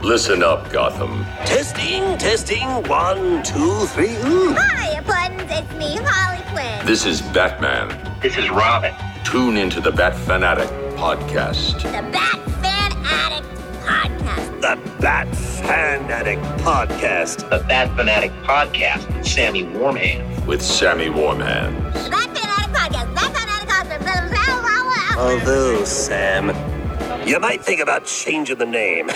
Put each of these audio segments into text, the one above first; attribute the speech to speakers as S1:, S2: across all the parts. S1: Listen up, Gotham.
S2: Testing, testing, one, two, three. Ooh.
S3: Hi, Buttons, it's me, Harley Quinn.
S1: This is Batman.
S4: This is Robin.
S1: Tune into the Bat Fanatic podcast.
S3: the Bat Fan Addict Podcast.
S2: The Bat Fanatic Podcast.
S4: The Bat Fanatic Podcast with Sammy Warmhand.
S1: with Sammy Warmhands.
S3: The Bat Fan Addict Podcast. Bat Fan Addict Podcast. Blah, blah,
S2: Oh,
S3: blah, blah.
S2: Although, Sam, you might think about changing the name.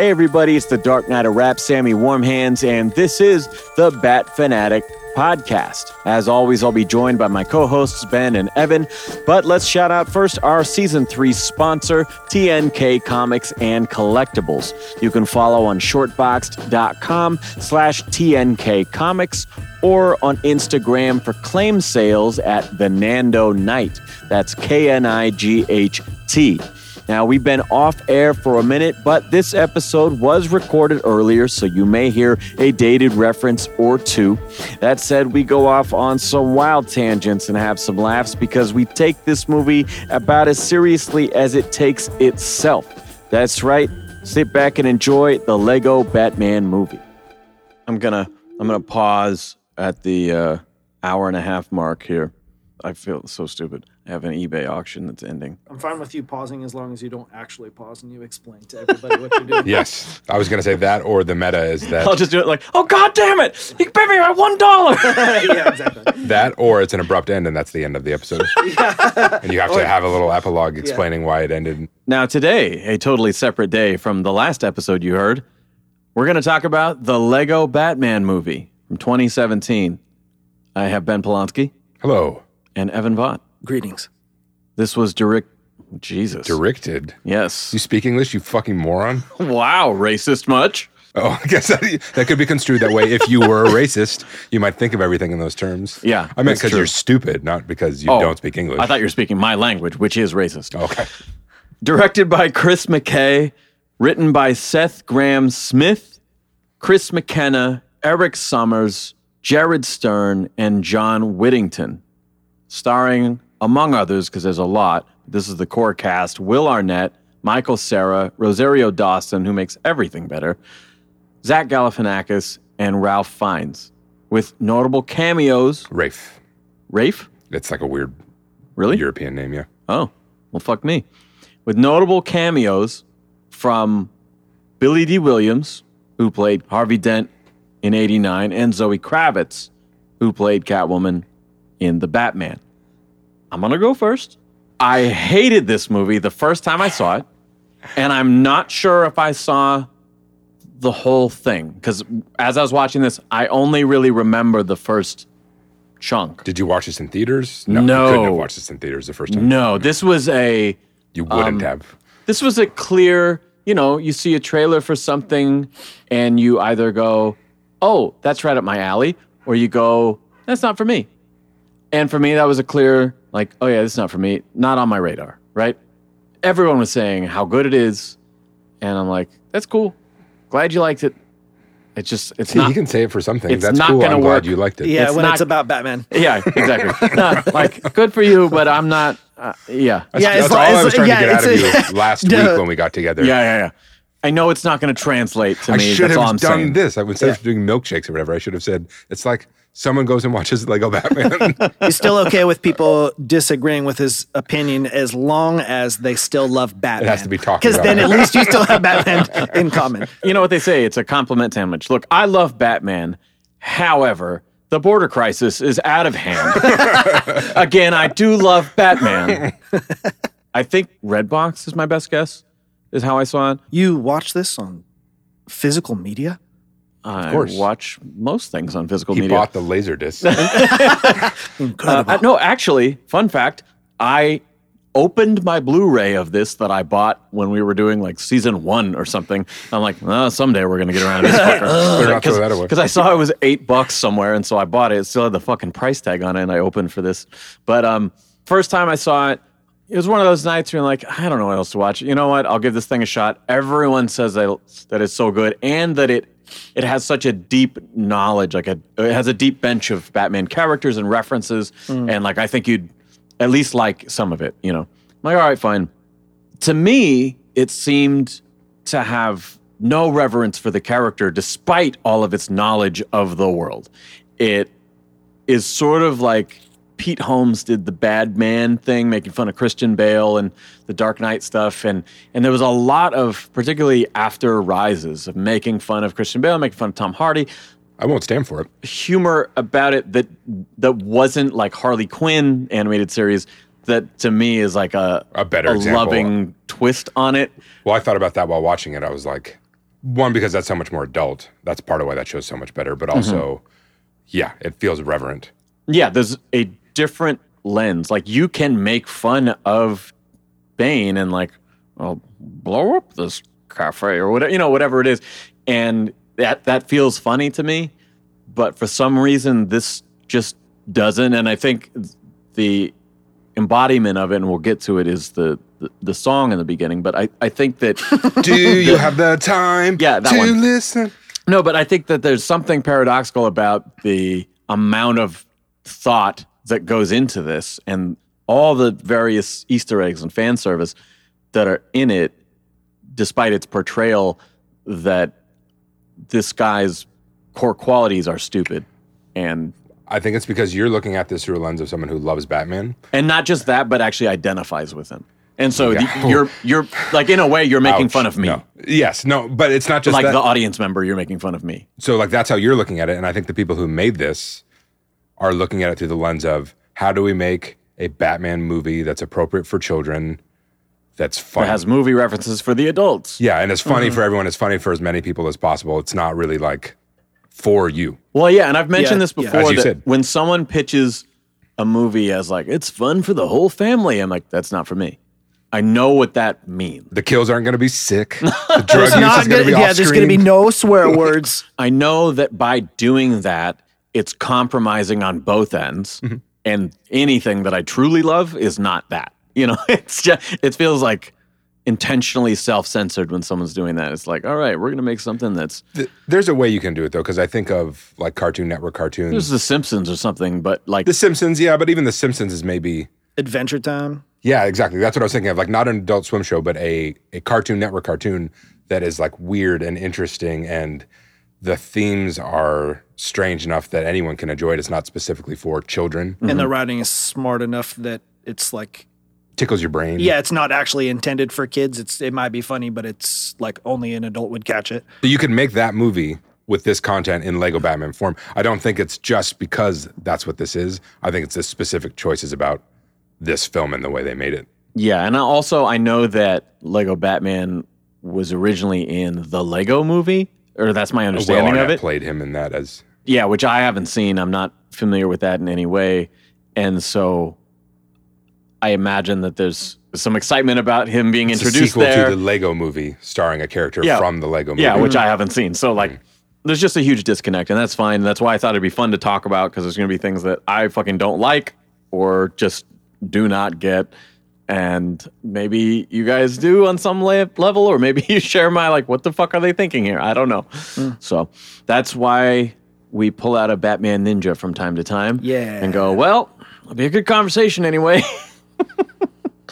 S5: Hey everybody, it's the Dark Knight of Rap, Sammy Warmhands, and this is the Bat Fanatic Podcast. As always, I'll be joined by my co-hosts Ben and Evan, but let's shout out first our season three sponsor, TNK Comics and Collectibles. You can follow on shortboxed.com slash TNK Comics or on Instagram for claim sales at the Nando Knight. That's K-N-I-G-H-T. Now, we've been off air for a minute, but this episode was recorded earlier, so you may hear a dated reference or two. That said, we go off on some wild tangents and have some laughs because we take this movie about as seriously as it takes itself. That's right. Sit back and enjoy the Lego Batman movie. I'm gonna I'm gonna pause at the uh, hour and a half mark here. I feel so stupid. I have an eBay auction that's ending.
S6: I'm fine with you pausing as long as you don't actually pause and you explain to everybody what you're doing.
S7: Yes, I was gonna say that, or the meta is
S5: I'll
S7: that
S5: just do it like, oh god damn it! He bit me by one dollar.
S6: yeah, exactly.
S7: that, or it's an abrupt end, and that's the end of the episode. and you have to have a little epilogue explaining why it ended.
S5: now today, a totally separate day from the last episode you heard, we're gonna talk about the Lego Batman movie from 2017. I have Ben Polanski
S7: Hello,
S5: and Evan Vaught.
S6: Greetings.
S5: This was direct. Jesus.
S7: directed.
S5: Yes.
S7: You speak English, you fucking moron.
S5: Wow, racist much.
S7: Oh, I guess that, that could be construed that way. If you were a racist, you might think of everything in those terms.
S5: Yeah,
S7: I meant
S5: that's
S7: because
S5: true.
S7: you're stupid, not because you
S5: Oh,
S7: don't speak English.
S5: I thought you were speaking my language, which is racist.
S7: okay,
S5: Directed by Chris McKay, written by Seth Graham Smith, Chris McKenna, Eric Summers, Jared Stern, and John Whittington. Starring, among others, because there's a lot, this is the core cast Will Arnett, Michael Sarah, Rosario Dawson, who makes everything better, Zach Galifianakis, and Ralph Fiennes. With notable cameos,
S7: Rafe.
S5: Rafe?
S7: It's like a weird
S5: Really?
S7: European name. Yeah,
S5: Oh, well, fuck me. With notable cameos from Billy D. Williams, who played Harvey Dent in 89, and Zoe Kravitz, who played Catwoman in The Batman. I'm going to go first. I hated this movie the first time I saw it, and I'm not sure if I saw the whole thing because as I was watching this, I only really remember the first chunk.
S7: did you watch this in theaters? No,
S5: No.
S7: you couldn't have watched this in theaters the first time.
S5: No, Um, this was a
S7: you wouldn't have.
S5: this was a clear you know you see a trailer for something and you either go oh that's right up my alley or you go that's not for me and for me that was a clear like oh yeah this is not for me not on my radar right everyone was saying how good it is and i'm like that's cool glad you liked it it's just it's
S7: See,
S5: not
S7: he can say it for some things.
S5: it's
S7: That's
S5: not
S7: cool.
S5: gonna
S7: I'm
S5: work.
S7: glad you liked it.
S6: Yeah,
S5: It's
S6: when
S5: not-
S6: it's about Batman.
S5: yeah exactly No, like good for you but i'm not uh, yeah
S7: That's,
S6: Yeah,
S7: that's
S6: it's-
S7: all I
S6: it's-
S7: was trying
S6: yeah,
S7: to get out
S6: it's a-
S7: of you last
S6: No.
S7: week when we got together.
S5: yeah yeah yeah i know it's not going to translate to
S7: I
S5: me
S7: should
S5: that's
S7: have
S5: all i'm
S7: done
S5: saying
S7: this. I, instead of doing milkshakes or whatever, I should have said it's like someone goes and watches Lego Batman.
S6: He's still okay with people disagreeing with his opinion as long as they still love Batman.
S7: to be talked
S6: Because
S7: about.
S6: then at least you still have Batman in common.
S5: you know what they say it's a compliment sandwich look i love batman however the border crisis is out of hand again i do love batman i think redbox is my best guess is how i saw it
S6: You watch this on physical media?
S5: i
S7: course.
S5: watch most things on physical
S7: he
S5: media
S7: bought the laser disc. I
S5: Uh,
S6: Incredible.
S5: uh, no actually fun fact i opened my blu-ray of this that i bought when we were doing like season one or something i'm like oh, someday we're gonna get around to this fucker
S7: Better not throw that away.
S5: because I saw it was eight bucks somewhere, and so I bought it. It still had the fucking price tag on it, and I opened for this. But um, first time I saw it, it was one of those nights where you're like, I don't know what else to watch. You know what? I'll give this thing a shot. Everyone says that, that it's so good, and that it it has such a deep knowledge, like a, it has a deep bench of Batman characters and references,
S7: Mm.
S5: and like I think you'd at least like some of it. You know, I'm like all right, fine. To me, it seemed to have no reverence for the character despite all of its knowledge of the world. It is sort of like Pete Holmes did the bad man thing, making fun of Christian Bale and the Dark Knight stuff. And, and there was a lot of, particularly after Rises, of making fun of Christian Bale, making fun of Tom Hardy,
S7: I won't stand for it.
S5: humor about it that that wasn't like Harley Quinn animated series that to me is like a
S7: A better example.
S5: loving twist on it.
S7: Well, I thought about that while watching it. I was like, one, because that's so much more adult. That's part of why that show's so much better. But also,
S5: Mm-hmm.
S7: yeah, it feels reverent.
S5: Yeah, there's a different lens. Like you can make fun of Bane and like, well, blow up this cafe or whatever you know, whatever it is. And that that feels funny to me. But for some reason this just doesn't. And I think the embodiment of it, and we'll get to it, is the the, the song in the beginning. But I, I think that
S7: Do you have the time
S5: Yeah, that
S7: to
S5: one.
S7: listen?
S5: No, but I think that there's something paradoxical about the amount of thought that goes into this and all the various Easter eggs and fan service that are in it, despite its portrayal that this guy's core qualities are stupid. And
S7: I think it's because you're looking at this through a lens of someone who loves Batman.
S5: and not just that, but actually identifies with him. And so the-
S7: Yeah.
S5: you're you're like in a way you're making
S7: Ouch,
S5: fun of me.
S7: no. Yes, no, but it's not just
S5: Like
S7: that.
S5: the audience member, you're making fun of me.
S7: so like that's how you're looking at it and i think the people who made this are looking at it through the lens of how do we make a batman movie that's appropriate for children that's
S5: It
S7: fun
S5: has Mm-hmm. movie references for the adults.
S7: yeah and it's funny for everyone it's funny for as many people as possible it's not really like for you
S5: Well, yeah, and I've mentioned
S6: Yeah,
S5: this
S6: yeah.
S5: before
S7: As you
S5: that
S7: said.
S5: when someone pitches a movie as like it's fun for the whole family, I'm like, that's not for me. I know what that means.
S7: the kills aren't going to be sick the drug use
S6: Not
S7: is going
S6: gonna-
S7: to be
S6: yeah,
S7: off
S6: there's going to be
S7: screen.
S6: no swear words.
S5: I know that by doing that, it's compromising on both ends,
S7: Mm-hmm.
S5: and anything that I truly love is not that. You know, it's just it feels like intentionally self-censored when someone's doing that. It's like, all right, we're gonna make something that's
S7: Th- there's a way you can do it though because i think of like cartoon network cartoons
S5: there's The Simpsons or something, but like
S7: the simpsons yeah but even the simpsons is maybe
S6: Adventure Time.
S7: Yeah, exactly. That's what I was thinking of. Like not an adult swim show, but a, a cartoon network cartoon that is like weird and interesting and the themes are strange enough that anyone can enjoy it. It's not specifically for children.
S6: And the writing is smart enough that it's like,
S7: Tickles your brain.
S6: yeah, it's not actually intended for kids. It's it might be funny, but it's like only an adult would catch it.
S7: So you can make that movie with this content in Lego Batman form. I don't think it's just because that's what this is. I think it's the specific choices about this film and the way they made it.
S5: Yeah, and I also I know that Lego Batman was originally in the Lego movie, or that's my
S7: Will
S5: understanding of
S7: Arnett
S5: it.
S7: played him in that as
S5: Yeah, which I haven't seen. I'm not familiar with that in any way. And so I imagine that there's some excitement about him being
S7: it's a
S5: introduced
S7: sequel
S5: there.
S7: to the Lego movie starring a character
S5: Yeah.
S7: from the Lego movie.
S5: yeah, which I haven't seen. So like there's just a huge disconnect and that's fine. That's why I thought it'd be fun to talk about cuz there's going to be things that I fucking don't like or just do not get and maybe you guys do on some le- level or maybe you share my like what the fuck are they thinking here? I don't know. So that's why we pull out a Batman Ninja from time to time
S6: Yeah.
S5: and go, "Well, it'll be a good conversation anyway."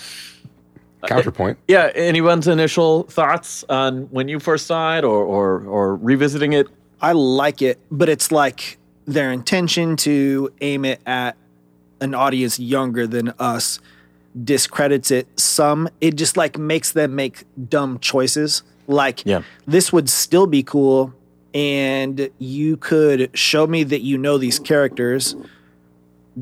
S7: counterpoint.
S5: yeah anyone's initial thoughts on when you first saw it or or, or revisiting it
S6: I like it, but it's like their intention to aim it at an audience younger than us discredits it some. It just like makes them make dumb choices. Like
S5: Yeah.
S6: this would still be cool and you could show me that you know these characters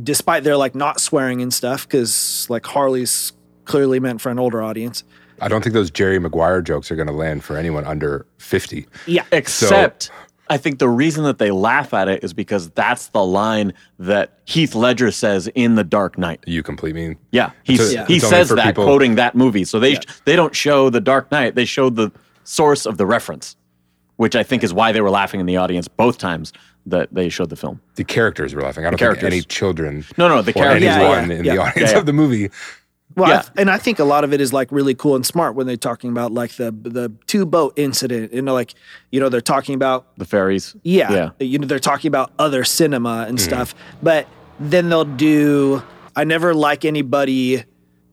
S6: despite their like not swearing and stuff cuz like Harley's clearly meant for an older audience.
S7: I don't think those Jerry Maguire jokes are going to land for anyone under 50.
S6: Yeah.
S5: Except, I think the reason that they laugh at it is because that's the line that Heath Ledger says in The Dark Knight.
S7: You complete me.
S5: Yeah, he
S7: It's a-
S5: he
S7: it's only
S5: says
S7: for
S5: that
S7: people-
S5: quoting that movie. So they they don't show The Dark Knight. They show the source of the reference, which I think is why they were laughing in the audience both times that they showed the film.
S7: The characters were laughing. I don't
S5: characters.
S7: think any children
S5: No, no, the
S7: or
S5: characters.
S6: Yeah,
S7: anyone
S6: yeah,
S7: in
S6: yeah.
S7: the
S5: Yeah,
S7: audience
S5: yeah.
S7: of the movie.
S6: Well, I
S5: Yeah.
S6: th- and I think a lot of it is like really cool and smart when they're talking about like the the two boat incident. You know, like you know they're talking about
S5: The fairies.
S6: yeah,
S5: Yeah.
S6: you know they're talking about other cinema and stuff. But then they'll do. I never like anybody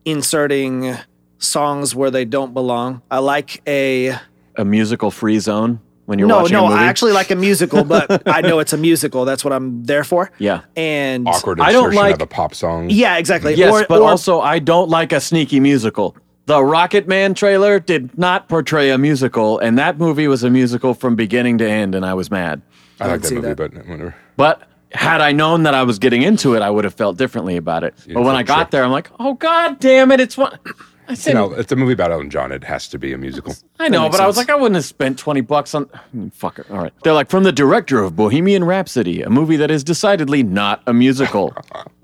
S6: inserting songs where they don't belong. I like a
S5: a musical free zone when you're
S6: no,
S5: watching
S6: no,
S5: a movie?
S6: I actually like a musical, but I know it's a musical. That's what I'm there for.
S5: Yeah.
S6: And
S7: Awkward
S5: I don't
S7: insertion
S5: like-
S7: of a pop song.
S6: Yeah, exactly.
S5: Yes,
S6: Or-
S5: but
S6: or-
S5: also I don't like a sneaky musical. The Rocket Man trailer did not portray a musical, and that movie was a musical from beginning to end, and I was mad.
S7: I like that
S6: see
S7: movie,
S6: that.
S7: but whatever.
S5: But had I known that I was getting into it, I would have felt differently about it. but when I got
S7: sure.
S5: there, I'm like, oh god damn it, it's one. I said,
S7: You know, it's a movie about Elton John. It has to be a musical.
S5: I know, but
S6: makes
S5: I was
S6: sense.
S5: like, I wouldn't have spent 20 bucks on. Hmm, Fuck it. All right. They're like, from the director of Bohemian Rhapsody, a movie that is decidedly not a musical.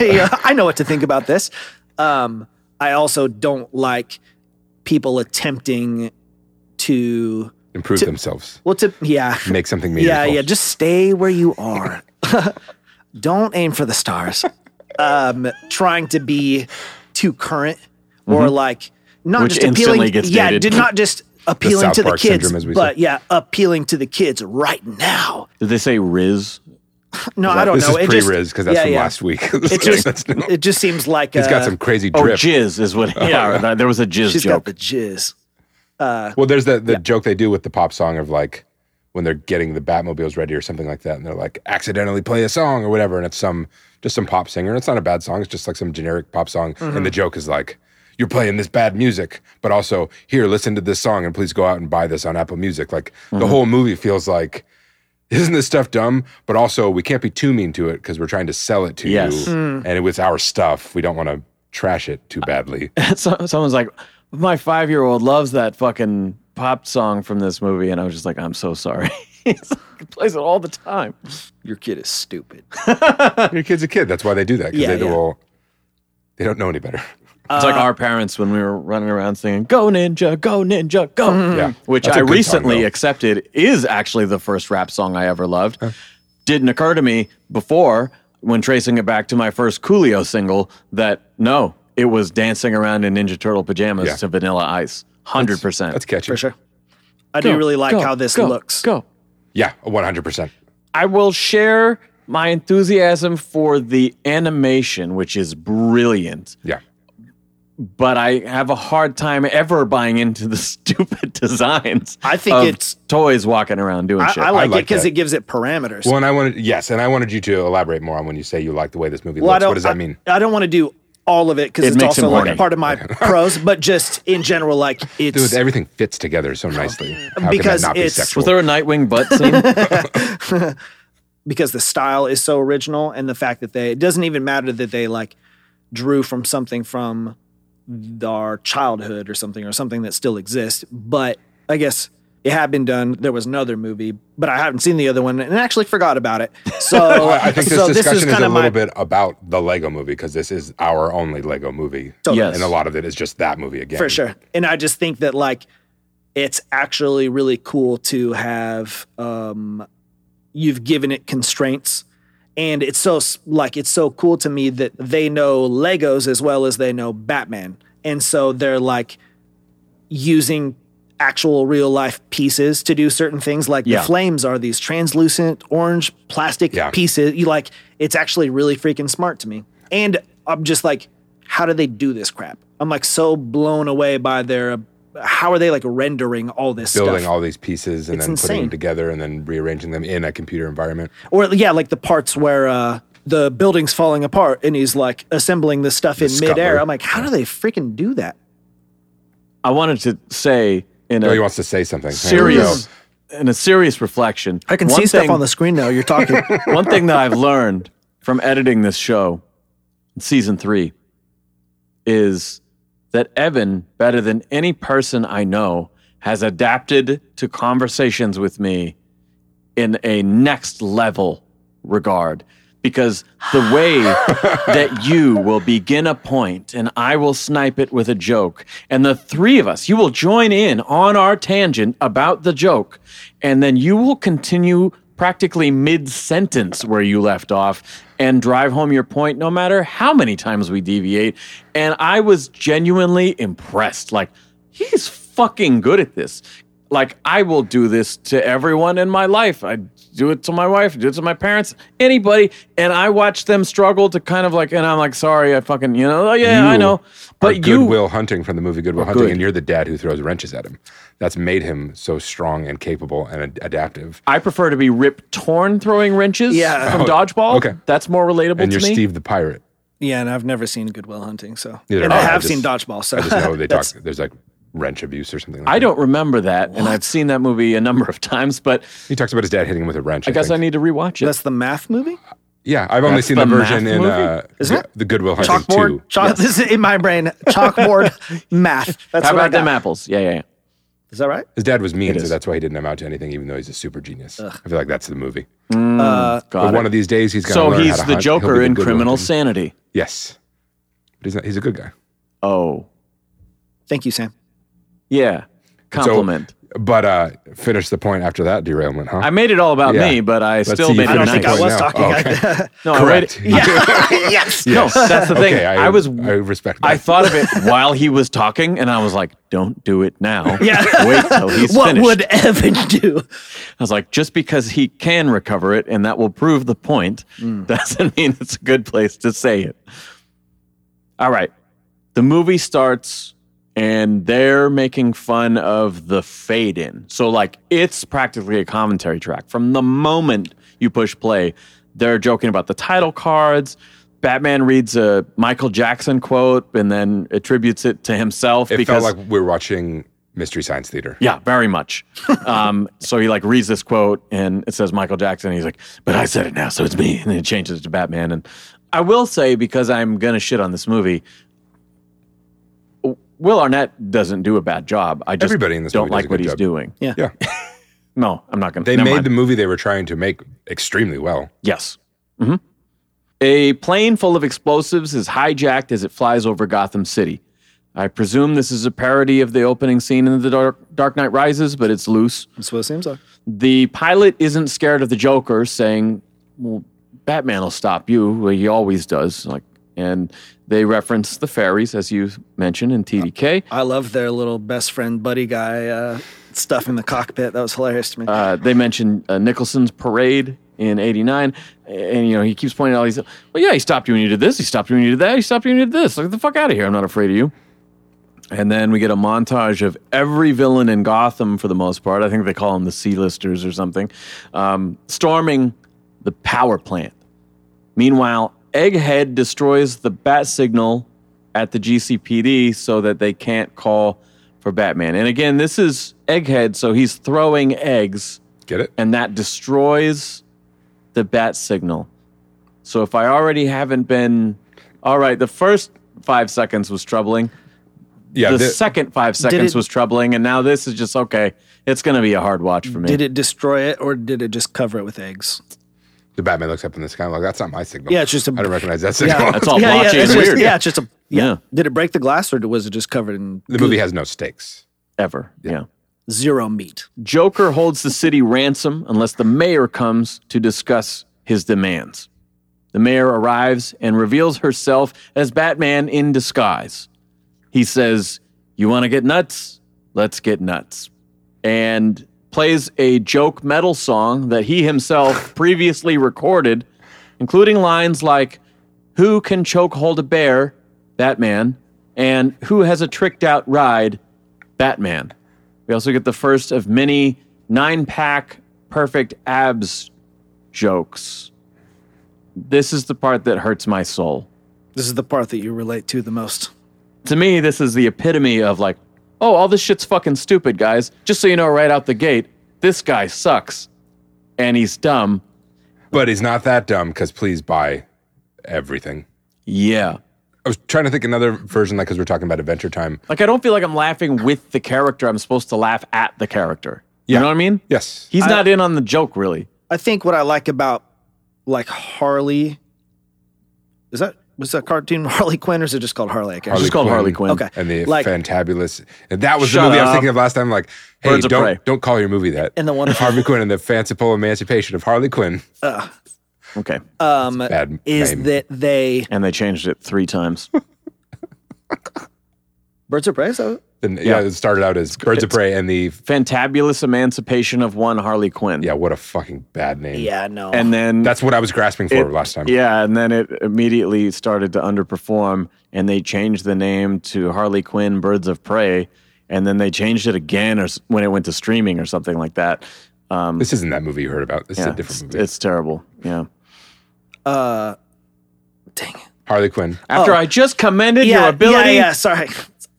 S6: Yeah, I know what to think about this. Um, I also don't like people attempting to
S7: Improve themselves.
S6: well to yeah
S7: Make something meaningful.
S6: yeah yeah just stay where you are. don't aim for the stars. Um, trying to be too current or
S7: Mm-hmm.
S6: like not
S5: Which
S6: just appealing.
S5: instantly gets
S6: yeah,
S5: dated.
S6: did not just appealing
S7: South
S6: to the
S7: Park
S6: kids,
S7: syndrome, as we
S6: but
S7: say.
S6: yeah, appealing to the kids right now.
S5: Did they say Riz?
S6: No, I don't
S7: this
S6: know.
S7: is
S6: It just-
S7: pre-Riz because that's
S6: yeah,
S7: from
S6: yeah.
S7: last week.
S6: It just, it just seems like
S7: He's got
S6: uh,
S7: some crazy
S5: Oh,
S7: drip.
S5: Jizz is what. Yeah, there was a Jizz
S6: She's
S5: joke.
S6: got the jizz.
S7: Well, there's the, the joke they do with the pop song of like when they're getting the Batmobiles ready or something like that, and they're like accidentally play a song or whatever, and it's some just some pop singer. It's not a bad song. It's just like some generic pop song, and the joke is like. You're playing this bad music, but also here, listen to this song and please go out and buy this on Apple Music. Like the whole movie feels like, isn't this stuff dumb? But also, we can't be too mean to it because we're trying to sell it to
S5: Yes.
S7: you. And with our stuff, we don't want to trash it too badly.
S5: So- Someone's like, my five year old loves that fucking pop song from this movie. And I was just like, I'm so sorry. It's like, he plays it all the time.
S6: Your kid is stupid.
S7: Your kid's a kid. That's why they do that because
S6: Yeah,
S7: they, do
S6: yeah.
S7: all they don't know any better.
S5: It's like our parents when we were running around singing, Go Ninja, Go Ninja, Go.
S6: Hmm.
S7: Yeah.
S5: Which
S7: That's
S5: I
S7: a good song,
S5: recently
S7: though.
S5: accepted is actually the first rap song I ever loved. Didn't occur to me before when tracing it back to my first Coolio single that no, it was dancing around in Ninja Turtle pajamas
S7: Yeah.
S5: to Vanilla Ice. 100%.
S7: That's catchy.
S6: For sure. I do really like how this looks.
S5: Go.
S7: Yeah, one hundred percent.
S5: I will share my enthusiasm for the animation, which is brilliant,
S7: Yeah,
S5: but I have a hard time ever buying into the stupid designs.
S6: I think
S5: of
S6: it's-
S5: toys walking around doing
S6: I,
S5: shit.
S6: I like, it
S7: like
S6: because
S7: that.
S6: it gives it parameters.
S7: Well, and I wanted yes, and I wanted you to elaborate more on when you say you like the way this movie
S6: Well, I
S7: looks.
S6: don't,
S7: What does that
S6: I-
S7: mean?
S6: I, don't want to do all of it because
S5: It
S6: it's
S5: makes him
S6: also like
S5: horny.
S6: part of my pros, but just in general, like it's
S7: Dude, everything fits together so nicely. How
S6: Because
S7: can that not be
S6: it's-
S7: sexual?
S5: Was there a Nightwing butt scene?
S6: because the style is so original and the fact that they it doesn't even matter that they like drew from something from our childhood or something or something that still exists but i guess it had been done there was another movie but i haven't seen the other one and actually forgot about it so
S7: I think this
S6: so
S7: discussion is, a
S6: kinda
S7: little
S6: my-
S7: bit about the Lego movie because this is our only Lego movie.
S6: Totally.
S5: Yes.
S7: And a lot of it is just that movie again.
S6: for sure and i just think that like it's actually really cool to have um you've given it constraints and it's so s- like it's so cool to me that they know legos as well as they know batman and so they're like using actual real life pieces to do certain things like
S5: Yeah.
S6: the flames are these translucent orange plastic
S7: Yeah.
S6: pieces you like it's actually really freaking smart to me and i'm just like how do they do this crap i'm like so blown away by their uh, how are they like rendering all this
S7: Building
S6: stuff
S7: all these pieces and
S6: It's
S7: then putting
S6: insane.
S7: them together and then rearranging them in a computer environment.
S6: or yeah, like the parts where uh, the building's falling apart and he's like assembling this stuff in
S7: scuttler.
S6: midair. I'm like, how do they freaking do that?
S5: I wanted to say in
S7: Oh, he
S5: a
S7: wants to say something. Here we go.
S5: serious in a serious reflection.
S6: I can
S5: one
S6: see stuff
S5: thing-
S6: on the screen now. You're talking.
S5: one thing that I've learned from editing this show, season three, is that Evan, better than any person I know, has adapted to conversations with me in a next level regard. Because the way that you will begin a point and I will snipe it with a joke, and the three of us, you will join in on our tangent about the joke, and then you will continue practically mid sentence where you left off and drive home your point no matter how many times we deviate. And I was genuinely impressed. Like, he's fucking good at this Like I will do this to everyone in my life. I do it to my wife, do it to my parents, anybody, and I watch them struggle to kind of like, and I'm like, sorry, I fucking, you know, oh, yeah, I
S7: You
S5: know,
S7: But
S5: but you, Oh,
S7: Goodwill Hunting from the movie Goodwill Hunting,
S5: good.
S7: and you're the dad who throws wrenches at him. That's made him so strong and capable and ad- adaptive.
S5: I prefer to be ripped torn throwing wrenches
S6: Yeah.
S5: from
S7: Oh,
S5: dodgeball.
S7: okay.
S5: that's more relatable
S7: And
S5: to
S7: you're
S5: me.
S7: Steve the pirate.
S6: Yeah, and I've never seen Goodwill Hunting, so
S7: Neither
S6: and
S7: have
S6: I
S7: I. I
S6: have
S7: just-
S6: seen Dodgeball, so
S7: I just know they talk.
S6: that's-
S7: There's like wrench abuse or something. Like
S5: I
S7: that.
S5: don't remember that, and I've seen that movie a number of times, but
S7: He talks about his dad hitting him with a wrench.
S5: I guess I need to rewatch it.
S6: That's the math movie.
S7: Yeah, I've only
S5: That's
S7: seen the,
S5: the
S7: version
S5: math
S7: in
S5: movie?
S7: uh,
S6: Isn't
S7: the,
S6: it?
S7: the Goodwill Hunting
S6: Chalkboard,
S7: Two.
S6: chalk. This is in my brain. Chalkboard math. That's
S5: How
S6: what I
S5: about them
S6: got.
S5: apples? Yeah, yeah, yeah.
S6: Is that right?
S7: His dad was mean, so
S5: is.
S7: that's why he didn't amount to anything, even though he's a super genius. I feel like that's the movie.
S6: Uh,
S5: Got
S7: But
S5: it.
S7: one of these days, he's going
S5: So
S7: to learn how
S5: he's
S7: to
S5: the
S7: hunt. He'll be
S5: Joker
S7: the
S5: in
S7: Goodwill
S5: Criminal
S7: Hunting.
S5: Sanity.
S7: Yes, but he's not. He's a good guy.
S5: Oh,
S6: Thank you, Sam.
S5: yeah. Compliment.
S7: So, but uh, finish the point after that derailment, huh?
S5: I made it all about
S7: Yeah.
S5: me, but I
S7: Let's
S5: still
S7: see, you
S5: made it
S6: I don't
S7: finish
S5: nice.
S6: think
S7: the
S6: I was
S7: point now.
S6: talking.
S7: Oh,
S6: I-
S7: okay.
S5: no, I
S7: Correct.
S5: waited-
S6: yes.
S5: No, that's the thing.
S7: Okay,
S5: I, was.
S7: I respect. That.
S5: I thought of it while he was talking, and I was like, "Don't do it now.
S6: Yeah.
S5: Wait till he's
S6: What
S5: finished."
S6: would Evan do?
S5: I was like, "Just because he can recover it, and that will prove the point, doesn't mean it's a good place to say it." All right, the movie starts, and they're making fun of the fade in. So, like, it's practically a commentary track from the moment you push play. They're joking about the title cards. Batman reads a Michael Jackson quote and then attributes it to himself
S7: it
S5: because
S7: felt like we were watching Mystery Science Theater.
S5: yeah, very much. um, so he like reads this quote and it says Michael Jackson. And he's like, but I said it now, so it's me. And it changes to Batman. And I will say, because I'm going to shit on this movie, Will Arnett doesn't do a bad job. I just
S7: Everybody in this
S5: don't
S7: movie does
S5: like
S7: a
S5: what
S7: good
S5: he's
S7: job.
S5: doing.
S6: Yeah.
S7: Yeah,
S5: No, I'm not going to.
S7: they made the movie they were trying to make extremely well.
S5: Yes. Mhm. A plane full of explosives is hijacked as it flies over Gotham City. I presume this is a parody of the opening scene in The Dark, Dark Knight Rises, but it's loose.
S6: That's what it seems like.
S5: The pilot isn't scared of the Joker, saying, "Well, Batman will stop you. Well, he always does." Like, and they reference the fairies, as you mentioned in TDK.
S6: I love their little best friend buddy guy uh, stuff in the cockpit. That was hilarious to me.
S5: Uh, they mentioned uh, Nicholson's parade in '89, and you know he keeps pointing out he's, "Well, yeah, he stopped you when you did this. He stopped you when you did that. He stopped you when you did this. Like the fuck out of here. I'm not afraid of you." And then we get a montage of every villain in Gotham for the most part. I think they call them the C-listers or something, um, storming the power plant. Meanwhile, Egghead destroys the bat signal at the GCPD so that they can't call for Batman. And again, this is Egghead, so he's throwing eggs,
S7: Get it?
S5: and that destroys the bat signal. So if I already haven't been. All right, the first five seconds was troubling.
S7: Yeah.
S5: the
S7: thi-
S5: second five seconds
S6: it-
S5: was troubling. And now this is just okay. It's going to be a hard watch for me.
S6: did it destroy it or did it just cover it with eggs?
S7: the Batman looks up in the sky like that's not my signal.
S6: Yeah, it's just a-
S7: I don't recognize that signal.
S5: That's all
S6: yeah,
S5: blotchy
S6: yeah, it's
S5: and
S6: just,
S5: weird.
S6: yeah, it's just a yeah.
S5: Yeah.
S6: Did it break the glass or was it just covered in
S7: the movie has no stakes.
S5: Ever. yeah.
S6: zero meat?
S5: Joker holds the city ransom unless the mayor comes to discuss his demands. The mayor arrives and reveals herself as Batman in disguise. He says, You want to get nuts? Let's get nuts. And plays a joke metal song that he himself previously recorded, including lines like, Who can choke hold a bear? Batman. And Who has a tricked out ride? Batman. We also get the first of many nine pack perfect abs jokes. This is the part that hurts my soul.
S6: This is the part that you relate to the most.
S5: To me, this is the epitome of like, oh, all this shit's fucking stupid, guys. Just so you know, right out the gate, this guy sucks and he's dumb.
S7: But he's not that dumb because please buy everything.
S5: Yeah.
S7: I was trying to think another version, like because we're talking about Adventure Time.
S5: Like, I don't feel like I'm laughing with the character. I'm supposed to laugh at the character. You
S7: Yeah.
S5: know what I mean?
S7: Yes,
S5: He's not in on the joke, really.
S6: I think what I like about like Harley is that was that cartoon Harley Quinn or is it just called Harley? I guess.
S5: She's
S7: Harley
S5: called Harley Quinn.
S7: Quinn.
S6: Okay.
S7: and the
S6: Like-
S7: Fantabulous. And that was the
S5: Shut
S7: movie I was
S5: up.
S7: thinking of last time. Like, hey,
S5: Birds of
S7: don't
S5: Prey.
S7: don't call your movie that.
S6: And the one-
S7: Harley Quinn and the fanciful emancipation of Harley Quinn.
S5: Okay.
S6: Um,
S7: Bad
S6: is
S7: name.
S6: that they
S5: And they changed it three times.
S6: Birds of Prey? Is that
S7: And yeah, it started out as Birds of Prey and the
S5: Fantabulous Emancipation of One Harley Quinn.
S7: yeah, what a fucking bad name.
S6: Yeah, no.
S5: And then
S7: That's what I was grasping for last time.
S5: Yeah, and then it immediately started to underperform, and they changed the name to Harley Quinn Birds of Prey, and then they changed it again or s- when it went to streaming or something like that. Um,
S7: This isn't that movie you heard about. This
S5: yeah,
S7: is a different
S5: it's,
S7: movie.
S5: it's terrible.
S6: Oh.
S5: Yeah.
S6: uh, dang it.
S7: Harley Quinn.
S5: After I just commended your
S6: Yeah,
S5: ability,
S6: yeah, yeah. Sorry.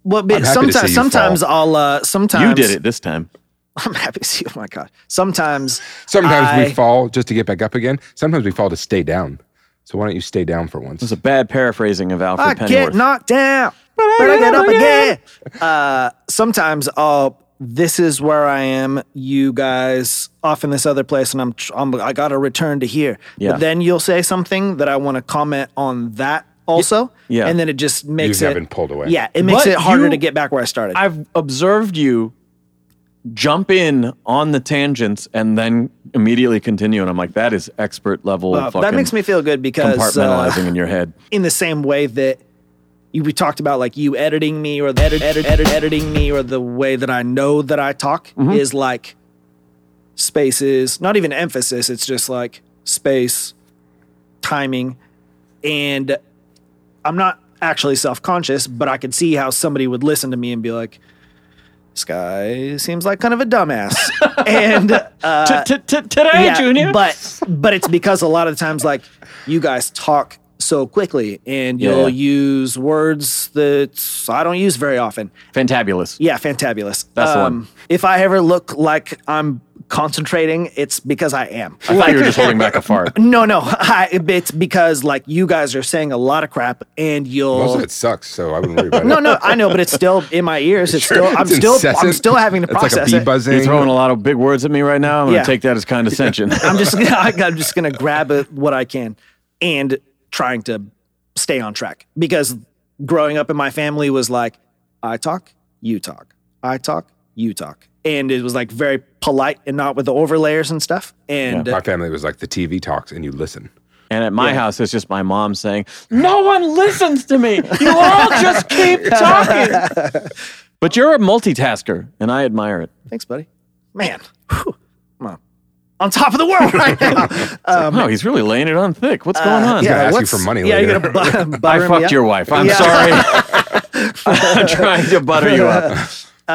S6: Well, but
S7: I'm happy to see
S6: sometimes,
S7: you
S6: sometimes I'll,
S7: fall.
S6: uh, sometimes
S5: you did it this time.
S6: I'm happy to see. Oh my god. Sometimes
S7: Sometimes
S6: I-
S7: we fall just to get back up again. Sometimes we fall to stay down. So why don't you stay down for once?
S5: It was a bad paraphrasing of Alfred
S6: I
S5: Pennyworth.
S6: get knocked down, but I get up again. Uh, sometimes I'll. This is where I am. You guys off in this other place, and I'm. tr- I'm I gotta return to here.
S5: Yeah.
S6: But then you'll say something that I want to comment on that also.
S5: yeah.
S6: And then it just makes
S7: You've
S6: it.
S7: now been pulled away.
S6: Yeah, it makes
S5: But
S6: it harder
S5: you-
S6: to get back where I started.
S5: I've observed you jump in on the tangents and then immediately continue, and I'm like, that is expert level.
S6: Uh,
S5: fucking
S6: that makes me feel good because uh,
S5: compartmentalizing in your head.
S6: in the same way that you we talked about like you editing me or the edit, edit, edit, editing me or the way that I know that I talk is like spaces, not even emphasis, it's just like space, timing, and I'm not actually self-conscious, but I could see how somebody would listen to me and be like this guy seems like kind of a dumbass. and uh,
S5: Today,
S6: but but it's because a lot of times like you guys talk so quickly and
S5: Yeah,
S6: you'll
S5: yeah.
S6: use words that I don't use very often.
S5: fantabulous.
S6: Yeah, fantabulous. Um,
S5: That's the one.
S6: If I ever look like I'm concentrating, it's because I am.
S5: I thought you were just holding back a fart.
S6: No, no, I, it's because like you guys are saying a lot of crap and
S7: Most
S6: you'll.
S7: of it sucks, so I wouldn't worry about it.
S6: No, no, I know, but it's still in my ears. It's
S7: Sure,
S6: still, I'm
S7: it's
S6: still, I'm
S7: incessant.
S6: still having to process
S7: It's like a bee
S6: it.
S7: buzzing.
S5: You're throwing a lot of big words at me right now. I'm going to
S6: Yeah.
S5: take that as condescension.
S6: I'm just I'm just gonna grab it, what I can and trying to stay on track because growing up in my family was like I talk, you talk, I talk, you talk, and it was like very polite and not with the overlayers and stuff. And uh,
S7: My family was like the TV talks and you listen.
S5: and at my house, it's just my mom saying, No one listens to me. You all just keep talking. But you're a multitasker, and I admire it.
S6: thanks, buddy. Man, whew, I'm on- on top of the world right now. Um, uh,
S5: Wow, he's really laying it on thick. What's going on?
S7: gonna ask you
S6: what's-
S7: for money
S6: Yeah,
S7: later.
S6: you're gonna bu-
S5: I
S6: butter me
S5: fucked
S6: up.
S5: your wife. I'm
S6: Yeah.
S5: sorry. I'm trying to butter you up.
S6: Uh,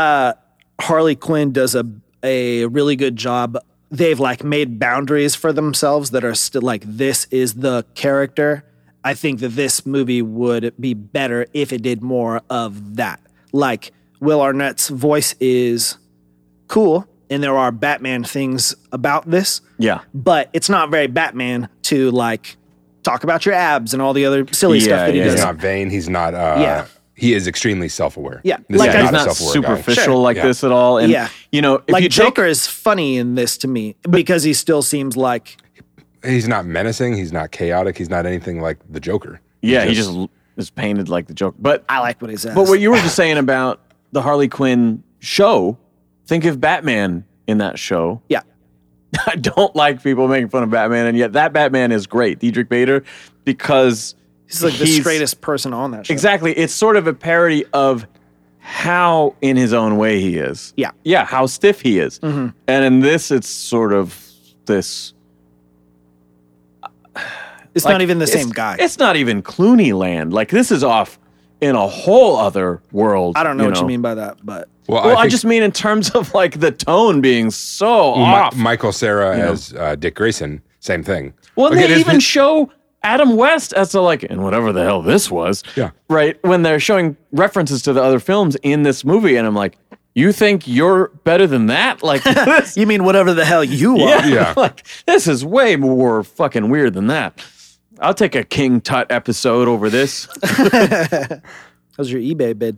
S6: Harley Quinn does a a really good job. They've like made boundaries for themselves that are still like this is the character. I think that this movie would be better if it did more of that. Like Will Arnett's voice is cool and there are Batman things about this,
S5: Yeah.
S6: but it's not very Batman to like talk about your abs and all the other silly
S5: Yeah,
S6: stuff that he
S5: yeah,
S7: He's
S6: does.
S7: not vain. He's not. Uh,
S6: Yeah.
S7: He is extremely self aware.
S6: Yeah.
S7: This
S6: Like,
S7: is
S6: I-
S7: not
S5: He's
S7: a
S5: not
S7: self aware guy.
S5: superficial like
S7: Yeah.
S5: this at all. And,
S6: Yeah.
S5: you know, if you
S6: Like
S5: take-
S6: Joker is funny in this to me because he still seems like
S7: He's not menacing. He's not chaotic. He's not anything like the Joker.
S5: Yeah, he just l- is painted like the Joker. But
S6: I like what he says.
S5: but what you were just saying about the Harley Quinn show, think of Batman in that show.
S6: yeah.
S5: I don't like people making fun of Batman, and yet that Batman is great, Diedrich Bader, because
S6: He's like the straightest person on that show.
S5: Exactly, it's sort of a parody of how in his own way he is.
S6: Yeah.
S5: yeah, how stiff he is,
S6: Mm-hmm.
S5: and in this, it's sort of this.
S6: It's
S5: like,
S6: not even the
S5: it's-
S6: same guy.
S5: It's not even Clooney land. Like this is off in a whole other world.
S6: I don't know what you
S5: know?
S6: mean by that, but
S7: Well,
S5: Well, I,
S7: think Mm,
S5: just mean in terms of like the tone being so
S7: Mi-
S5: off.
S7: Michael Sarah
S5: Yeah.
S7: as uh, Dick Grayson, same thing.
S5: well, and
S7: Like, it
S5: they
S7: is-
S5: even show Adam West as a like, and whatever the hell this was.
S7: Yeah.
S5: Right. When they're showing references to the other films in this movie, and I'm like, you think you're better than that? Like this?
S6: you mean whatever the hell you
S5: yeah.
S6: are.
S7: Yeah.
S5: like this is way more fucking weird than that. I'll take a King Tut episode over this.
S6: How's your eBay bid?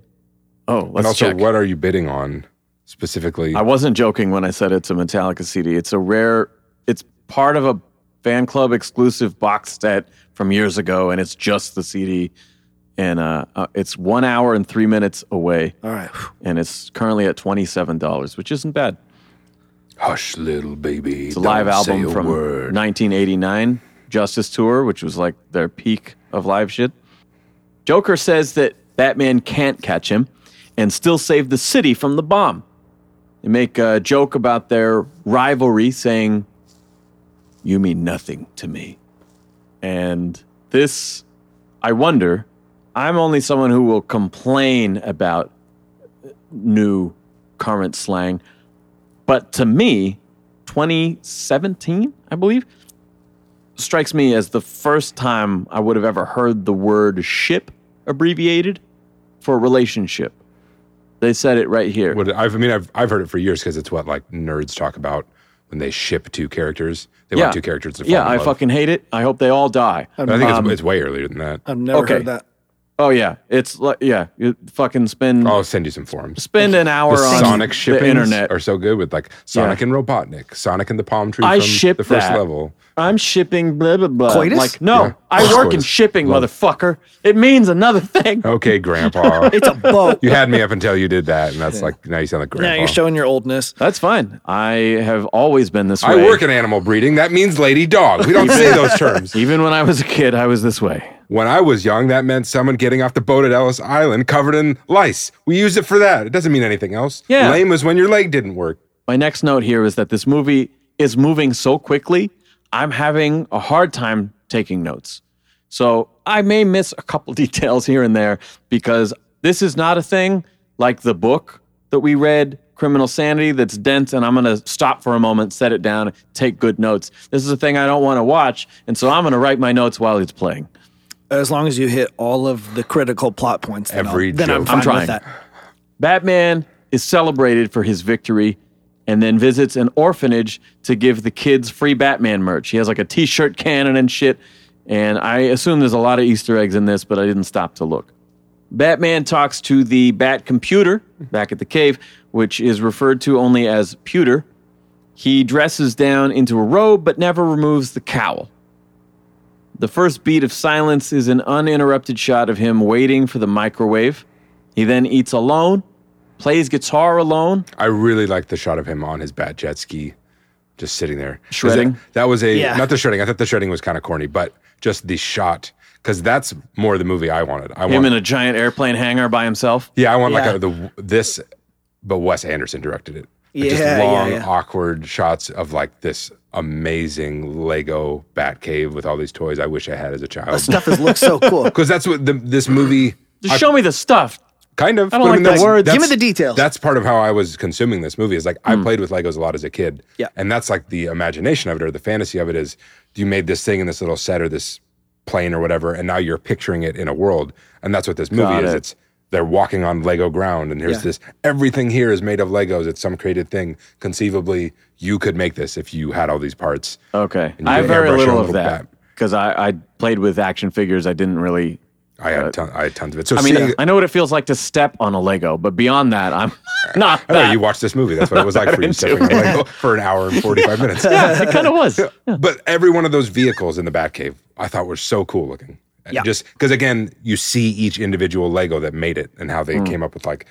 S5: Oh,
S7: and
S5: let's
S7: also,
S5: check.
S7: what are you bidding on specifically?
S5: I wasn't joking when I said it's a Metallica CD. It's a rare, it's part of a fan club exclusive box set from years ago, and it's just the CD. And uh, uh, it's one hour and three minutes away,
S6: All right.
S5: and it's currently at $27, which isn't bad.
S7: Hush, little baby.
S5: It's a live album from 1989, Justice Tour, which was like their peak of live shit. Joker says that Batman can't catch him, and still save the city from the bomb. They make a joke about their rivalry, saying, You mean nothing to me. And this, I wonder, I'm only someone who will complain about new current slang. But to me, 2017, I believe, strikes me as the first time I would have ever heard the word ship abbreviated for relationship. They said it right here.
S7: What I've, I mean, I've I've heard it for years because it's what like nerds talk about when they ship two characters. They want two characters to fall
S5: Yeah,
S7: in
S5: I
S7: love.
S5: fucking hate it. I hope they all die.
S7: But I think
S5: Um,
S7: it's, it's way earlier than that.
S6: I've never
S5: Okay.
S6: heard that.
S5: Oh yeah, it's like yeah, you fucking spend
S7: I'll send you some forms.
S5: spend an hour
S7: oh, The
S5: on
S7: Sonic
S5: the
S7: shippings
S5: internet.
S7: are so good with like Sonic
S5: Yeah.
S7: and Robotnik, Sonic and the Palm Tree
S5: I
S7: from
S5: ship
S7: the first
S5: that.
S7: level.
S5: I'm shipping blah blah blah.
S6: Coitus?
S5: Like no,
S7: Yeah.
S5: I work in
S7: Coitus.
S5: shipping,
S7: Love.
S5: motherfucker. It means another thing.
S7: Okay, Grandpa.
S6: It's a boat.
S7: you had me up until you did that, and that's like now you sound like Grandpa.
S6: now you're showing your oldness.
S5: That's fine. I have always been this
S7: I
S5: way.
S7: work in animal breeding. That means lady dog. We don't say those terms.
S5: Even when I was a kid, I was this way.
S7: When I was young, that meant someone getting off the boat at Ellis Island covered in lice. We use it for that. It doesn't mean anything else.
S5: Yeah.
S7: Lame was when your leg didn't work.
S5: My next note here is that this movie is moving so quickly, I'm having a hard time taking notes. So I may miss a couple details here and there because this is not a thing like the book that we read, Criminal Sanity, that's dense, and I'm going to stop for a moment, set it down, take good notes. This is a thing I don't want to watch, and so I'm going to write my notes while it's playing.
S6: As long as you hit all of the critical plot points, then,
S7: Every
S6: I'll- then I'm
S7: joke.
S6: fine
S5: I'm trying.
S6: with that.
S5: Batman is celebrated for his victory and then visits an orphanage to give the kids free Batman merch. He has like a t shirt cannon and shit. And I assume there's a lot of Easter eggs in this, but I didn't stop to look. Batman talks to the Bat computer back at the cave, which is referred to only as Pewter. He dresses down into a robe but never removes the cowl. The first beat of silence is an uninterrupted shot of him waiting for the microwave. He then eats alone, plays guitar alone.
S7: I really like the shot of him on his bat jet ski, just sitting there 'Cause
S5: Shredding?
S7: That, that was a
S6: Yeah.
S7: not the shredding. I thought the shredding was kind of corny, but just the shot because that's more the movie I wanted. I
S5: Him
S7: want
S5: in a giant airplane hangar by himself.
S7: yeah, I want
S6: Yeah.
S7: like a, the this, but Wes Anderson directed it. Like,
S6: Yeah,
S7: just
S6: yeah,
S7: long,
S6: yeah.
S7: awkward shots of like this amazing Lego bat cave with all these toys I wish I had as a child.
S6: Stuff has looked so cool.
S7: Because that's what the, this movie
S5: Just show me the stuff.
S7: Kind of.
S5: I don't
S7: But
S5: like the
S7: that's-
S5: words. Give
S7: that's-
S6: me the details.
S7: That's part of how I was consuming this movie. Is like
S5: Hmm.
S7: I played with Legos a lot as a kid.
S6: Yeah.
S7: And that's like the imagination of it or the fantasy of it is you made this thing in this little set or this plane or whatever, and now you're picturing it in a world. And that's what this movie
S5: Got
S7: is.
S5: it.
S7: It's they're walking on Lego ground, and here's
S6: Yeah.
S7: this. Everything here is made of Legos. It's some created thing. Conceivably, you could make this if you had all these parts.
S5: Okay.
S7: And you
S5: I have
S7: airbrush
S5: very
S7: your
S5: little
S7: own
S5: of
S7: little
S5: that
S7: bat.
S5: because I, I played with action figures. I didn't really.
S7: I had, ton, I had tons of it. So
S5: I mean,
S7: seeing,
S5: I know what it feels like to step on a Lego, but beyond that, I'm not.
S7: I know
S5: That.
S7: you watched this movie. That's what it was like for you stepping on Lego for an hour and forty five minutes.
S5: yeah, it kind of was.
S7: But every one of those vehicles in the Batcave, I thought were so cool looking.
S6: Yeah.
S7: Just because, again, you see each individual Lego that made it and how
S6: Mm.
S7: they came up with like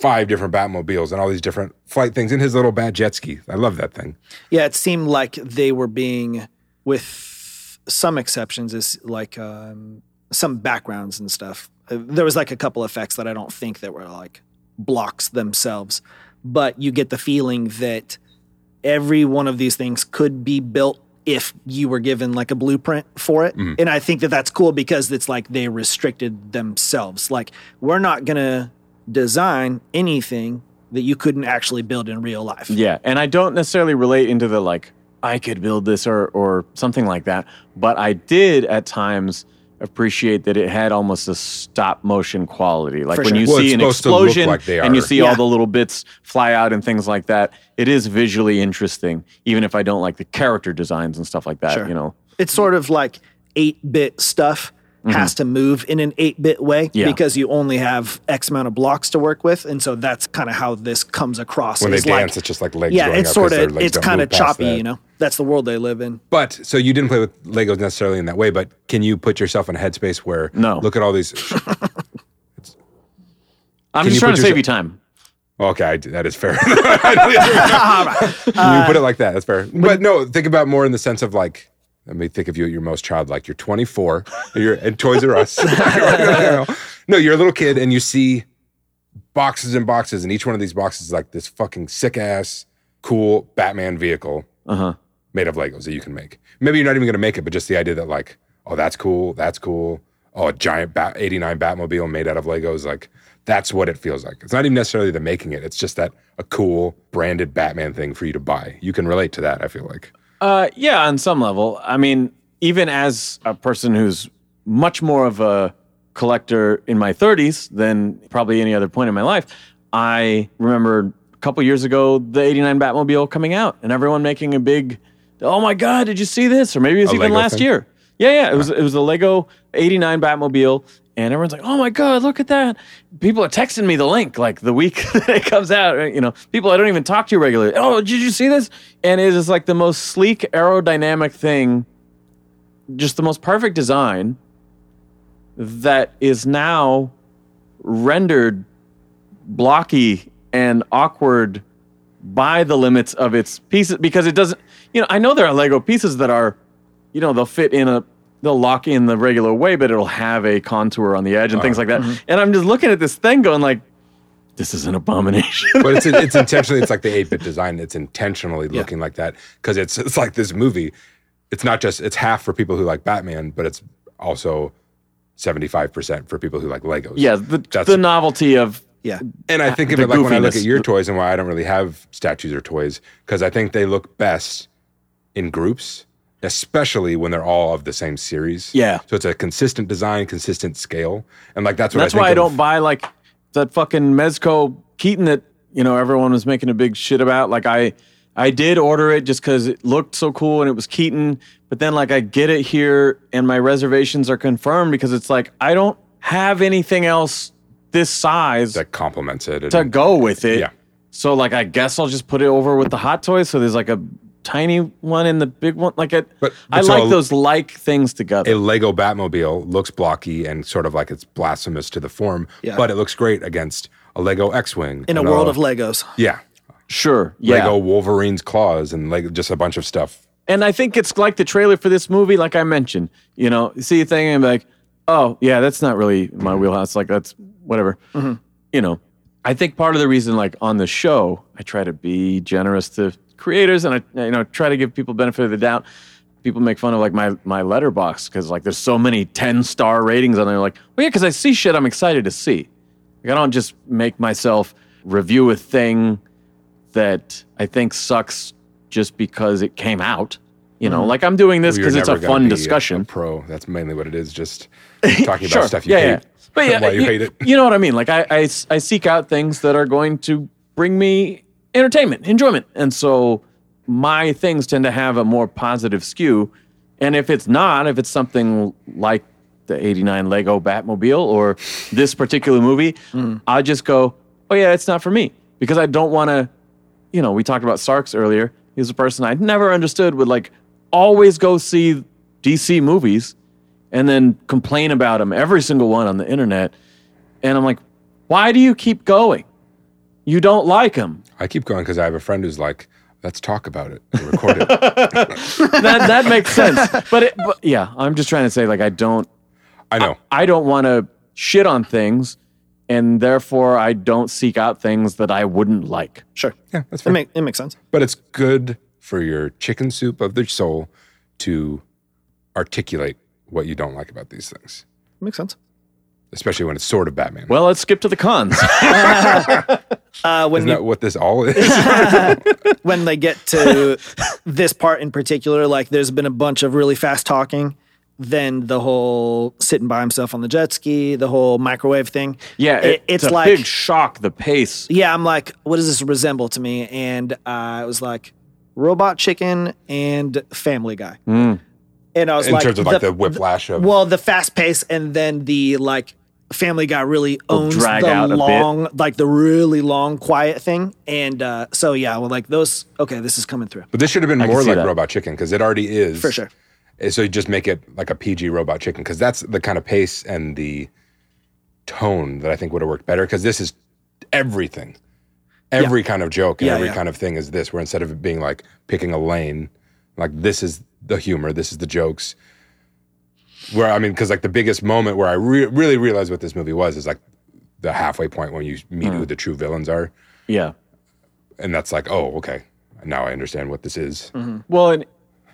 S7: five different Batmobiles and all these different flight things and his little bat jet ski. I love that thing.
S6: Yeah, it seemed like they were being, with some exceptions, is like um, some backgrounds and stuff. Uh, There was like a couple effects that I don't think that were like blocks themselves, but you get the feeling that every one of these things could be built if you were given like a blueprint for it. And I think that that's cool because it's like they restricted themselves. Like we're not gonna design anything that you couldn't actually build in real life.
S5: Yeah, and I don't necessarily relate into the like I could build this or or something like that, but I did at times appreciate that it had almost a stop motion quality. Like
S6: For
S5: when
S6: sure.
S5: you
S7: Well,
S5: see
S7: it's
S5: an
S7: supposed to look
S5: explosion
S7: like they
S5: and you
S7: are.
S5: see all
S6: Yeah.
S5: the little bits fly out and things like that, it is visually interesting, even if I don't like the character designs and stuff like that,
S6: Sure.
S5: you know.
S6: it's sort of like 8-bit stuff
S7: Mm-hmm.
S6: has to move in an 8-bit way
S5: Yeah.
S6: because you only have x amount of blocks to work with and so that's kind of how this comes across
S7: When they
S6: is
S7: dance,
S6: like-
S7: it's just like legs
S6: yeah
S7: going
S6: it's
S7: up 'cause
S6: sort
S7: their
S6: of
S7: legs
S6: it's
S7: don't
S6: kind of
S7: move past
S6: choppy
S7: that.
S6: you know that's the world they live in
S7: But so you didn't play with Legos necessarily in that way, but can you put yourself in a headspace where
S5: No.
S7: look at all these?
S5: I'm
S7: Can
S5: just
S7: you
S5: trying
S7: put
S5: to save
S7: yourself-
S5: you time.
S7: okay, I, that is fair. you put it like that. That's fair. But no, think about more in the sense of like, let me think of you at your most childlike. You're 24, and you're and Toys R Us. no, you're a little kid, and you see boxes and boxes, and each one of these boxes is like this fucking sick ass, cool Batman vehicle
S5: Uh huh.
S7: made of Legos that you can make. Maybe you're not even gonna make it, but just the idea that like, oh, that's cool, that's cool. Oh, a giant bat, 89 Batmobile made out of Legos, like that's what it feels like. It's not even necessarily the making it. It's just that a cool branded Batman thing for you to buy. You can relate to that. I feel like.
S5: Uh, yeah, on some level. I mean, even as a person who's much more of a collector in my 30s than probably any other point in my life, I remember a couple years ago the 89 Batmobile coming out and everyone making a big, oh my God, did you see this? Or maybe it was
S7: A
S5: even
S7: Lego
S5: last
S7: thing?
S5: year. Yeah, yeah. It was it was a Lego 89 Batmobile. And everyone's like, "Oh my god, look at that!" People are texting me the link like the week that it comes out. right? You know, people I don't even talk to regularly. Oh, did you see this? And it is like the most sleek, aerodynamic thing, just the most perfect design that is now rendered blocky and awkward by the limits of its pieces because it doesn't. You know, I know there are Lego pieces that are you know they'll fit in a they'll lock in the regular way but it'll have a contour on the edge and things like that
S7: Mm-hmm.
S5: and i'm just looking at this thing going like this is an abomination
S7: but it's it's intentionally it's like the 8-bit design it's intentionally looking like that because it's it's like this movie it's not just it's half for people who like batman but it's also 75% for people who like legos
S5: yeah the,
S7: That's-
S5: the novelty of
S6: Yeah.
S7: and i think of
S5: the
S7: it like when i look
S5: goofiness.
S7: at your toys and why i don't really have statues or toys because i think they look best in groups especially when they're all of the same series
S5: Yeah.
S7: so it's a consistent design consistent scale and like that's what
S5: that's
S7: I think
S5: why i
S7: of-
S5: don't buy like that fucking mezco keaton that you know everyone was making a big shit about like i i did order it just because it looked so cool and it was keaton but then like i get it here and my reservations are confirmed because it's like i don't have anything else this size
S7: that compliments it
S5: to
S7: and-
S5: go with it.
S7: Yeah.
S5: So like I guess I'll just put it over with the hot toys. So there's like a tiny one and the big one. Like it,
S7: But-
S5: I
S7: but so
S5: like
S7: a-
S5: those like things together.
S7: a Lego Batmobile looks blocky and sort of like it's blasphemous to the form,
S6: Yeah.
S7: but it looks great against a Lego X-wing
S6: In a
S7: and
S6: world of Legos.
S7: yeah,
S5: sure. Yeah.
S7: Lego Wolverine's claws and like just a bunch of stuff.
S5: And I think it's like the trailer for this movie, like I mentioned. You know, you see a thing and be like, oh yeah, that's not really my wheelhouse. Like that's whatever. You know. I think part of the reason, like on the show, I try to be generous to creators and I you know try to give people benefit of the doubt. People make fun of like my my letterbox because like there's so many 10 star ratings on there. Like, well yeah, because I see shit I'm excited to see. Like I don't just make myself review a thing that I think sucks just because it came out. You know, like I'm doing this
S7: Mm-hmm. You're
S5: because it's a
S7: never gonna
S5: fun
S7: be uh,
S5: discussion.
S7: pro, that's mainly what it is. Just talking about stuff you
S5: yeah,
S7: hate.
S5: yeah. But yeah,
S7: why you
S5: you,
S7: hate it.
S5: you know what I mean? Like I, I s- I seek out things that are going to bring me entertainment, enjoyment, and so my things tend to have a more positive skew. And if it's not, if it's something like the '89 Lego Batmobile or this particular movie, I just go, "Oh yeah, it's not for me," because I don't want to you know, we talked about Sarks earlier. He was a person I never understood would like always go see DC movies and then complain about them, every single one on the internet. And I'm like, why do you keep going? You don't like them.
S7: I keep going because I have a friend who's like, "Let's talk about it and record it."
S5: That that makes sense. But, it, but yeah, I'm just trying to say like I don't
S7: I know.
S5: I don't want to shit on things, and therefore I don't seek out things that I wouldn't like.
S6: Sure.
S7: Yeah, that's
S6: It,
S7: fine.
S6: make, it makes sense.
S7: but it's good for your chicken soup of the soul to articulate what you don't like about these things,
S6: makes sense.
S7: especially when it's sort of Batman.
S5: Well, let's skip to the cons.
S6: Uh, when
S7: Isn't
S6: you,
S7: that what this all is?
S6: when they get to this part in particular, like there's been a bunch of really fast talking. Then the whole sitting by himself on the jet ski, the whole microwave thing.
S5: yeah,
S6: It-
S5: it's,
S6: it's
S5: a
S6: like
S5: big shock. The pace.
S6: yeah, I'm like, what does this resemble to me? And uh, I was like, Robot Chicken and Family Guy.
S5: Mm.
S6: And I was
S7: in
S6: like,
S7: terms of like the, whiplash of
S6: well, the fast pace, and then the like, Family Guy really owns
S5: drag
S6: the
S5: out a bit.
S6: long, like the really long quiet thing. And uh, so yeah, well, like those. Okay, this is coming through
S7: but this should have been
S5: can
S7: more
S5: see
S7: like
S5: that.
S7: robot chicken because it already is
S6: for sure.
S7: And Eh, so you just make it like a pg robot chicken because that's the kind of pace and the tone that i think would have worked better because this is everything every kind of joke and
S6: Yeah,
S7: every
S6: yeah.
S7: kind of thing is this where instead of it being like picking a lane like this is the humor this is the jokes where i mean because like the biggest moment where i re- really realized what this movie was is like the halfway point when you meet
S6: Hmm.
S7: who the true villains are,
S5: Yeah.
S7: and that's like, oh, okay, now I understand what this is.
S6: Mm-hmm.
S5: Well, and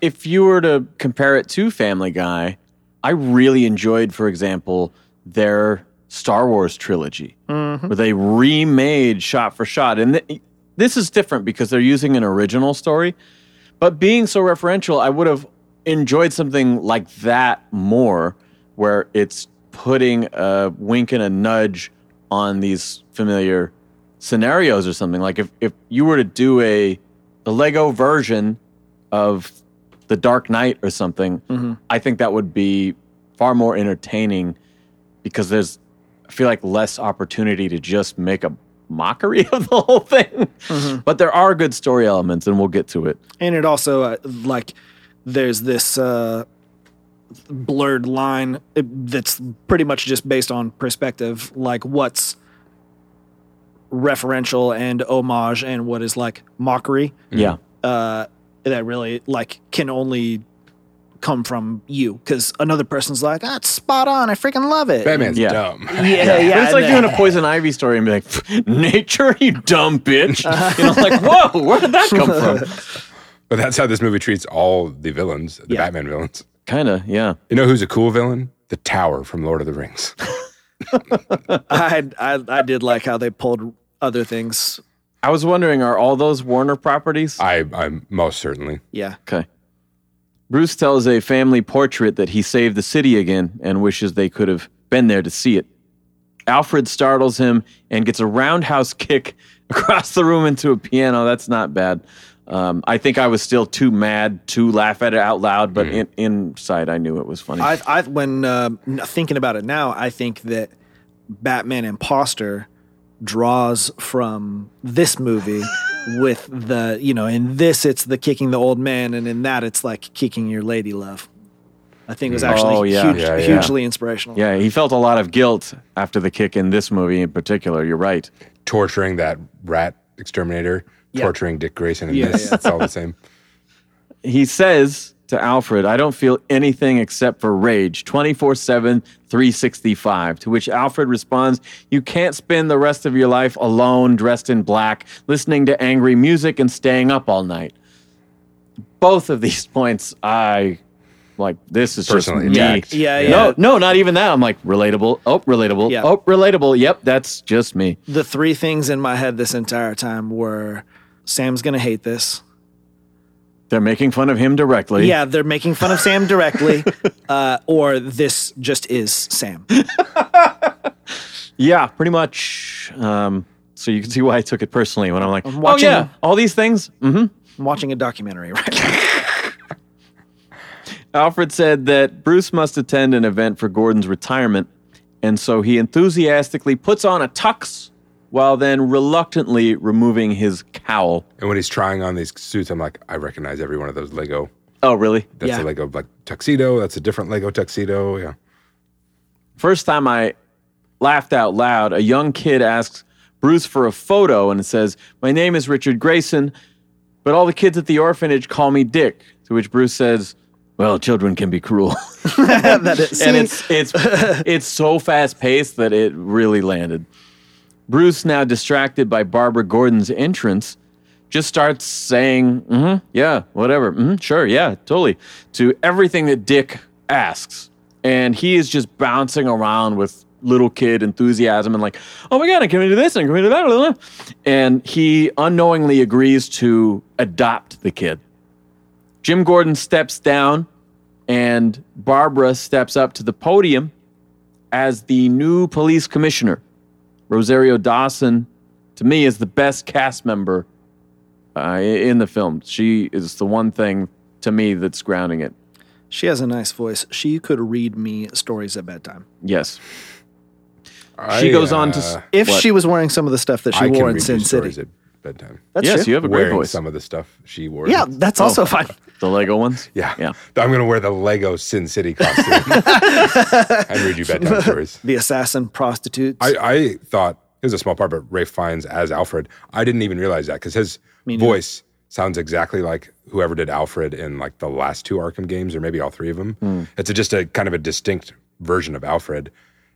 S5: if you were to compare it to Family Guy, I really enjoyed, for example, their Star Wars trilogy, where they remade shot for shot. And th- this is different because they're using an original story. But being so referential, I would have enjoyed something like that more, where it's putting a wink and a nudge on these familiar scenarios or something. Like if, if you were to do a, a Lego version of The Dark Knight or something,
S6: Mm-hmm.
S5: I think that would be far more entertaining because there's, I feel like, less opportunity to just make a mockery of the whole thing.
S6: Mm-hmm.
S5: But there are good story elements, and we'll get to it.
S6: and it also uh, like there's this uh blurred line uh, that's pretty much just based on perspective like what's referential and homage and what is like mockery
S5: Yeah.
S6: uh that really like can only come from you because another person's like that's spot on i freaking love it
S7: Batman's
S5: Yeah.
S7: dumb.
S6: yeah,
S5: But
S6: yeah
S5: it's like doing a poison ivy story and be like, "Nature, you dumb bitch."
S6: Uh-huh.
S5: You know, like, whoa, where did that come from?
S7: But that's how this movie treats all the villains, the
S6: Yeah.
S7: Batman villains.
S5: kind of, yeah.
S7: You know who's a cool villain? The Tower from Lord of the Rings.
S6: I, I i did like how they pulled other things
S5: I was wondering, are all those Warner properties?
S7: I, I'm most certainly.
S6: yeah
S5: Okay. Bruce tells a family portrait that he saved the city again and wishes they could have been there to see it. Alfred startles him and gets a roundhouse kick across the room into a piano. That's not bad. Um, I think I was still too mad to laugh at it out loud, but in, inside I knew it was funny.
S6: I, I when uh, n- thinking about it now, I think that Batman Imposter draws from this movie with the you know in this it's the kicking the old man and in that it's like kicking your lady love. I think it was actually
S5: Oh, yeah.
S6: huge,
S7: Yeah, yeah.
S6: hugely inspirational.
S5: Yeah, he felt a lot of guilt after the kick in this movie in particular. You're right.
S7: Torturing that rat exterminator,
S6: Yeah.
S7: torturing Dick Grayson and
S6: Yeah,
S7: this.
S6: yeah.
S7: It's all the same.
S5: He says to Alfred, I don't feel anything except for rage 24 7, 365. To which Alfred responds, You can't spend the rest of your life alone, dressed in black, listening to angry music, and staying up all night. Both of these points, I like, this is
S7: Personally
S5: just me.
S7: attacked.
S6: Yeah, yeah.
S5: No, no, not even that. I'm like, relatable. Oh, relatable.
S6: Yeah.
S5: Oh, relatable. Yep, that's just me.
S6: The three things in my head this entire time were Sam's gonna hate this.
S5: They're making fun of him directly.
S6: Yeah, they're making fun of Sam directly, uh, or this just is Sam.
S5: Yeah, pretty much. Um, so you can see why I took it personally when I'm like, oh
S6: watching-
S5: yeah, all these things. hmm
S6: I'm watching a documentary right now.
S5: Alfred said that Bruce must attend an event for Gordon's retirement, and so he enthusiastically puts on a tux while then reluctantly removing his cowl.
S7: And when he's trying on these suits, I'm like, I recognize every one of those Lego.
S5: Oh, really?
S7: That's
S6: Yeah.
S7: a Lego like tuxedo. That's a different Lego tuxedo. Yeah.
S5: First time I laughed out loud, a young kid asks Bruce for a photo and says, My name is Richard Grayson, but all the kids at the orphanage call me Dick. To which Bruce says, Well, children can be cruel.
S6: that is,
S5: and it's it's it's so fast paced that it really landed. Bruce, now distracted by Barbara Gordon's entrance, just starts saying, mm-hmm, "Yeah, whatever, hmm sure, yeah, totally," to everything that Dick asks, and he is just bouncing around with little kid enthusiasm and like, "Oh my god, can we do this and can we do that?" blah, blah, blah." And he unknowingly agrees to adopt the kid. Jim Gordon steps down and Barbara steps up to the podium as the new police commissioner. Rosario Dawson, to me, is the best cast member uh, in the film. She is the one thing to me that's grounding it.
S6: She has a nice voice. She could read me stories at bedtime.
S5: Yes,
S7: I,
S5: she goes on to.
S7: uh,
S5: s-
S6: If
S5: What?
S6: she was wearing some of the stuff that she
S7: I can
S6: wore
S7: read
S6: in
S7: you
S6: Sin
S7: stories
S6: City.
S7: at bedtime.
S6: That's
S5: yes,
S6: true.
S5: you have a great
S7: Wearing
S5: voice.
S7: some of the stuff she wore.
S6: Yeah, that's
S7: Oh.
S6: also fine.
S5: The Lego ones.
S7: Yeah.
S5: yeah.
S7: I'm going to wear the Lego Sin City costume and read you bedtime stories.
S6: The assassin prostitutes.
S7: I, I thought it was a small part, but Ray Fiennes as Alfred, I didn't even realize that because his voice sounds exactly like whoever did Alfred in like the last two Arkham games, or
S6: Hmm.
S7: maybe all three of them. It's a, just a kind of a distinct version of Alfred.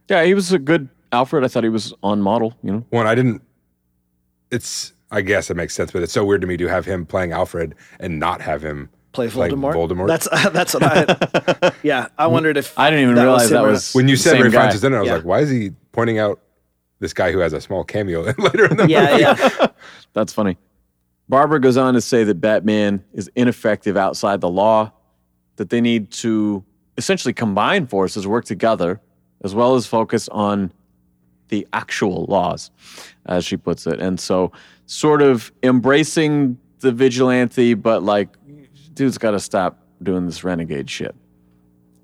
S5: Yeah, he was a good Alfred, I thought he was on model, you know?
S7: One, I didn't. It's. I guess it makes sense, but it's so weird to me to have him playing Alfred and not have him
S6: Play
S7: playing
S6: Voldemort.
S7: Voldemort.
S6: That's that's what I. yeah, I wondered if
S5: I didn't even realize that
S6: him or
S5: was
S7: when you
S5: the
S7: said
S5: same
S7: Ray
S5: guy.
S7: Fiennes is in it. I was
S6: Yeah.
S7: like, why is he pointing out this guy who has a small cameo later in the
S6: not. Yeah, yeah.
S5: That's funny. Barbara goes on to say that Batman is ineffective outside the law, that they need to essentially combine forces, work together, as well as focus on the actual laws, as she puts it. And so, sort of embracing the vigilante, but like, dude's got to stop doing this renegade shit.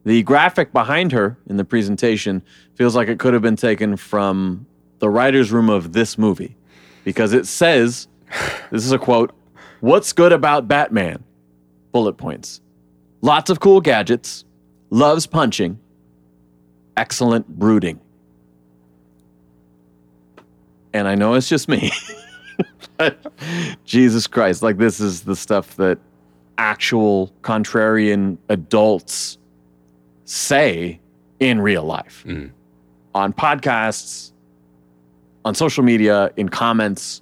S5: The graphic behind her in the presentation feels like it could have been taken from the writer's room of this movie because it says, this is a quote, what's good about Batman? Bullet points. Lots of cool gadgets, loves punching, excellent brooding. And I know it's just me, but Jesus Christ, like this is the stuff that actual contrarian adults say in real life on podcasts, on social media, in comments.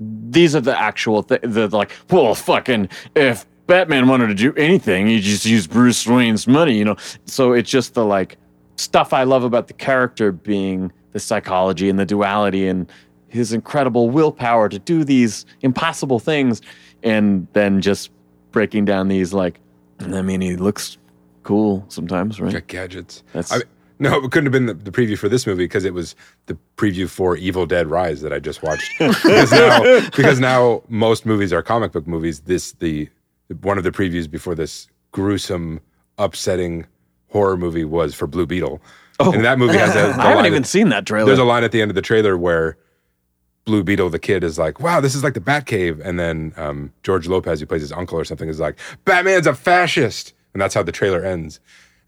S5: These are the actual thi- the like, well, fucking, if Batman wanted to do anything, he just use Bruce Wayne's money, you know? So it's just the like stuff I love about the character being the psychology and the duality and his incredible willpower to do these impossible things. And then just breaking down these like, I mean, he looks cool sometimes, right?
S7: Got gadgets.
S5: That's-
S7: I, no, it couldn't have been the, the preview for this movie because it was the preview for Evil Dead Rise that I just watched. because, now, because now most movies are comic book movies. This the one of the previews before this gruesome, upsetting horror movie was for Blue Beetle. Oh. And that movie has
S5: I
S7: a, the
S5: haven't
S7: line
S5: even
S7: at-
S5: seen that trailer.
S7: There's a line at the end of the trailer where Blue Beetle, the kid, is like, "Wow, this is like the Batcave," and then um, George Lopez, who plays his uncle or something, is like, "Batman's a fascist," and that's how the trailer ends.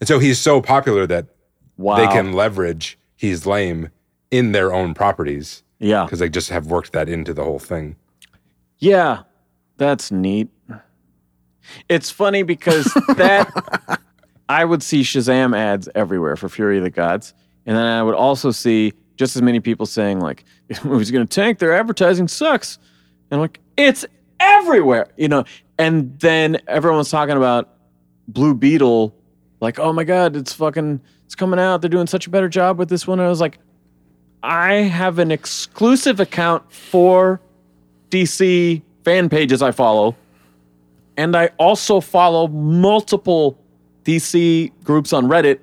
S7: And so he's so popular that
S5: wow.
S7: they can leverage he's lame in their own properties
S5: yeah.
S7: because they just have worked that into the whole thing.
S5: Yeah. That's neat. It's funny because that I would see Shazam ads everywhere for Fury of the Gods. And then I would also see just as many people saying, like, this movie's gonna tank, their advertising sucks. And I'm like, it's everywhere, you know. And then everyone was talking about Blue Beetle, like, oh my god, it's fucking it's coming out. They're doing such a better job with this one. And I was like, I have an exclusive account for DC fan pages I follow, and I also follow multiple DC groups on Reddit.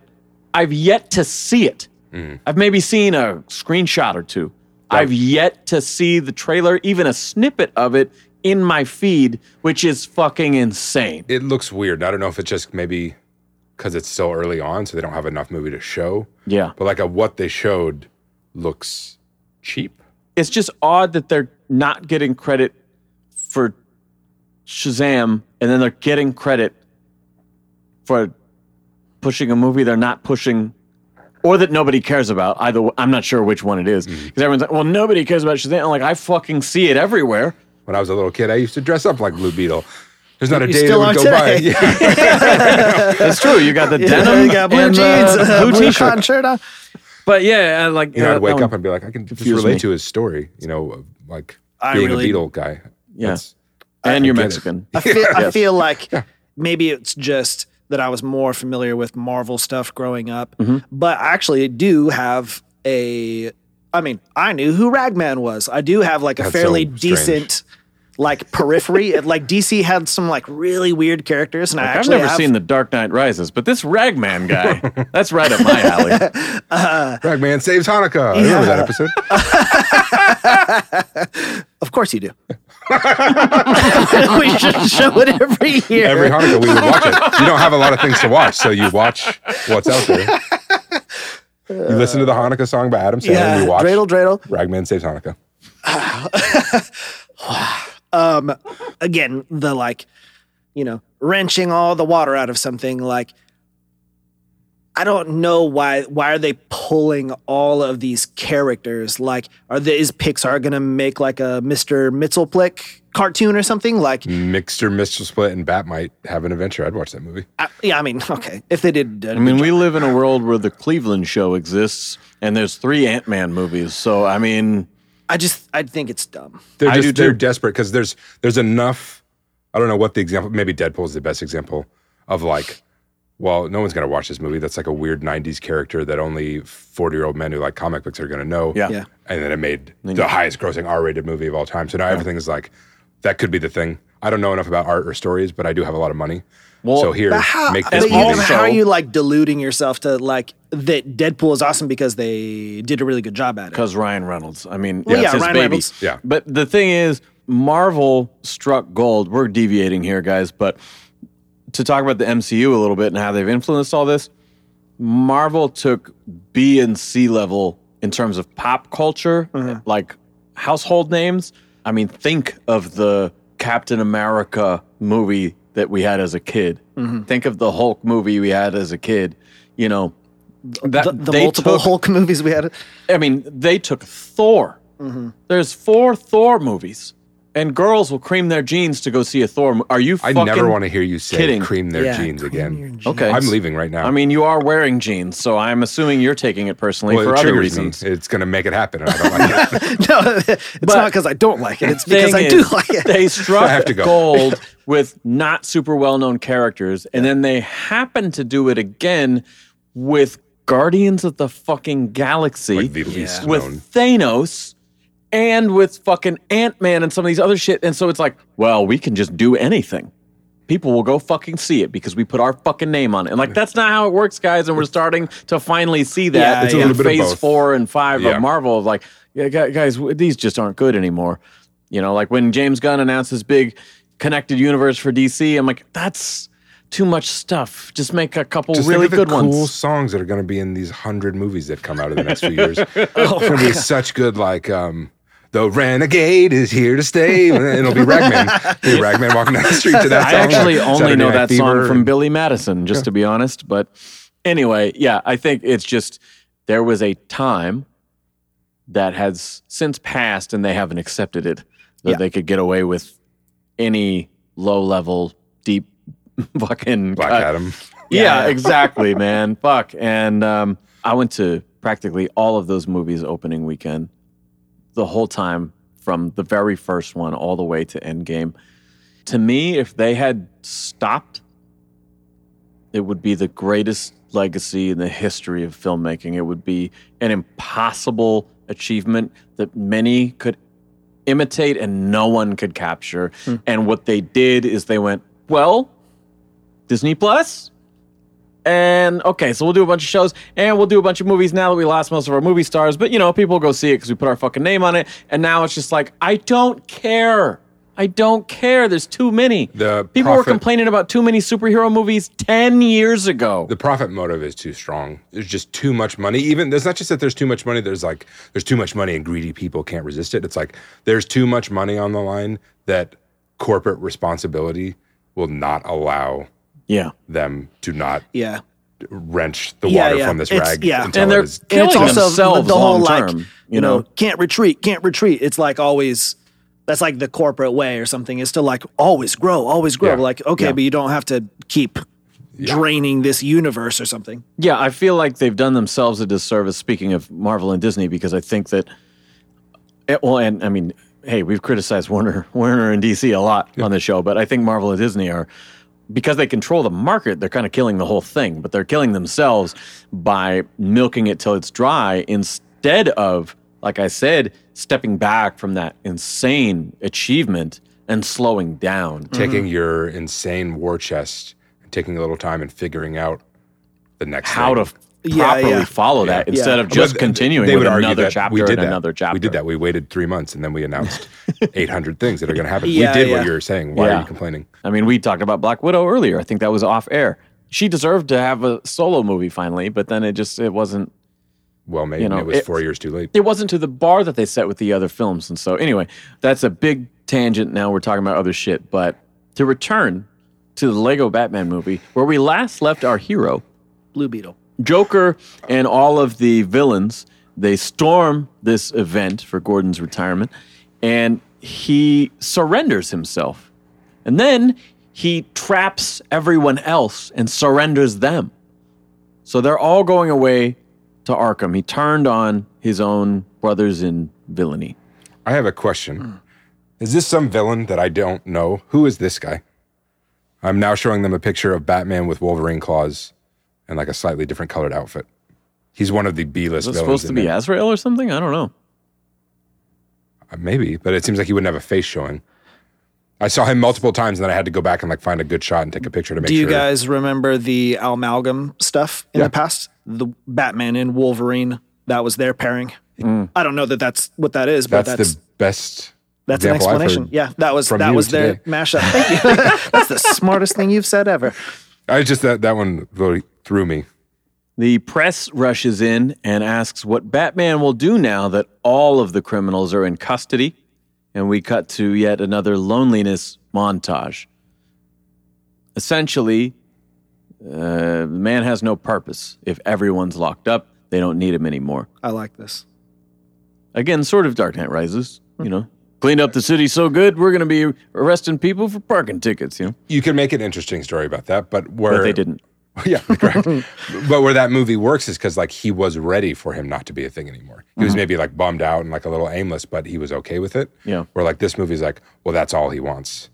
S5: I've yet to see it. I've maybe seen a screenshot or two. I've yet to see the trailer, even a snippet of it in my feed, which is fucking insane.
S7: It looks weird. and I don't know if it's just maybe because it's so early on, so they don't have enough movie to show.
S5: Yeah.
S7: But like a, what they showed looks cheap.
S5: it's just odd that they're not getting credit for Shazam and then they're getting credit for pushing a movie they're not pushing or that nobody cares about. Either way, I'm not sure which one it is.
S6: Mm-hmm.
S5: Because everyone's like, well, nobody cares about Shazam. I'm like, I fucking see it everywhere.
S7: When I was a little kid, I used to dress up like Blue Beetle. There's not a
S6: You
S7: day that
S6: still are
S7: would go by.
S6: today.
S7: Yeah.
S5: It's true. You got the
S6: Yeah,
S5: denim
S6: you got blue
S5: and
S6: jeans,
S5: the
S6: uh,
S5: blue
S6: blue
S5: t-shirt.
S6: cotton shirt on.
S5: But yeah, I like
S7: You know,
S5: uh,
S7: I'd wake
S5: that
S7: up
S5: one-
S7: and be like, I can just
S5: Confused
S7: relate
S5: me.
S7: to his story. You know, of, like
S6: I
S7: being
S6: really-
S7: a Beetle guy.
S5: Yeah.
S7: It's-
S5: and you're
S7: get it.
S5: Mexican.
S6: I feel, I
S5: Yes.
S6: feel like maybe it's just that I was more familiar with Marvel stuff growing up, but I actually do have a. I mean, I knew who Ragman was. I do have like a
S7: That's so
S6: fairly
S7: strange.
S6: decent, like periphery. It- like DC had some like really weird characters, and I
S5: I've
S6: actually
S5: never
S6: have-
S5: seen The Dark Knight Rises, but this Ragman guy, that's right up my alley.
S7: Ragman saves Hanukkah. I remember that episode.
S6: Of course, you do. we should show it every year.
S7: Every Hanukkah we would watch it. You don't have a lot of things to watch, so you watch what's out there. You listen to the Hanukkah song by Adam Sandler.
S6: yeah,
S7: you watch
S6: dreidel, dreidel.
S7: Ragman saves Hanukkah.
S6: Um, again the like you know wrenching all the water out of something like I don't know why why are they pulling all of these characters? Like, are they, is Pixar gonna make like a Mr. Mitzelplick cartoon or something? Like,
S5: Mm.
S7: Mixer, Mr. Split, and Bat might have an adventure. I'd watch that movie.
S6: I, yeah, I mean, okay, if they did,
S5: I mean, we live in a world where the Cleveland show exists and there's three Ant Man movies. So, I mean,
S6: I just I think it's dumb.
S7: They're
S5: I
S7: just
S5: do too.
S7: they're desperate because there's there's enough. I don't know what the example. Maybe Deadpool is the best example of like, well, no one's gonna watch this movie. That's like a weird '90s character that only 40 year old men who like comic books are gonna know.
S5: yeah.
S6: Yeah.
S7: And then it made the highest grossing R rated movie of all time. So now everything is like, that could be the thing. I don't know enough about art or stories, but I do have a lot of money.
S5: Well,
S7: so here,
S6: But how,
S7: make
S6: but
S7: this
S6: even
S7: movie.
S6: how are you like deluding yourself to like that Deadpool is awesome because they did a really good job at it?
S5: Because Ryan Reynolds. I mean,
S6: Well,
S5: that's
S6: yeah,
S5: his
S6: Ryan
S5: baby.
S6: Reynolds.
S7: Yeah.
S5: But the thing is, Marvel struck gold. We're deviating here, guys, but to talk about the MCU a little bit and how they've influenced all this, Marvel took B and C level in terms of pop culture,
S6: Uh-huh.
S5: like household names. I mean, think of the Captain America movie that we had as a kid.
S6: Mm-hmm.
S5: Think of the Hulk movie we had as a kid. You know, that
S6: the, the
S5: they
S6: multiple
S5: took-
S6: Hulk movies we had.
S5: I mean, they took Thor.
S6: Mm-hmm.
S5: There's four Thor movies, and girls will cream their jeans to go see a Thor. mo- Are you?
S7: I
S5: fucking
S7: never want to hear you say
S5: kidding.
S7: cream their
S6: Yeah,
S7: jeans again.
S5: Okay,
S7: I'm leaving right now.
S5: I mean, you are wearing jeans, so I'm assuming you're taking it personally
S7: Well,
S5: for
S7: it
S5: other
S7: triggers me.
S5: reasons.
S7: It's going to make it happen. And I don't like it.
S6: no, it's not because I don't like it. It's because
S5: Thing
S6: I do
S5: is,
S6: like it.
S5: They struck
S7: I have to go.
S5: gold with not super well-known characters, and then they happen to do it again with Guardians of the fucking Galaxy.
S7: like the least
S5: with
S7: known.
S5: Thanos and with fucking Ant Man and some of these other shit. And so it's like, well, we can just do anything. People will go fucking see it because we put our fucking name on it. And like, that's not how it works, guys. And we're starting to finally see that
S6: Yeah, It's a
S5: in
S7: little bit of
S5: phase
S7: both.
S5: four and five
S7: Yeah.
S5: of Marvel. Of like, yeah, gu- guys, w- these just aren't good anymore. You know, like when James Gunn announced his big connected universe for DC, I'm like, that's too much stuff. Just make a couple
S7: Just
S5: really
S7: think of
S5: good
S7: the cool
S5: ones.
S7: songs that are going to be in these hundred movies that come out in the next few years. It's
S5: Oh
S7: going to be such good, like um, the renegade is here to stay. And it'll be Ragman, It'll be Ragman walking down the street to that
S5: I
S7: song.
S5: actually
S7: like
S5: only
S7: Saturday
S5: know
S7: Night
S5: that
S7: Fever
S5: song from
S7: and-
S5: Billy Madison, just to be honest. But anyway, yeah, I think it's just there was a time that has since passed and they haven't accepted it that
S6: Yeah.
S5: they could get away with any low level, deep fucking
S7: Black
S5: cut.
S7: Adam.
S5: Yeah, exactly, man. Fuck. And um, I went to practically all of those movies opening weekend the whole time from the very first one all the way to Endgame. To me, if they had stopped, it would be the greatest legacy in the history of filmmaking. It would be an impossible achievement that many could imitate and no one could capture. And what they did is they went, well, Disney Plus, and okay, so we'll do a bunch of shows and we'll do a bunch of movies now that we lost most of our movie stars. But you know, people go see it because we put our fucking name on it. And now it's just like, I don't care. I don't care. There's too many.
S7: The
S5: people were
S7: profit-
S5: complaining about too many superhero movies 10 years ago.
S7: The profit motive is too strong. There's just too much money. Even there's not just that there's too much money. There's like there's too much money and greedy people can't resist it. It's like there's too much money on the line that corporate responsibility will not allow
S5: yeah.
S7: them to not
S6: Yeah.
S7: wrench the
S6: Yeah,
S7: water
S6: yeah.
S7: from this
S6: It's-
S7: rag
S6: yeah.
S7: until
S5: And
S7: it
S5: they're-
S7: is-
S5: Killing
S6: and it's also
S5: themselves
S6: the whole like
S5: long-term, you
S6: you know,
S5: know?
S6: can't retreat, can't retreat. It's like always that's like the corporate way or something is to like always grow, always grow.
S7: Yeah.
S6: Like okay, but you don't have to keep draining this universe or something.
S5: Yeah, I feel like they've done themselves a disservice. Speaking of Marvel and Disney, because I think that, eh, well, and I mean, hey, we've criticized Warner, Warner and DC a lot on the show, but I think Marvel and Disney are because they control the market. They're kind of killing the whole thing, but they're killing themselves by milking it till it's dry instead of, like I said, stepping back from that insane achievement and slowing down.
S6: Mm-hmm.
S7: taking your insane war chest and taking a little time and figuring out the next
S5: How
S7: thing.
S5: to
S6: Yeah,
S5: properly
S6: yeah.
S5: follow that instead of
S7: But
S5: just
S7: th-
S5: continuing
S7: they
S5: with
S7: would argue
S5: another
S7: that
S5: chapter
S7: we did
S5: and
S7: that.
S5: another chapter.
S7: We did that. We waited three months and then we announced 800 things that are going to happen.
S6: Yeah,
S7: we did
S6: yeah.
S7: what you were saying. Why are
S5: Yeah.
S7: you complaining?
S5: I mean, we talked about Black Widow earlier. I think that was off air. She deserved to have a solo movie finally, but then it just it wasn't
S7: Well, maybe
S5: You know,
S7: it was
S5: it-
S7: four years too late.
S5: it wasn't to the bar that they set with the other films. And so anyway, that's a big tangent. Now we're talking about other shit, but to return to the Lego Batman movie where we last left our hero,
S6: Blue Beetle.
S5: Joker and all of the villains they storm this event for Gordon's retirement, and he surrenders himself, and then he traps everyone else and surrenders them. So they're all going away to Arkham. He turned on his own brothers in villainy.
S7: I have a question. Is this some villain that I don't know? Who is this guy? I'm now showing them a picture of Batman with Wolverine claws and like a slightly different colored outfit. He's one of the
S5: Is
S7: B-list
S5: it
S7: villains.
S5: supposed to
S7: in
S5: be
S7: there.
S5: Azrael or something? I don't know.
S7: Uh, Maybe, but it seems like he wouldn't have a face showing. I saw him multiple times, and then I had to go back and like find a good shot and take a picture to make
S6: Do you
S7: sure.
S6: guys remember the amalgam stuff in
S7: Yeah.
S6: the past? The Batman and Wolverine, that was their pairing. I don't know that that's what that is, but
S7: that's,
S6: that's
S7: the best.
S6: that's an
S7: example I've
S6: explanation.
S7: heard.
S6: Yeah, that was
S7: from
S6: that
S7: you
S6: was their
S7: today.
S6: mashup. Thank you. that's the smartest thing you've said ever.
S7: I just that that one really threw me.
S5: The press rushes in and asks what Batman will do now that all of the criminals are in custody. And we cut to yet another loneliness montage. Essentially, uh, the man has no purpose. If everyone's locked up, they don't need him anymore.
S6: I like this.
S5: Again, sort of Dark Knight Rises, you know. Cleaned up the city so good, we're going to be arresting people for parking tickets, you know.
S7: You can make an interesting story about that, but where
S5: But they didn't.
S7: yeah, correct. but where that movie works is because like he was ready for him not to be a thing anymore. He
S5: Mm-hmm.
S7: was maybe like bummed out and like a little aimless, but he was okay with it.
S5: Yeah.
S7: Where like this movie's like, well, that's all he wants.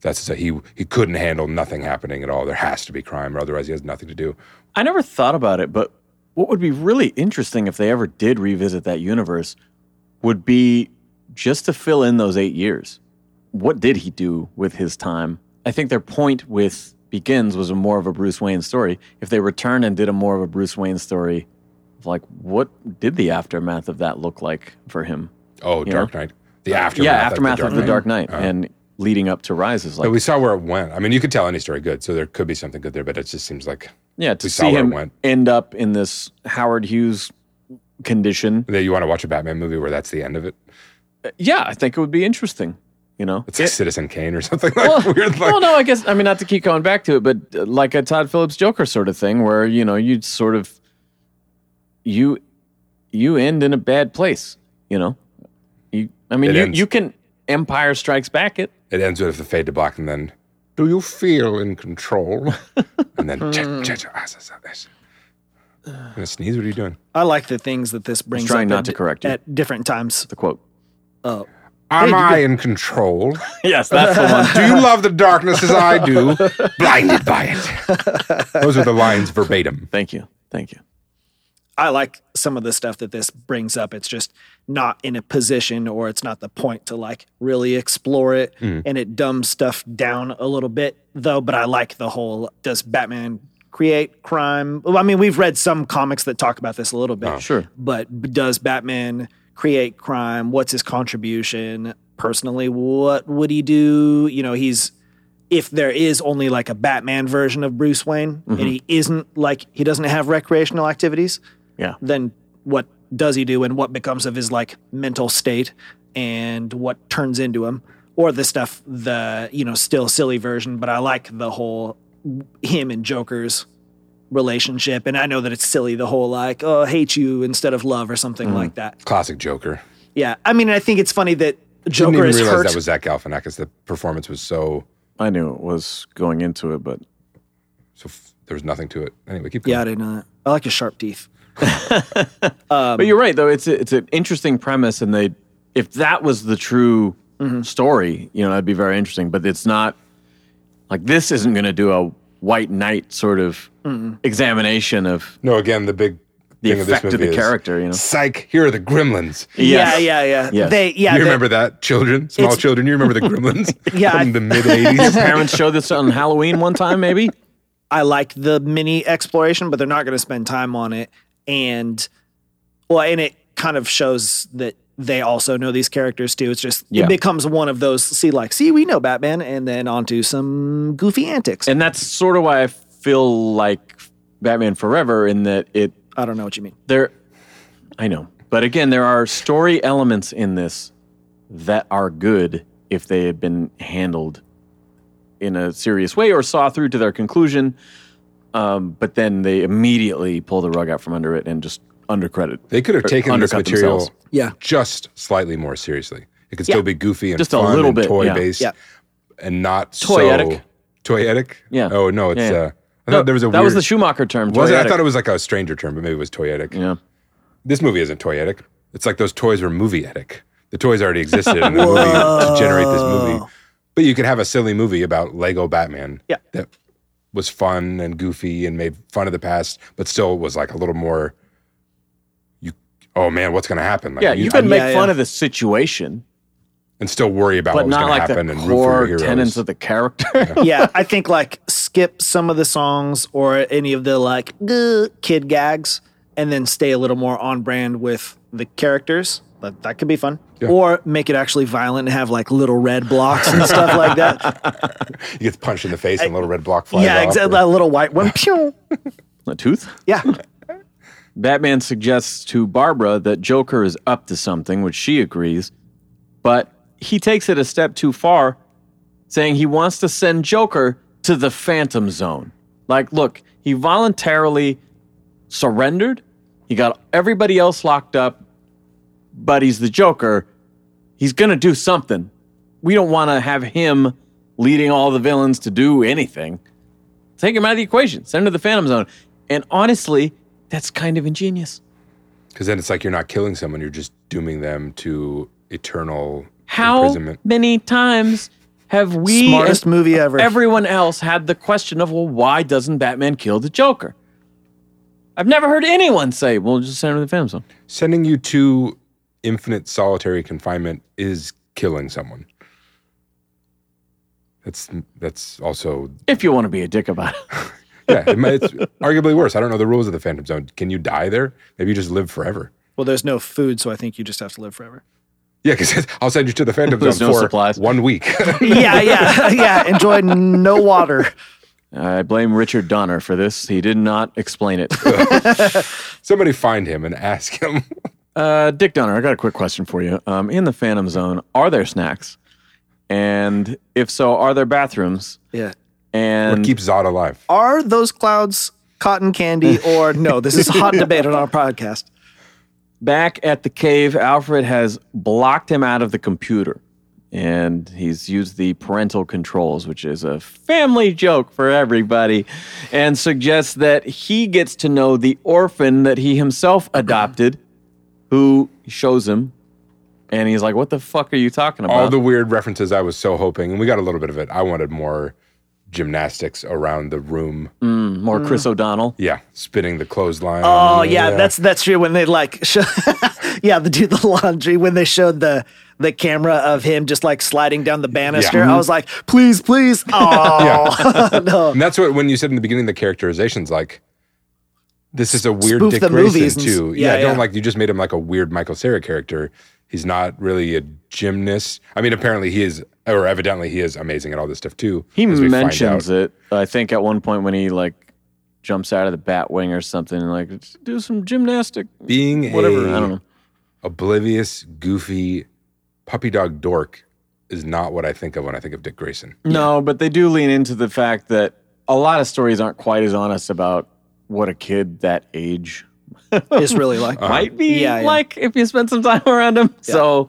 S7: That's so he he couldn't handle nothing happening at all. There has to be crime, or otherwise he has nothing to do.
S5: I never thought about it, but what would be really interesting if they ever did revisit that universe would be just to fill in those eight years. What did he do with his time? I think their point with Begins was a more of a Bruce Wayne story. If they returned and did a more of a Bruce Wayne story, of like what did the aftermath of that look like for him?
S7: Oh,
S5: You
S7: Dark
S5: know?
S7: Knight, the aftermath.
S5: Uh, yeah, aftermath of the Dark Knight
S7: Uh,
S5: and leading up to Rise is like
S7: but we saw where it went. I mean, you could tell any story good, so there could be something good there, but it just seems like
S5: yeah to
S7: we saw
S5: see
S7: where it
S5: him
S7: went.
S5: end up in this Howard Hughes condition
S7: that you want to watch a Batman movie where that's the end of it.
S5: yeah, I think it would be interesting. You know,
S7: It's like
S5: It-
S7: Citizen Kane or something like weird. Like,
S5: well, no, I guess I mean not to keep going back to it, but uh, like a Todd Phillips Joker sort of thing, where you know you sort of you you end in a bad place. You know, you I mean
S7: It
S5: you
S7: ends.
S5: you can Empire Strikes Back it.
S7: It ends with the fade to black, and then, do you feel in control? and then,
S5: Hmm.
S7: "Ch- ch- ch- ah, s- s- s- I'm gonna sneeze. What are you doing?
S6: I like the things that this brings
S5: trying
S6: up
S5: not
S6: at,
S5: to correct you.
S6: at different times.
S5: The quote.
S7: Am I in control?
S5: Yes, that's the one.
S7: Do you love the darkness as I do? Blinded by it. Those are the lines verbatim.
S5: Thank you, thank you.
S6: I like some of the stuff that this brings up. It's just not in a position or it's not the point to like really explore it
S7: Mm.
S6: and it dumbs stuff down a little bit though, but I like the whole does Batman create crime? Well, I mean, we've read some comics that talk about this a little bit.
S7: Oh.
S5: Sure.
S6: But b- does Batman create crime? What's his contribution? Personally, what would he do? You know, he's if there is only like a Batman version of Bruce Wayne
S5: Mm-hmm.
S6: and he isn't like he doesn't have recreational activities,
S5: Yeah,
S6: then what does he do and what becomes of his like mental state and what turns into him or the stuff the you know still silly version but i like the whole him and joker's relationship and i know that it's silly the whole like oh I hate you instead of love or something
S7: Mm-hmm.
S6: like that
S7: Classic Joker.
S6: yeah i mean i think it's funny that
S7: Didn't
S6: joker
S7: even
S6: is
S7: realize
S6: hurt
S7: that was Zach Galifianakis. The performance was so
S5: I knew it was going into it, but
S7: so. F- there was nothing to it. Anyway, keep going.
S6: yeah i didn't know that i like his sharp teeth
S5: but you're right though. It's a, it's an interesting premise, and they if that was the true story, you know, that'd be very interesting. But it's not like this isn't going to do a white knight sort of examination of
S7: No, again, the big
S5: The
S7: thing of this
S5: effect
S7: movie
S5: of the
S7: is,
S5: character, you know?
S7: Psych. Here are the gremlins.
S5: Yes.
S6: yeah yeah yeah
S5: Yes.
S6: they yeah
S7: you
S6: they-
S7: remember that, children, small
S6: It's-
S7: children. You remember the gremlins
S6: Yeah,
S7: from
S6: I-
S7: the mid '80s.
S5: parents showed this on Halloween one time, maybe.
S6: I like the mini exploration, but they're not going to spend time on it. And well, and it kind of shows that they also know these characters too. It's just
S5: Yeah.
S6: it becomes one of those. See, like, see, we know Batman, and then onto some goofy antics.
S5: And that's sort of why I feel like Batman Forever in that it
S6: I don't know what you mean.
S5: there I know. But again, there are story elements in this that are good if they had been handled in a serious way or saw through to their conclusion. Um, but then they immediately pull the rug out from under it and just undercredit.
S7: They could have
S5: or
S7: taken this
S5: undercut
S7: material
S5: themselves.
S6: Yeah.
S7: just slightly more seriously. It could still
S6: Yeah.
S7: be goofy and
S5: Just a
S7: fun
S5: little
S7: and
S5: bit, yeah.
S7: toy based
S6: Yeah.
S7: and not
S5: Toyetic.
S7: so toyetic.
S5: Yeah.
S7: Oh no, it's
S5: Yeah, yeah.
S7: uh I
S5: No,
S7: thought there was a
S5: that
S7: weird,
S5: was the Schumacher term.
S7: was it? I
S5: toyetic.
S7: thought it was like a stranger term, but maybe it was toyetic.
S5: Yeah.
S7: This movie isn't toyetic. It's like those toys were movie-etic. The toys already existed in the movie to generate this movie. But you could have a silly movie about Lego Batman.
S6: Yeah.
S7: That was fun and goofy and made fun of the past, but still was like a little more you oh man, what's gonna happen? Like,
S5: Yeah, you can make
S6: yeah,
S5: fun
S6: yeah.
S5: of the situation,
S7: and still worry about
S5: but
S7: what was
S5: not
S7: going
S5: like
S7: to happen
S5: the
S7: and root for
S5: core
S7: your
S5: tenets
S7: heroes.
S5: of the character.
S6: yeah, I think like skip some of the songs or any of the like "Gah," kid gags and then stay a little more on brand with the characters. That, that could be fun. Or make it actually violent and have like little red blocks and stuff like that.
S7: he gets punched in the face and a little red block flies
S6: yeah,
S7: off.
S6: exactly.
S7: Or-
S6: That little white one. Pew.
S5: a tooth.
S6: Yeah.
S5: Batman suggests to Barbara that Joker is up to something, which she agrees, but he takes it a step too far, saying he wants to send Joker to the Phantom Zone. Like, look, he voluntarily surrendered, he got everybody else locked up, but he's the Joker. He's going to do something. We don't want to have him leading all the villains to do anything take him out of the equation, send him to the Phantom Zone. And honestly, that's kind of ingenious.
S7: Because then it's like you're not killing someone, you're just dooming them to eternal
S5: How
S7: imprisonment.
S5: many times have we,
S6: Smartest
S5: and
S6: movie ever.
S5: everyone else, had the question of, well, why doesn't Batman kill the Joker? I've never heard anyone say, well, just send him to the Phantom Zone.
S7: Sending you to infinite solitary confinement is killing someone. That's that's also
S5: If you want to be a dick about it.
S7: yeah. It might, it's arguably worse. I don't know the rules of the Phantom Zone. Can you die there? Maybe you just live forever.
S6: well, there's no food, so I think you just have to live forever.
S7: Yeah, because I'll send you to the Phantom
S5: There's
S7: Zone
S5: no
S7: for
S5: supplies.
S7: one week.
S6: yeah, yeah, yeah. Enjoy no water.
S5: I blame Richard Donner for this. He did not explain it.
S7: Somebody find him and ask him.
S5: Uh, Dick Donner, I got a quick question for you. Um, in the Phantom Zone, are there snacks? And if so, are there bathrooms?
S6: Yeah.
S5: And
S7: What keeps Zod alive?
S6: Are those clouds cotton candy or no? This is a hot debate on our podcast.
S5: back at the cave, Alfred has blocked him out of the computer and he's used the parental controls, which is a family joke for everybody, and suggests that he gets to know the orphan that he himself adopted, who shows him. And he's like, What the fuck are you talking about?
S7: all the weird references I was so hoping, and we got a little bit of it. I wanted more gymnastics around the room.
S5: Mm. More Chris
S7: Mm.
S5: O'Donnell.
S7: Yeah, spinning the clothesline.
S6: Oh yeah, that's that's true. When they like, show, yeah, the do the laundry when they showed the the camera of him just like sliding down the banister. I was like, please, please. Oh no,
S7: and that's what when you said in the beginning the characterization's like. This is a weird
S6: Spoof
S7: Dick
S6: the
S7: Grayson
S6: movies and s-
S7: too.
S6: yeah,
S7: Yeah, don't
S6: yeah.
S7: like you just made him like a weird Michael Cera character. He's not really a gymnast. I mean, apparently he is, or evidently he is amazing at all this stuff too.
S5: He
S7: as we find
S5: mentions
S7: out.
S5: it, I think, at one point when he like jumps out of the bat wing or something and like do some gymnastic
S7: being
S5: whatever.
S7: a
S5: I don't know.
S7: oblivious, goofy puppy dog dork is not what I think of when I think of Dick Grayson.
S5: No, but they do lean into the fact that a lot of stories aren't quite as honest about what a kid that age
S6: it's really like
S7: Uh,
S5: might be
S6: Yeah, yeah.
S5: like if you spend some time around him. So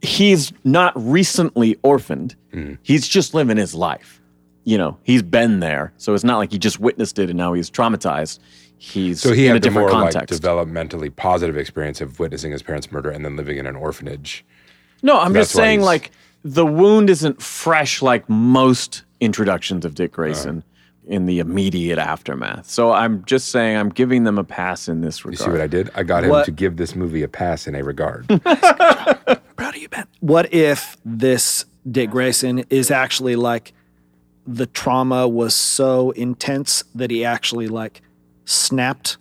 S5: he's not recently orphaned.
S7: Mm.
S5: He's just living his life. You know, he's been there. So it's not like he just witnessed it and now he's traumatized. He's
S7: So he
S5: in a
S7: had the
S5: different
S7: more like
S5: context.
S7: developmentally positive experience of witnessing his parents' murder and then living in an orphanage.
S5: No, I'm
S7: That's
S5: just
S7: why
S5: saying,
S7: he's-
S5: like, the wound isn't fresh like most introductions of Dick Grayson in the immediate aftermath. So I'm just saying, I'm giving them a pass in this
S7: You
S5: regard.
S7: see what I did? I got him
S6: What?
S7: to give this movie a pass in a regard.
S6: proud of you, Ben. What if this Dick Grayson is actually like the trauma was so intense that he actually like snapped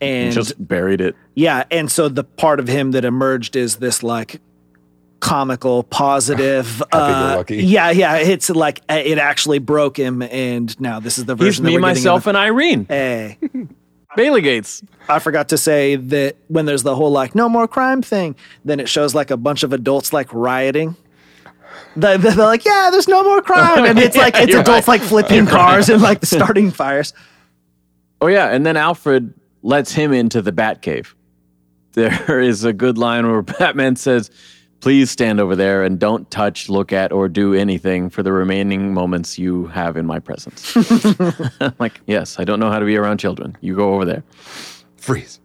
S6: and
S5: just buried it.
S6: Yeah, and so the part of him that emerged is this like comical, positive. uh,
S7: lucky.
S6: Yeah, yeah. It's like uh, it actually broke him, and now this is the version.
S5: He's
S6: that
S5: me,
S6: we're getting in
S5: myself,
S6: the-
S5: and Irene.
S6: Hey,
S5: Bailey Gates.
S6: I forgot to say that when there's the whole like no more crime thing, then it shows like a bunch of adults like rioting. They- They're like, yeah, there's no more crime, and it's like it's adults like flipping cars and like starting fires.
S5: Oh yeah, and then Alfred lets him into the Batcave. There is a good line where Batman says, "Please stand over there and don't touch, look at, or do anything for the remaining moments you have in my presence." I'm like, yes, I don't know how to be around children. You go over there.
S7: Freeze.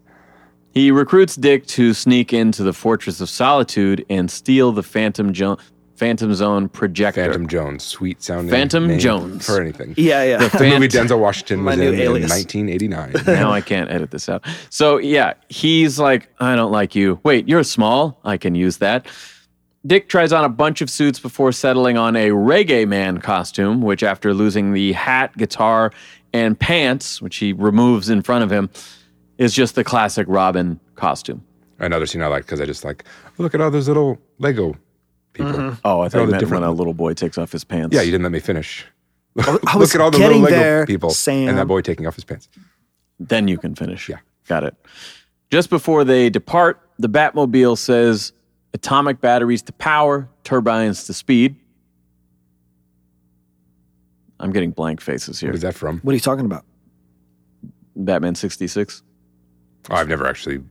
S5: He recruits Dick to sneak into the Fortress of Solitude and steal the Phantom jo- Phantom Zone projector.
S7: Phantom Jones, sweet sounding.
S5: Phantom
S7: name
S5: Jones.
S7: For anything.
S6: Yeah, yeah.
S7: The movie
S5: Phant-
S7: Denzel Washington
S6: My
S7: was
S6: new
S7: in, in
S6: alias.
S7: 1989.
S5: now I can't edit this out. So yeah, he's like, I don't like you. Wait, you're small. I can use that. Dick tries on a bunch of suits before settling on a reggae man costume, which, after losing the hat, guitar, and pants, which he removes in front of him, is just the classic Robin costume.
S7: Another scene I like because I just like, look at all those little Lego people.
S6: Mm-hmm.
S5: Oh, I
S7: all
S5: thought you
S7: the
S5: meant
S7: different-
S5: when a little boy takes off his pants.
S7: Yeah, you didn't let me finish.
S6: I
S7: look
S6: was
S7: at all the
S6: getting
S7: little Lego
S6: there,
S7: people
S6: Sam.
S7: and that boy taking off his pants.
S5: Then you can finish.
S7: Yeah.
S5: Got it. Just before they depart, the Batmobile says atomic batteries to power, turbines to speed. I'm getting blank faces
S7: What
S5: here.
S7: is that from?
S6: What are you talking about?
S5: Batman 66.
S7: Oh, I've never actually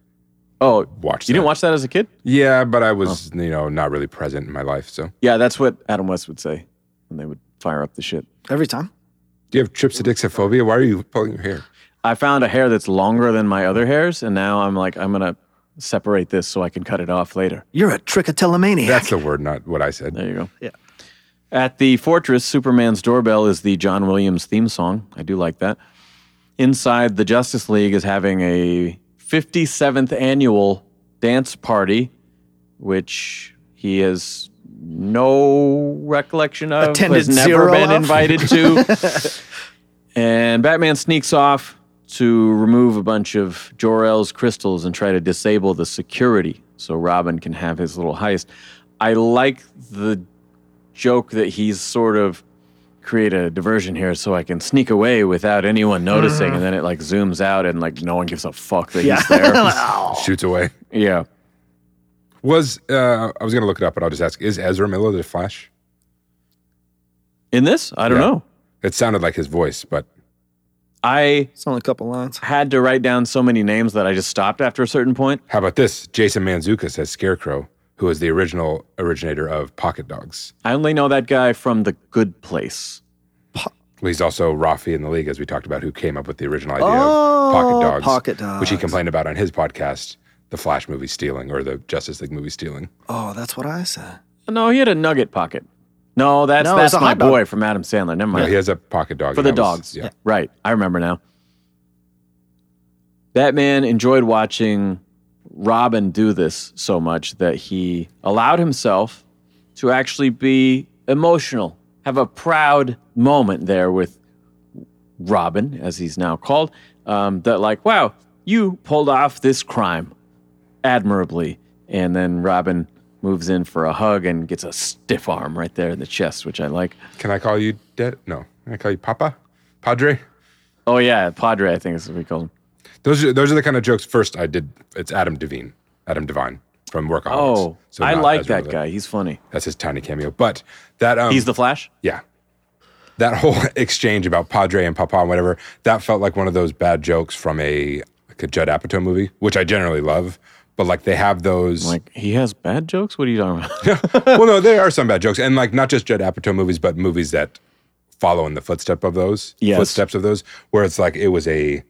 S5: Oh,
S7: watched.
S5: you
S7: that.
S5: didn't watch that as a kid?
S7: Yeah, but I was,
S6: Oh.
S7: you know, not really present in my life. So,
S5: Yeah, that's what Adam West would say when they would fire up the shit.
S6: Every time.
S7: do you have trypsidixophobia? Why are you pulling your hair?
S5: I found a hair that's longer than my other hairs, and now I'm like, I'm going to separate this so I can cut it off later.
S6: You're a trichotillomaniac.
S7: That's the word, not what I said.
S5: There you go.
S6: Yeah.
S5: At the fortress, Superman's doorbell is the John Williams theme song. I do like that. Inside, the Justice League is having a 57th annual dance party, which he has no recollection of,
S6: Attended
S5: has never
S6: zero
S5: been
S6: of.
S5: invited to. and Batman sneaks off to remove a bunch of Jor-El's crystals and try to disable the security so Robin can have his little heist. I like the joke that he's sort of create a diversion here so I can sneak away without anyone noticing.
S6: Uh-huh.
S5: And then it like zooms out and like no one gives a fuck that he's there.
S7: Shoots away.
S5: yeah.
S7: Was uh, I was gonna look it up, but I'll just ask: Is Ezra Miller the Flash?
S5: In this, I don't
S7: Yeah.
S5: know.
S7: It sounded like his voice, but
S5: I
S6: It's only a couple lines.
S5: had to write down so many names that I just stopped after a certain point.
S7: how about this? Jason Manzuka says Scarecrow, who is the original originator of Pocket Dogs.
S5: I only know that guy from The Good Place.
S7: Well, he's also Rafi in the league, as we talked about, who came up with the original idea
S6: Oh,
S7: of Pocket Dogs,
S6: Pocket
S7: which he
S6: Dogs.
S7: complained about on his podcast, the Flash movie stealing or the Justice League movie stealing.
S6: Oh, that's what I said.
S5: No, he had a nugget pocket. No, that's
S6: No,
S5: that's
S6: it's a
S5: my
S6: hot dog.
S5: boy from Adam Sandler. Never
S7: No,
S5: mind.
S7: he has a pocket dog
S5: For
S7: and
S5: the
S7: that was-
S5: dogs.
S7: Yeah.
S5: Right. I remember now. Batman enjoyed watching Robin do this so much that he allowed himself to actually be emotional, have a proud moment there with Robin, as he's now called, um, that, like, wow, you pulled off this crime admirably. And then Robin moves in for a hug and gets a stiff arm right there in the chest, which I like.
S7: Can I call you Dad? No. Can I call you Papa? Padre?
S5: Oh, yeah, Padre, I think is what we call him.
S7: Those are those are the kind of jokes. First, I did. It's Adam Devine. Adam Devine from Workaholics.
S5: Oh,
S7: So
S5: I
S7: not
S5: like
S7: Ezra
S5: that
S7: Miller.
S5: guy. He's funny.
S7: That's his tiny cameo. But that um,
S5: He's the Flash.
S7: Yeah. That whole exchange about Padre and Papa and whatever, that felt like one of those bad jokes from a like a Judd Apatow movie, which I generally love. But like they have those.
S5: Like he has bad jokes. What are you talking about?
S7: well, no, there are some bad jokes, and like not just Judd Apatow movies, but movies that follow in the footstep of those
S5: Yes.
S7: footsteps of those, where it's like it was a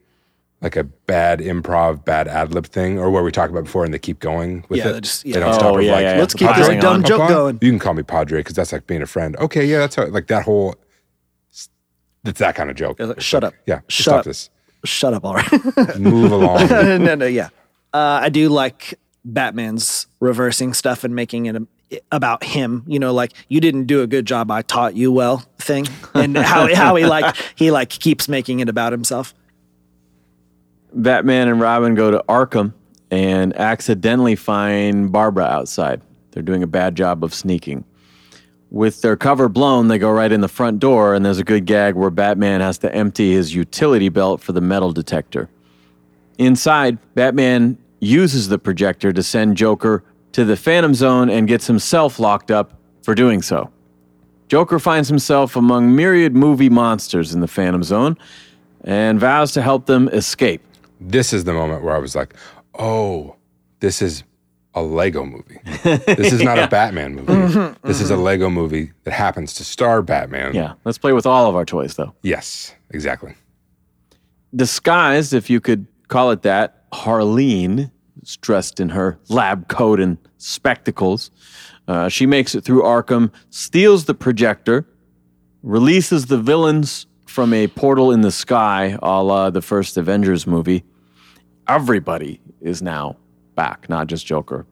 S7: like a bad improv, bad ad lib thing, or where we talked about before, and they keep going with
S6: Yeah,
S7: it.
S6: they just-
S7: They
S6: yeah.
S7: don't stop.
S5: Oh,
S7: with,
S5: yeah,
S7: like,
S5: yeah, yeah.
S6: Let's keep
S5: Piling
S6: this
S5: on.
S6: dumb joke
S7: Papa?
S6: going.
S7: You can call me Padre because that's like being a friend. Okay, yeah, that's how, like that whole. That's that kind of joke.
S6: like,
S7: It's
S6: shut up.
S7: Yeah,
S6: Shut
S7: stop
S6: up.
S7: this.
S6: Shut up, all right.
S7: Move along.
S6: no, no, no, yeah. Uh, I do like Batman's reversing stuff and making it a- about him. You know, like you didn't do a good job. I taught you well thing, and how how he like he like keeps making it about himself.
S5: Batman and Robin go to Arkham and accidentally find Barbara outside. They're doing a bad job of sneaking. With their cover blown, they go right in the front door, and there's a good gag where Batman has to empty his utility belt for the metal detector. Inside, Batman uses the projector to send Joker to the Phantom Zone and gets himself locked up for doing so. Joker finds himself among myriad movie monsters in the Phantom Zone, and vows to help them escape.
S7: This is the moment where I was like, oh, this is a Lego movie. This is not a Batman movie. This is a Lego movie that happens to star Batman.
S5: Yeah, let's play with all of our toys though.
S7: Yes, exactly.
S5: Disguised, if you could call it that, Harleen is dressed in her lab coat and spectacles. Uh, she makes it through Arkham, steals the projector, releases the villains from a portal in the sky, a la the first Avengers movie. Everybody is now back, not just Joker.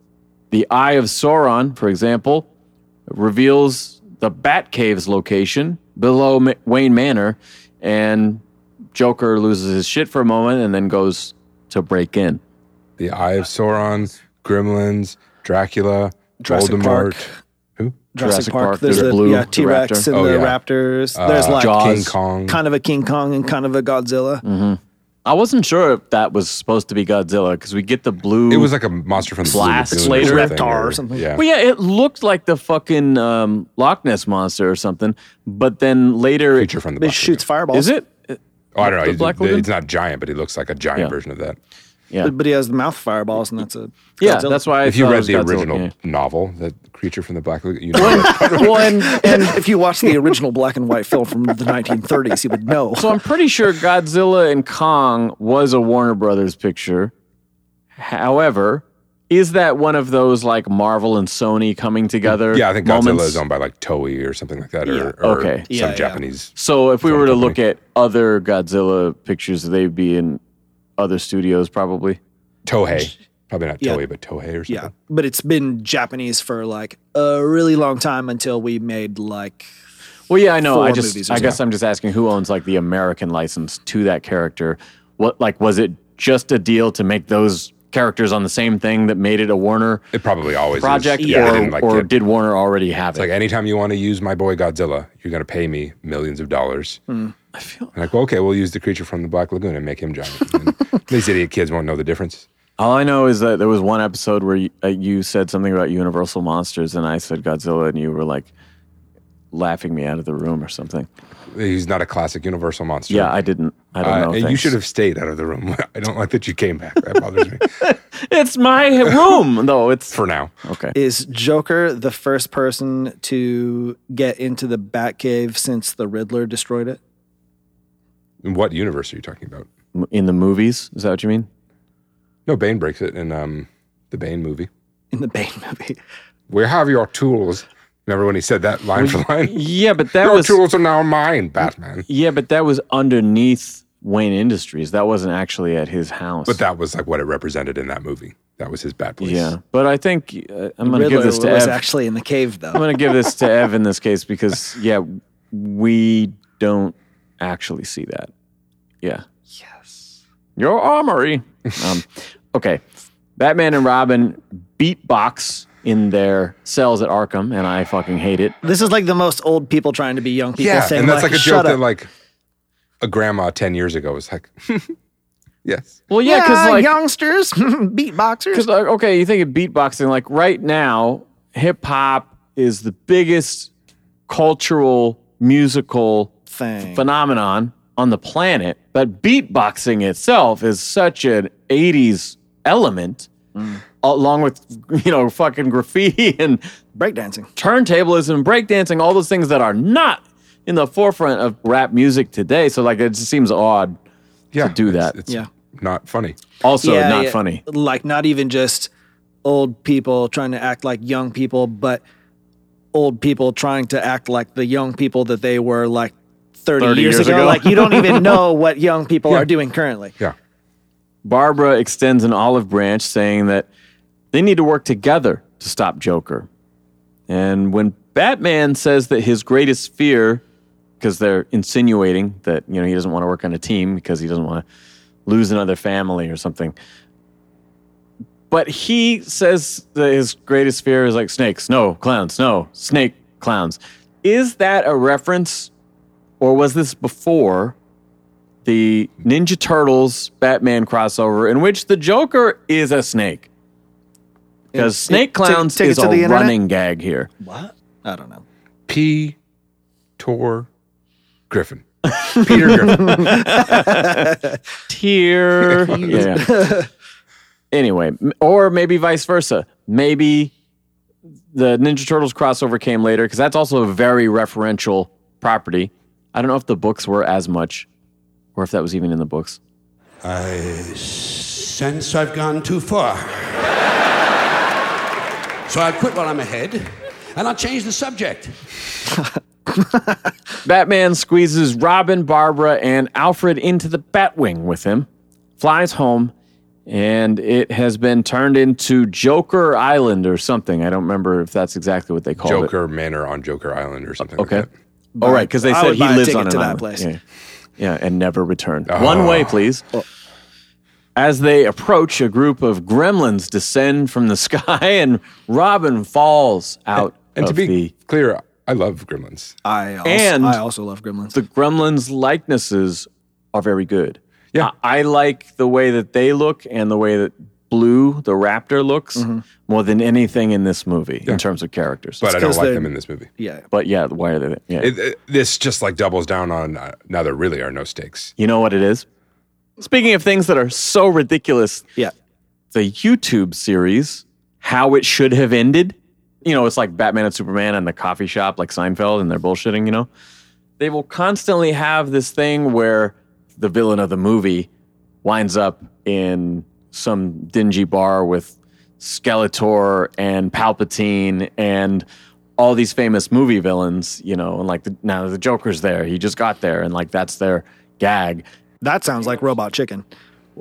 S5: The Eye of Sauron, for example, reveals the Batcave's location below Ma- Wayne Manor, and Joker loses his shit for a moment and then goes to break in.
S7: The Eye of Sauron, Gremlins, Dracula,
S6: Jurassic
S7: Voldemort.
S6: Park. Jurassic
S5: Jurassic
S6: Park.
S5: Park,
S6: There's
S5: there's
S6: the
S5: Blue,
S6: yeah,
S5: the
S6: T Rex
S5: raptor.
S6: and
S7: Oh,
S6: the
S7: yeah.
S6: Raptors. there's like
S5: Jaws.
S7: uh, King Kong.
S6: kind of a King Kong and kind of a Godzilla.
S5: I wasn't sure if that was supposed to be Godzilla because we get the blue.
S7: It was like a monster from the Blue
S5: Blast
S7: Lagoon or
S5: later.
S7: something,
S6: Reptar or something.
S7: Yeah.
S5: Well, yeah, it looked like the fucking um, Loch Ness monster or something, but then later,
S7: Creature from the
S6: It
S7: Black
S6: shoots
S7: Lagoon.
S6: fireballs.
S5: is it?
S7: Oh, I don't know.
S5: the
S7: He's-
S5: Black
S7: the-
S5: Lagoon?
S7: it's not giant, but he looks like a giant
S5: Yeah.
S7: version of that.
S5: Yeah,
S6: But, but he has the mouth fireballs, and that's a
S5: yeah,
S6: Godzilla.
S5: that's why. I
S7: if you
S5: thought it
S7: read
S5: was
S7: the
S5: Godzilla,
S7: original
S5: yeah.
S7: novel, the creature from the Black Lagoon, you know,
S5: well, and
S6: And if you watch the original black and white film from the 1930s, you would know.
S5: So I'm pretty sure Godzilla and Kong was a Warner Brothers picture. However, is that one of those like Marvel and Sony coming together?
S7: yeah, I think Godzilla
S5: moments?
S7: is owned by like Toei or something like that, or,
S6: Yeah.
S7: or
S5: Okay.
S7: some
S6: Yeah, yeah.
S7: Japanese.
S5: So if we
S7: Film
S5: were to
S7: company.
S5: look at other Godzilla pictures, they'd be in other studios probably.
S7: Toei, probably not
S6: Yeah.
S7: Toei, but Toei or something.
S6: Yeah, but it's been Japanese for like a really long time until we made like
S5: Well, yeah, I know. I
S6: Four
S5: just,
S6: movies or
S5: I guess I'm just asking who owns like the American license to that character. What, like, was it just a deal to make those characters on the same thing that made it a Warner
S7: It probably always
S5: project,
S7: Is. Yeah, they
S5: or,
S7: didn't, like,
S5: or
S7: get-
S5: did Warner already have it?
S7: like anytime you want to use my boy Godzilla, you're going to pay me millions of dollars.
S5: I feel
S7: And like, well, okay, we'll use the creature from the Black Lagoon and make him giant. And these idiot kids won't know the difference.
S5: All I know is that there was one episode where you, uh, you said something about Universal monsters, and I said Godzilla, and you were like laughing me out of the room or something.
S7: He's not a classic Universal monster.
S5: Yeah, I didn't. I don't
S7: Uh,
S5: know.
S7: and you
S5: thanks.
S7: should have stayed out of the room. I don't like that you came back. That bothers me
S5: It's my room, though. It's
S7: for now.
S5: okay.
S6: is Joker the first person to get into the Batcave since the Riddler destroyed it?
S7: In what universe are you talking about?
S5: In the movies, is that what you mean?
S7: No, Bane breaks it in um, the Bane movie.
S6: In the Bane movie,
S7: Where have your tools? Remember when he said that line for line?
S5: Yeah, but that
S7: Your
S5: was
S7: tools are now mine, Batman.
S5: yeah, but that was underneath Wayne Industries. That wasn't actually at his house.
S7: But that was like what it represented in that movie. That was his bad place.
S5: yeah. But I think uh, I'm going to
S6: Riddler
S5: give this to
S6: was
S5: Ev.
S6: actually in the cave
S5: I'm
S6: though.
S5: going to give this to Ev in this case because yeah, we don't actually see that. Yeah.
S6: yes.
S5: Your armory. um, okay. Batman and Robin beatbox in their cells at Arkham, and I fucking hate it.
S6: This is like the most old people trying to be young people
S7: Yeah,
S6: thing.
S7: and that's like, a
S6: shut
S7: joke that
S6: up."
S7: like a grandma ten years ago was like, yes,
S5: Well, yeah, because like,
S6: youngsters, beatboxers.
S5: 'cause, like, okay, you think of beatboxing, like right now, hip hop is the biggest cultural musical
S6: Thing.
S5: phenomenon on the planet, but beatboxing itself is such an 80s element.
S6: Mm.
S5: Along with, you know, fucking graffiti and
S6: Breakdancing.
S5: turntablism, breakdancing, all those things that are not in the forefront of rap music today. So like it just seems odd.
S7: yeah,
S5: do
S7: it's-
S5: that.
S7: It's
S6: Yeah.
S7: not funny.
S5: Also
S6: Yeah,
S5: not
S6: yeah.
S5: funny.
S6: Like not even just old people trying to act like young people, but old people trying to act like the young people that they were like 30,
S5: 30
S6: years,
S5: years
S6: ago.
S5: ago.
S6: Like you don't even know what young people
S7: Yeah.
S6: are doing currently.
S7: Yeah,
S5: Barbara extends an olive branch saying that they need to work together to stop Joker. And when Batman says that his greatest fear, because they're insinuating that you know he doesn't want to work on a team because he doesn't want to lose another family or something. But he says that his greatest fear is like snakes, no, clowns, no, snake, clowns. Is that a reference or was this before the Ninja Turtles Batman crossover in which the Joker is a snake? Because
S6: Yeah,
S5: snake
S6: take-
S5: clowns
S6: take it
S5: is
S6: to
S5: a
S6: the internet.
S5: running gag here.
S6: What? I don't know.
S7: P. Tor Griffin. Peter Griffin.
S5: Tear. yeah. Anyway, m- or maybe vice versa. Maybe the Ninja Turtles crossover came later because that's also a very referential property. I don't know if the books were as much, or if that was even in the books.
S8: sense Uh, I've gone too far. so I'll quit while I'm ahead, and I'll change the subject.
S5: Batman squeezes Robin, Barbara, and Alfred into the Batwing with him, flies home, and it has been turned into Joker Island or something. I don't remember if that's exactly what they called it.
S7: Joker Manor on Joker Island or something.
S5: Okay.
S7: Like that.
S5: All Oh, right, because they
S6: I
S5: said
S6: would
S5: he
S6: buy a
S5: lives
S6: ticket
S5: on an
S6: to that
S5: island.
S6: place. Oh.
S5: Yeah. Yeah, and never return.
S7: Oh.
S5: One way, please. As they approach, a group of gremlins descend from the sky, and Robin falls out
S7: And
S5: of
S7: to be
S5: the.
S7: clear, I love Gremlins.
S6: I also,
S5: And-
S6: I also love Gremlins.
S5: The gremlins' likenesses are very good.
S7: Yeah.
S5: I, I like the way that they look and the way that Blue, the raptor, looks
S6: Mm-hmm.
S5: more than anything in this movie in terms of characters.
S7: But I don't
S6: 'cause
S7: like
S6: they're-
S7: them in this movie.
S6: yeah,
S5: But yeah, why are they there? Yeah.
S7: It, it- this just like doubles down on uh, now there really are no stakes.
S5: you know what it is? Speaking of things that are so ridiculous,
S6: yeah.
S5: the YouTube series, How It Should Have Ended. You know, it's like Batman and Superman and the coffee shop, like Seinfeld, and they're bullshitting, you know? They will constantly have this thing where the villain of the movie winds up in some dingy bar with Skeletor and Palpatine and all these famous movie villains, you know, and like the, now the Joker's there, he just got there, and like that's their gag
S6: That sounds like Robot Chicken.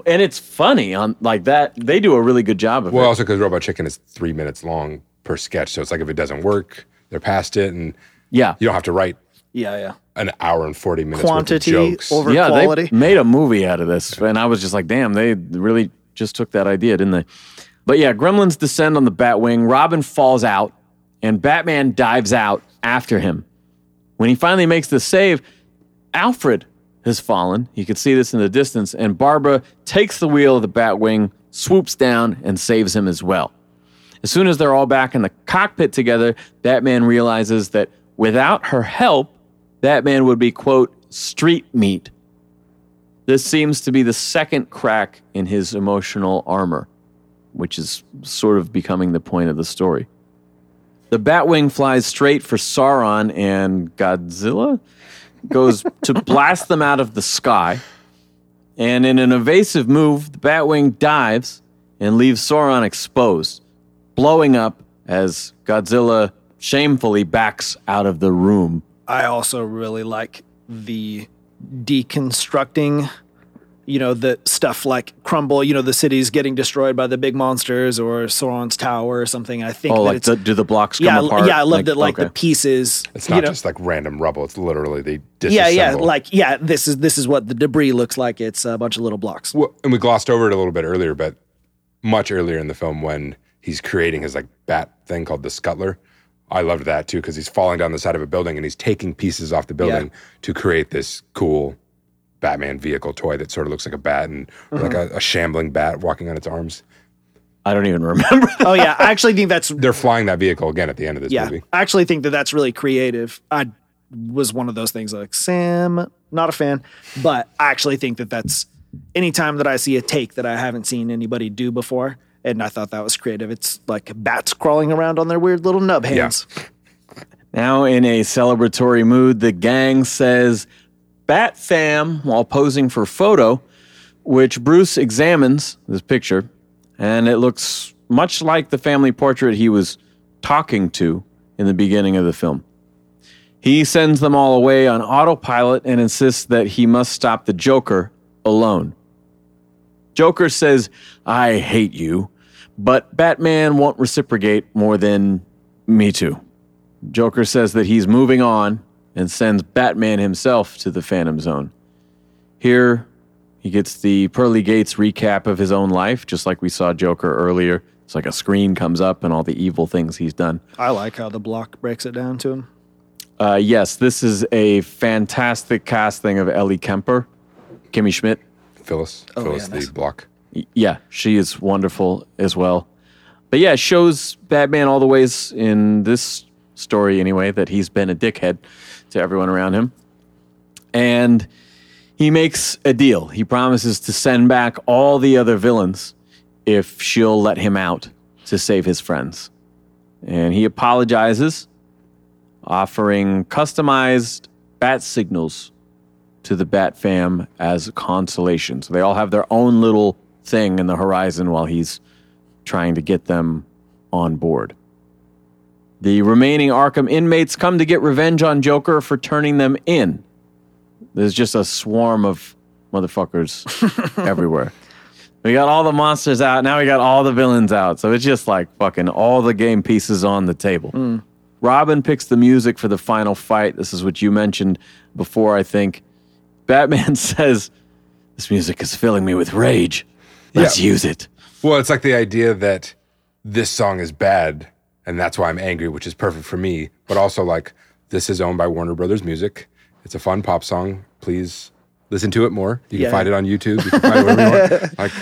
S5: and it's funny on like that. They do a really good job of
S7: Well,
S5: it.
S7: also because Robot Chicken is three minutes long per sketch, so it's like if it doesn't work, they're past it, and
S5: Yeah,
S7: you don't have to write
S6: Yeah, yeah.
S7: an hour and forty minutes
S6: Quantity
S7: worth of jokes.
S6: over
S5: yeah,
S6: quality.
S5: they made a movie out of this, and I was just like, damn, they really just took that idea, didn't they? But yeah, Gremlins descend on the Batwing. Robin falls out, and Batman dives out after him. When he finally makes the save, Alfred has fallen. You can see this in the distance, and Barbara takes the wheel of the Batwing, swoops down, and saves him as well. As soon as they're all back in the cockpit together, Batman realizes that without her help, Batman would be, quote, street meat. This seems to be the second crack in his emotional armor, which is sort of becoming the point of the story. The Batwing flies straight for Sauron and Godzilla, goes to blast them out of the sky. And in an evasive move, the Batwing dives and leaves Sauron exposed, blowing up as Godzilla shamefully backs out of the room.
S6: I also really like the deconstructing, you know, the stuff like Crumble, you know, the city's getting destroyed by the big monsters or Sauron's tower or something. I think
S5: Oh,
S6: that
S5: like
S6: it's
S5: the, do the blocks come
S6: yeah, l-
S5: apart?
S6: yeah, I love that like the
S5: okay.
S6: pieces.
S7: It's not
S6: you know,
S7: just like random rubble. It's literally they
S6: yeah,
S7: disassemble.
S6: yeah, like yeah, this is this is what the debris looks like. It's a bunch of little blocks.
S7: Well, and we glossed over it a little bit earlier, but much earlier in the film when he's creating his like bat thing called the scuttler. I loved that too because he's falling down the side of a building and he's taking pieces off the building to create this cool Batman vehicle toy that sort of looks like a bat and or like a, a shambling bat walking on its arms.
S5: I don't even remember.
S6: Oh yeah, I actually think that's
S7: They're flying that vehicle again at the end of this
S6: yeah.
S7: movie.
S6: I actually think that that's really creative. I was one of those things like Sam, not a fan, but I actually think that that's anytime that I see a take that I haven't seen anybody do before, and I thought that was creative. It's like bats crawling around on their weird little nub hands.
S5: Now, in a celebratory mood, the gang says Bat Fam while posing for photo, which Bruce examines this picture, and it looks much like the family portrait he was talking to in the beginning of the film. He sends them all away on autopilot and insists that he must stop the Joker alone. Joker says, I hate you, but Batman won't reciprocate more than me too. Joker says that he's moving on and sends Batman himself to the Phantom Zone. Here, he gets the Pearly Gates recap of his own life, just like we saw Joker earlier. It's like a screen comes up and all the evil things he's done.
S6: I like how the block breaks it down to him.
S5: Uh, yes, this is a fantastic casting of Ellie Kemper, Kimmy Schmidt.
S7: Phyllis, Phyllis the block.
S5: Y- Yeah, she is wonderful as well. But yeah, it shows Batman all the ways in this story anyway that he's been a dickhead to everyone around him. and he makes a deal. He promises to send back all the other villains if she'll let him out to save his friends. And he apologizes, offering customized bat signals to the Bat Fam as consolation. So they all have their own little thing in the horizon while he's trying to get them on board. The remaining Arkham inmates come to get revenge on Joker for turning them in. There's just a swarm of motherfuckers everywhere. We got all the monsters out. Now we got all the villains out. So it's just like fucking all the game pieces on the table. Robin picks the music for the final fight. This is what you mentioned before, I think. Batman says, This music is filling me with rage. Let's
S7: Yeah.
S5: use it.
S7: Well, it's like the idea that this song is bad and that's why I'm angry, which is perfect for me, but also like this is owned by Warner Brothers Music. It's a fun pop song. Please listen to it more. You can
S6: Yeah.
S7: find it on YouTube. You can find it wherever you want. Like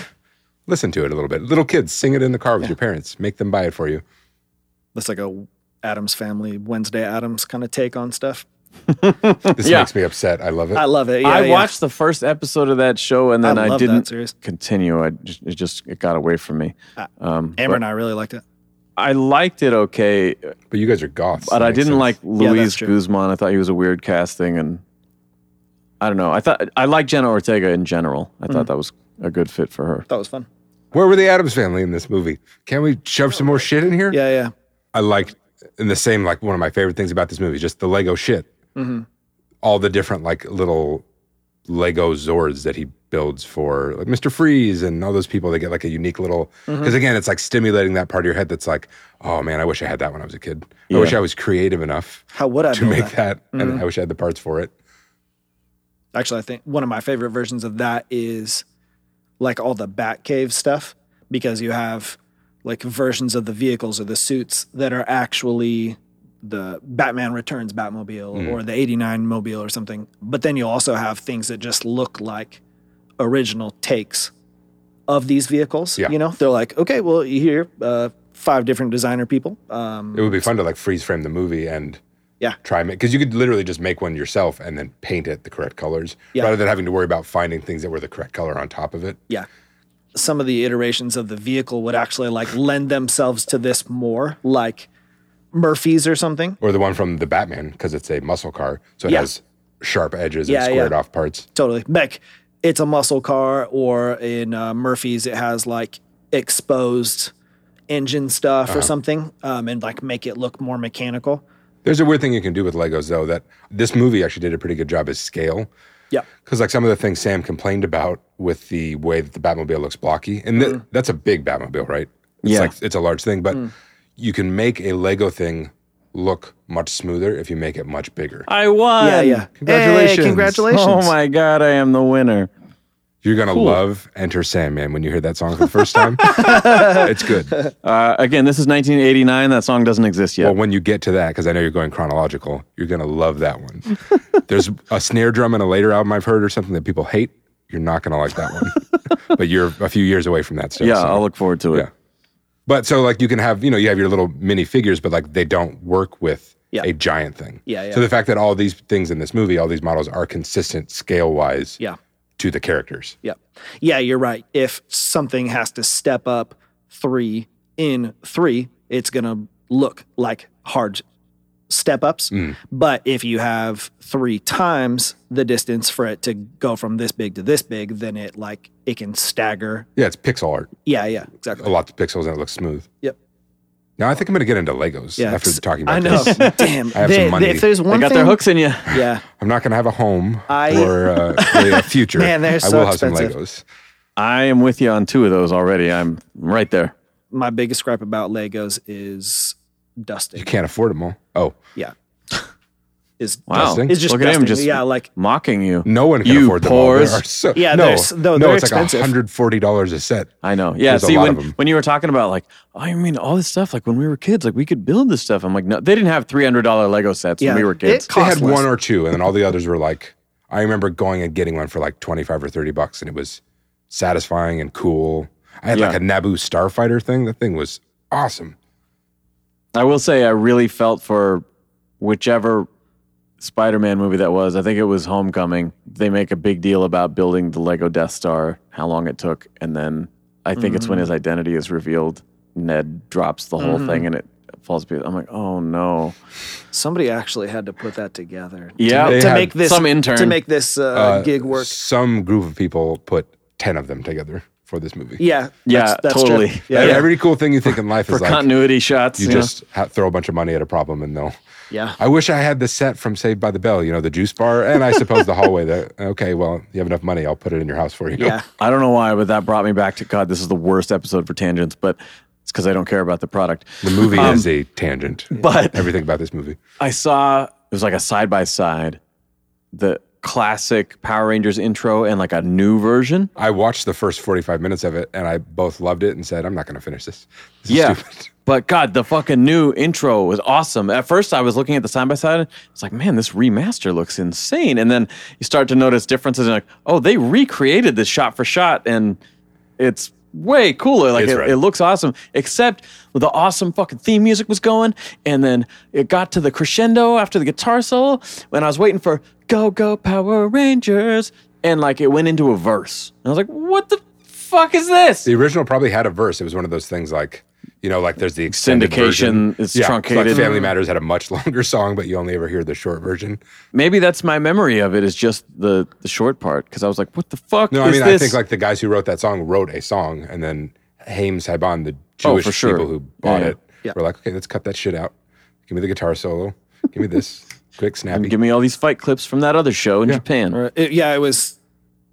S7: listen to it a little bit. Little kids, sing it in the car with your parents. Make them buy it for you.
S6: That's like a Adams Family Wednesday Adams kind of take on stuff.
S7: This
S5: Yeah.
S7: makes me upset. I love it.
S6: I love it. Yeah,
S5: I
S6: yeah.
S5: watched the first episode of that show and then
S6: I
S5: I,
S6: love that
S5: didn't
S6: series.
S5: continue. I just, it just it got away from me. Um,
S6: Amber
S5: but
S6: and I really liked it.
S5: I liked it okay,
S7: but you guys are goths.
S5: but
S7: That
S5: I
S7: makes
S5: didn't
S7: sense.
S5: like
S6: that's
S5: Luis
S6: true.
S5: Guzman. I thought he was a weird casting, and I don't know. I thought I like Jenna Ortega in general. I
S6: Mm-hmm.
S5: thought that was a good fit for her.
S6: That was fun.
S7: Where were the Adams family in this movie? Can we shove some more shit in here?
S6: Yeah, yeah.
S7: I like and the same like one of my favorite things about this movie is just the Lego shit.
S6: Mm-hmm.
S7: All the different like little Lego Zords that he builds for like Mr. Freeze and all those people. They get like a unique little
S6: Mm-hmm.
S7: because again, it's like stimulating that part of your head that's like, oh man, I wish I had that when I was a kid. I wish
S5: Yeah.
S7: I was creative enough
S6: How would I
S7: to
S6: build
S7: make
S6: that? Mm-hmm.
S7: that, and I wish I had the parts for it.
S6: Actually, I think one of my favorite versions of that is like all the Batcave stuff because you have like versions of the vehicles or the suits that are actually the Batman Returns Batmobile or the 89 Mobile or something. But then you also have things that just look like original takes of these vehicles.
S7: Yeah.
S6: You know, they're like, okay, well, here, uh, five different designer people. Um,
S7: It would be fun to like freeze frame the movie and
S6: Yeah.
S7: try make because you could literally just make one yourself and then paint it the correct colors
S6: Yeah.
S7: rather than having to worry about finding things that were the correct color on top of it.
S6: yeah some of the iterations of the vehicle would actually like lend themselves to this more like murphy's or something
S7: or the one from the Batman because it's a muscle car, so it
S6: Yeah.
S7: has sharp edges
S6: Yeah,
S7: and squared
S6: yeah.
S7: off parts.
S6: totally Beck, it's a muscle car or in uh, murphy's it has like exposed engine stuff
S5: Uh-huh.
S6: or something um, and like make it look more mechanical
S7: There's a weird thing you can do with Legos though that this movie actually did a pretty good job is scale.
S6: yeah
S7: Because like some of the things Sam complained about with the way that the Batmobile looks blocky, and th-
S6: Mm.
S7: that's a big Batmobile, right? It's
S5: Yeah.
S7: like it's a large thing, but you can make a Lego thing look much smoother if you make it much bigger.
S5: I won.
S6: yeah yeah hey,
S7: Congratulations.
S6: congratulations
S5: Oh my god, I am the winner.
S7: You're gonna love Enter Sandman when you hear that song for the first time. it's good.
S5: Uh, again, this is 1989. That song doesn't exist yet.
S7: Well, when you get to that, because I know you're going chronological, you're going to love that one. There's a snare drum in a later album I've heard or something that people hate. You're not going to like that one. but you're a few years away from that stuff.
S5: yeah,
S7: so-
S5: I'll look forward to it.
S7: Yeah. But so, like, you can have, you know, you have your little mini figures, but like they don't work with
S6: Yeah.
S7: a giant thing.
S6: Yeah, yeah.
S7: So the fact that all these things in this movie, all these models are consistent scale wise
S6: yeah
S7: to the characters.
S6: Yep. Yeah, you're right. If something has to step up three in three, it's going to look like hard step ups.
S7: Mm.
S6: But if you have three times the distance for it to go from this big to this big, then it like it can stagger.
S7: Yeah, it's pixel art,
S6: Yeah, yeah,
S7: a
S6: exactly.
S7: lot of pixels, and it looks smooth.
S6: Yep.
S7: Now I think I'm going to get into Legos
S6: Yeah.
S7: after talking about
S6: I know.
S7: this.
S6: Damn.
S7: I have
S6: They-
S7: some money.
S6: they- if there's
S5: They
S6: one
S5: got
S6: thing,
S5: their hooks in you.
S6: Yeah.
S7: I'm not going to have a home
S6: I-
S7: or uh, really a future.
S6: Man, they're
S7: I
S6: so
S7: will have
S6: expensive.
S7: some Legos.
S5: I am with you on two of those already. I'm right there.
S6: My biggest gripe about Legos is dusting.
S7: You can't afford them all. Oh,
S6: Yeah. Is
S5: Wow.
S7: Dusting?
S6: It's just
S5: Look at him
S6: dusting.
S5: just
S6: Yeah, like-
S5: mocking you.
S7: no one can
S5: You
S7: afford them all. There
S5: pores.
S7: are so,
S6: Yeah,
S7: no,
S6: there's- no,
S7: no,
S6: they're
S7: it's
S6: expensive.
S7: like $140 a set.
S5: I know. Yeah.
S7: There's a
S5: see,
S7: lot
S5: when
S7: of 'em.
S5: when you were talking about like, oh, I mean, all this stuff. Like when we were kids, like we could build this stuff. I'm like, no, they didn't have three hundred dollar Lego sets
S6: Yeah.
S5: when we were
S6: It
S5: kids.
S6: cost-
S7: They had
S6: Costless.
S7: one or two, and then all the others were like, I remember going and getting one for like 25 or 30 bucks, and it was satisfying and cool. I had like
S5: Yeah.
S7: a Naboo starfighter thing. The thing was awesome.
S5: I will say, I really felt for whichever Spider-Man movie that was. I think it was Homecoming. They make a big deal about building the Lego Death Star, how long it took, and then I think it's
S6: Mm-hmm.
S5: when his identity is revealed. Ned drops the whole
S6: Mm-hmm.
S5: thing and it falls. Be- I'm like, oh no.
S6: Somebody actually had to put that together.
S5: Yeah.
S6: to,
S7: They
S6: to
S7: had
S6: make this
S5: some intern.
S6: to make this uh, gig work.
S7: Some group of people put ten of them together for this movie.
S6: Yeah,
S5: Yeah,
S6: that's, that's true.
S5: totally.
S6: Yeah,
S7: Every-
S6: yeah,
S7: Every cool thing you think in life
S5: For
S7: is like
S5: continuity shots,
S7: you
S5: know?
S7: just ha- throw a bunch of money at a problem and they'll.
S6: yeah.
S7: I wish I had the set from Saved by the Bell, you know, the juice bar, and I suppose the hallway. That okay, well, you have enough money, I'll put it in your house for you.
S6: Yeah.
S5: I don't know why, but that brought me back to God. This is the worst episode for tangents, but it's because I don't care about the product.
S7: The movie is a tangent,
S5: Um, But
S7: everything about this movie.
S5: I saw it was like a side by side, the classic Power Rangers intro and like a new version.
S7: I watched the first forty-five minutes of it, and I both loved it and said, "I'm not going to finish this." This is
S5: Yeah.
S7: stupid."
S5: But God, the fucking new intro was awesome. At first, I was looking at the side by side. It's like, man, this remaster looks insane. And then you start to notice differences. And like, oh, they recreated this shot for shot, and it's way cooler. Like,
S7: It's
S5: it,
S7: rad.
S5: it looks awesome. Except the awesome fucking theme music was going, and then it got to the crescendo after the guitar solo. When I was waiting for "Go Go Power Rangers," and like it went into a verse, and I was like, what the fuck is this?
S7: The original probably had a verse. It was one of those things like, you know, like there's the extended
S5: Syndication,
S7: version.
S5: it's
S7: it's
S5: truncated.
S7: Like Family Matters had a much longer song, but you only ever hear the short version.
S5: Maybe that's my memory of it is just the the short part because I was like, what the fuck
S7: No,
S5: is
S7: I mean,
S5: this?
S7: I think like the guys who wrote that song wrote a song, and then Hames Haiban, the
S5: Oh,
S7: Jewish
S5: for sure.
S7: people who bought
S5: Yeah,
S7: it, were like, okay, let's cut that shit out. Give me the guitar solo. Give me this quick snappy.
S5: give me all these fight clips from that other show in Japan.
S6: Or it- yeah, it was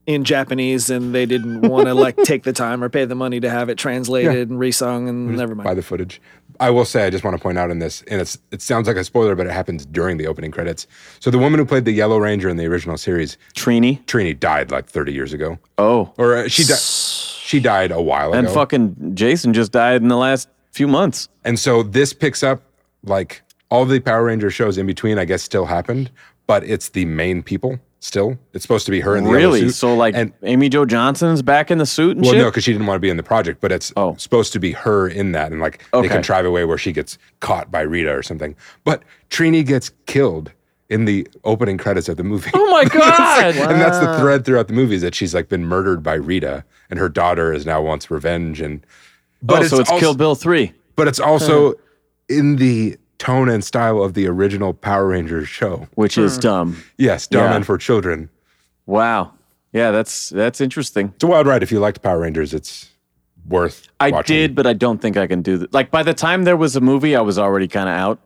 S6: in Japanese, and they didn't want to like take the time or pay the money to have it translated and resung, and never mind.
S7: by the footage. I will say, I just want to point out in this, and it's it sounds like a spoiler, but it happens during the opening credits. So the woman who played the Yellow Ranger in the original series,
S5: Trini.
S7: Trini, died like 30 years ago,
S5: Oh,
S7: or uh, she died. She died a while ago.
S5: and fucking Jason just died in the last few months.
S7: And so this picks up like all the Power Ranger shows in between, I guess, still happened, but it's the main people still. It's supposed to be her in the yellow
S5: Really?
S7: suit.
S5: So like
S7: and
S5: Amy Jo Johnson's back in the suit and
S7: well,
S5: shit.
S7: no, because she didn't want to be in the project, but it's
S5: Oh.
S7: supposed to be her in that, and like
S5: Okay.
S7: they contrive a way where she gets caught by Rita or something. But Trini gets killed in the opening credits of the movie.
S5: oh my god!
S7: And that's the thread throughout the movie is that she's like been murdered by Rita, and her daughter is now wants revenge. And but
S5: oh, so it's
S7: also-
S5: Kill Bill three.
S7: but it's
S5: Uh-huh.
S7: also in the tone and style of the original Power Rangers show.
S5: Which is dumb.
S7: Yes, dumb
S5: Yeah.
S7: and for children.
S5: Wow. Yeah, that's that's interesting.
S7: It's a wild ride. If you liked Power Rangers, it's worth.
S5: I
S7: watching.
S5: did, but I don't think I can do that. Like by the time there was a movie, I was already kind of out.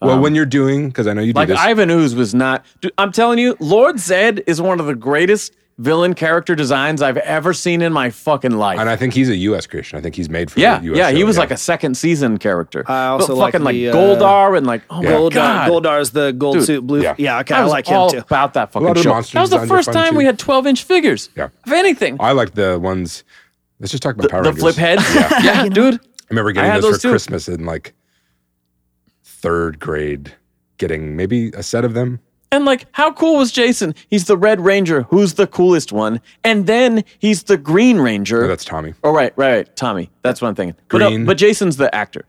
S7: Well, when you're doing, because I know you do
S5: um, Like
S7: this.
S5: Ivan Ooze was not. Dude, I'm telling you, Lord Zed is one of the greatest villain character designs I've ever seen in my fucking life.
S7: and I think he's a U.S. creation. I think he's made for
S5: yeah,
S7: the U.S.
S5: yeah, he
S7: show,
S5: was like a second season character.
S6: I
S5: but
S6: also like
S5: fucking like,
S6: the, uh,
S5: Goldar and like oh my
S6: Goldar,
S5: god,
S6: Goldar's the uh, gold
S5: Dude.
S6: suit, blue.
S7: Yeah.
S6: Yeah, okay,
S5: I
S6: I,
S5: was
S6: like him
S5: all
S6: too.
S5: about that fucking
S7: lot of
S5: show.
S7: monster
S5: That was the
S7: designs are
S5: first
S7: fun,
S5: time we
S7: too.
S5: had 12 inch figures.
S7: Yeah.
S5: of anything.
S7: I like the ones. Let's just talk about Power
S5: the
S7: Rangers.
S5: flip heads. Yeah, dude.
S7: I remember
S5: I
S7: getting
S5: had
S7: those,
S5: those
S7: for
S5: too.
S7: Christmas in like third grade. Getting maybe a set of them.
S5: And like, how cool was Jason? He's the Red Ranger, who's the coolest one, and then he's the Green Ranger.
S7: No, that's Tommy.
S5: Oh right, right, right. Tommy. That's what I'm thinking. But, no,
S7: Green.
S5: but Jason's the actor.